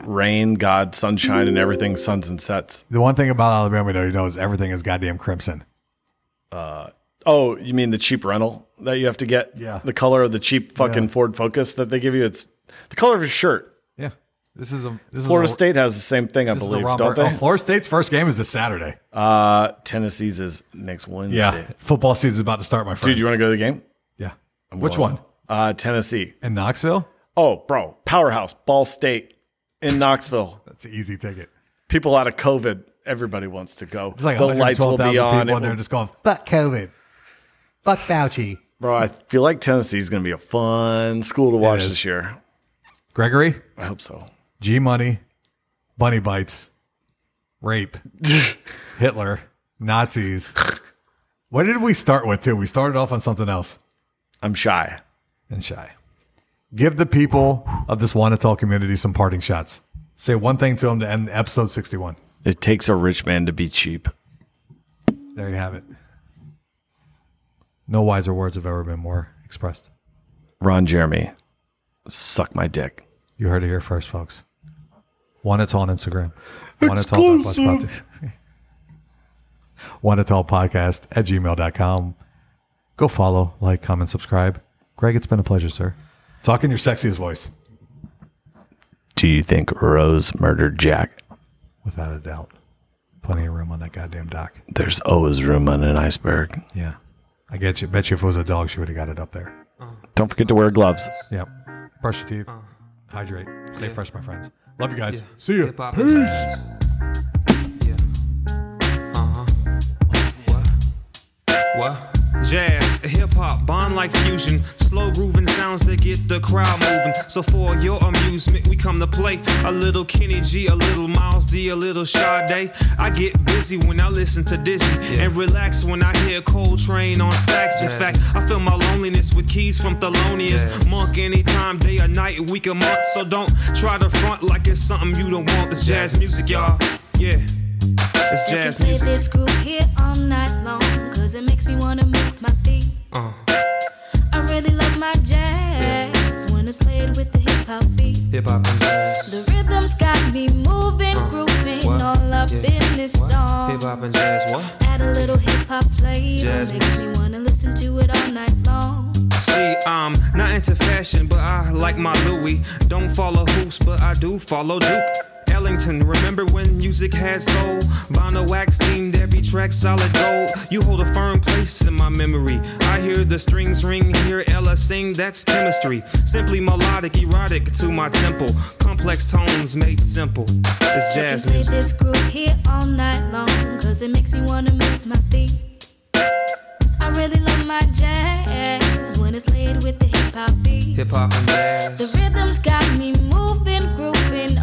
rain, God, sunshine, and everything suns and sets.
The one thing about Alabama though, you know, is everything is goddamn crimson.
Oh, you mean the cheap rental that you have to get?
Yeah.
The color of the cheap fucking
Yeah.
Ford Focus that they give you. It's the color of your shirt.
Yeah. This is a this
Florida
is a,
State has the same thing, I
This
believe,
is the wrong
don't
bird- oh,
they?
Florida State's first game is this Saturday.
Uh, Tennessee's is next Wednesday.
yeah. Football season's about to start, my friend.
Dude, you want to go to the game?
yeah. Which one?
Uh, Tennessee.
In Knoxville?
Oh, bro, powerhouse, Ball State in Knoxville.
That's an easy ticket.
People out of COVID. Everybody wants to go.
It's like 112,000 people
It
and they're
will-
just going, fuck COVID. Fuck Fauci.
bro, I feel like Tennessee's going to be a fun school to watch
is.
this year.
Gregory,
I hope so.
G Money, Bunny Bites, Rape, Hitler, Nazis. What did we start with, too? We started off on something else.
I'm shy.
And shy. Give the people of this Wanatall community some parting shots. Say one thing to them to end episode 61.
It takes a rich man to be cheap.
There you have it. No wiser words have ever been more expressed.
Ron Jeremy, suck my dick.
You heard it here first, folks. One it's on Instagram. One it's all One it's all podcast at gmail.com. Go follow, like, comment, subscribe. Greg, it's been a pleasure, sir. Talk in your sexiest voice,
Do you think Rose murdered Jack?
without a doubt. Plenty of room on that goddamn dock.
There's always room on an iceberg.
Yeah. I get you. Bet you if it was a dog, she would have got it up there.
Don't forget to wear gloves.
Yep. Brush your teeth. Hydrate. Stay fresh, my friends. Love you guys.
Uh. Yeah.
See you.
Hip hop and
Peace.
jazz. Yeah. Uh-huh. What? What? Jazz, hip hop, bond like fusion, slow grooving sounds that get the crowd moving. So for your amusement, we come to play a little Kenny G, a little Miles D, a little Sade. I get busy when I listen to Dizzy and relax when I hear Coltrane on sax. In
Yeah.
fact, I feel my loneliness with keys from Thelonious.
Yeah.
Monk anytime, day or night, week or month. So don't try to front like it's something you don't want. It's jazz music, y'all. Yeah, it's
You can
jazz
play
music.
this groove here all night long, cause it makes me wanna move my feet.
Uh.
I really love my jazz when it's played with the hip hop beat.
Hip hop and jazz.
The rhythm's got me moving, grooving,
Uh, What?
all up
Yeah.
in this
What?
song.
Hip hop and jazz, what?
Add a little hip hop flavor,
Jazz
makes me wanna listen to it all night long.
See, I'm not into fashion, but I like my Louis. Don't follow hoops, but I do follow Duke. Ellington, remember when music had soul? Bono Wax seemed every track solid gold. You hold a firm place in my memory. I hear the strings ring, hear Ella sing, that's chemistry. Simply melodic, erotic to my temple. Complex tones made simple. It's
I can
jazz
play
music.
this groove here all night long, cause it makes me wanna move my feet. I really love my jazz when it's played with the hip hop beat.
Hip hop and
The
jazz.
rhythm's got me moving, grooving,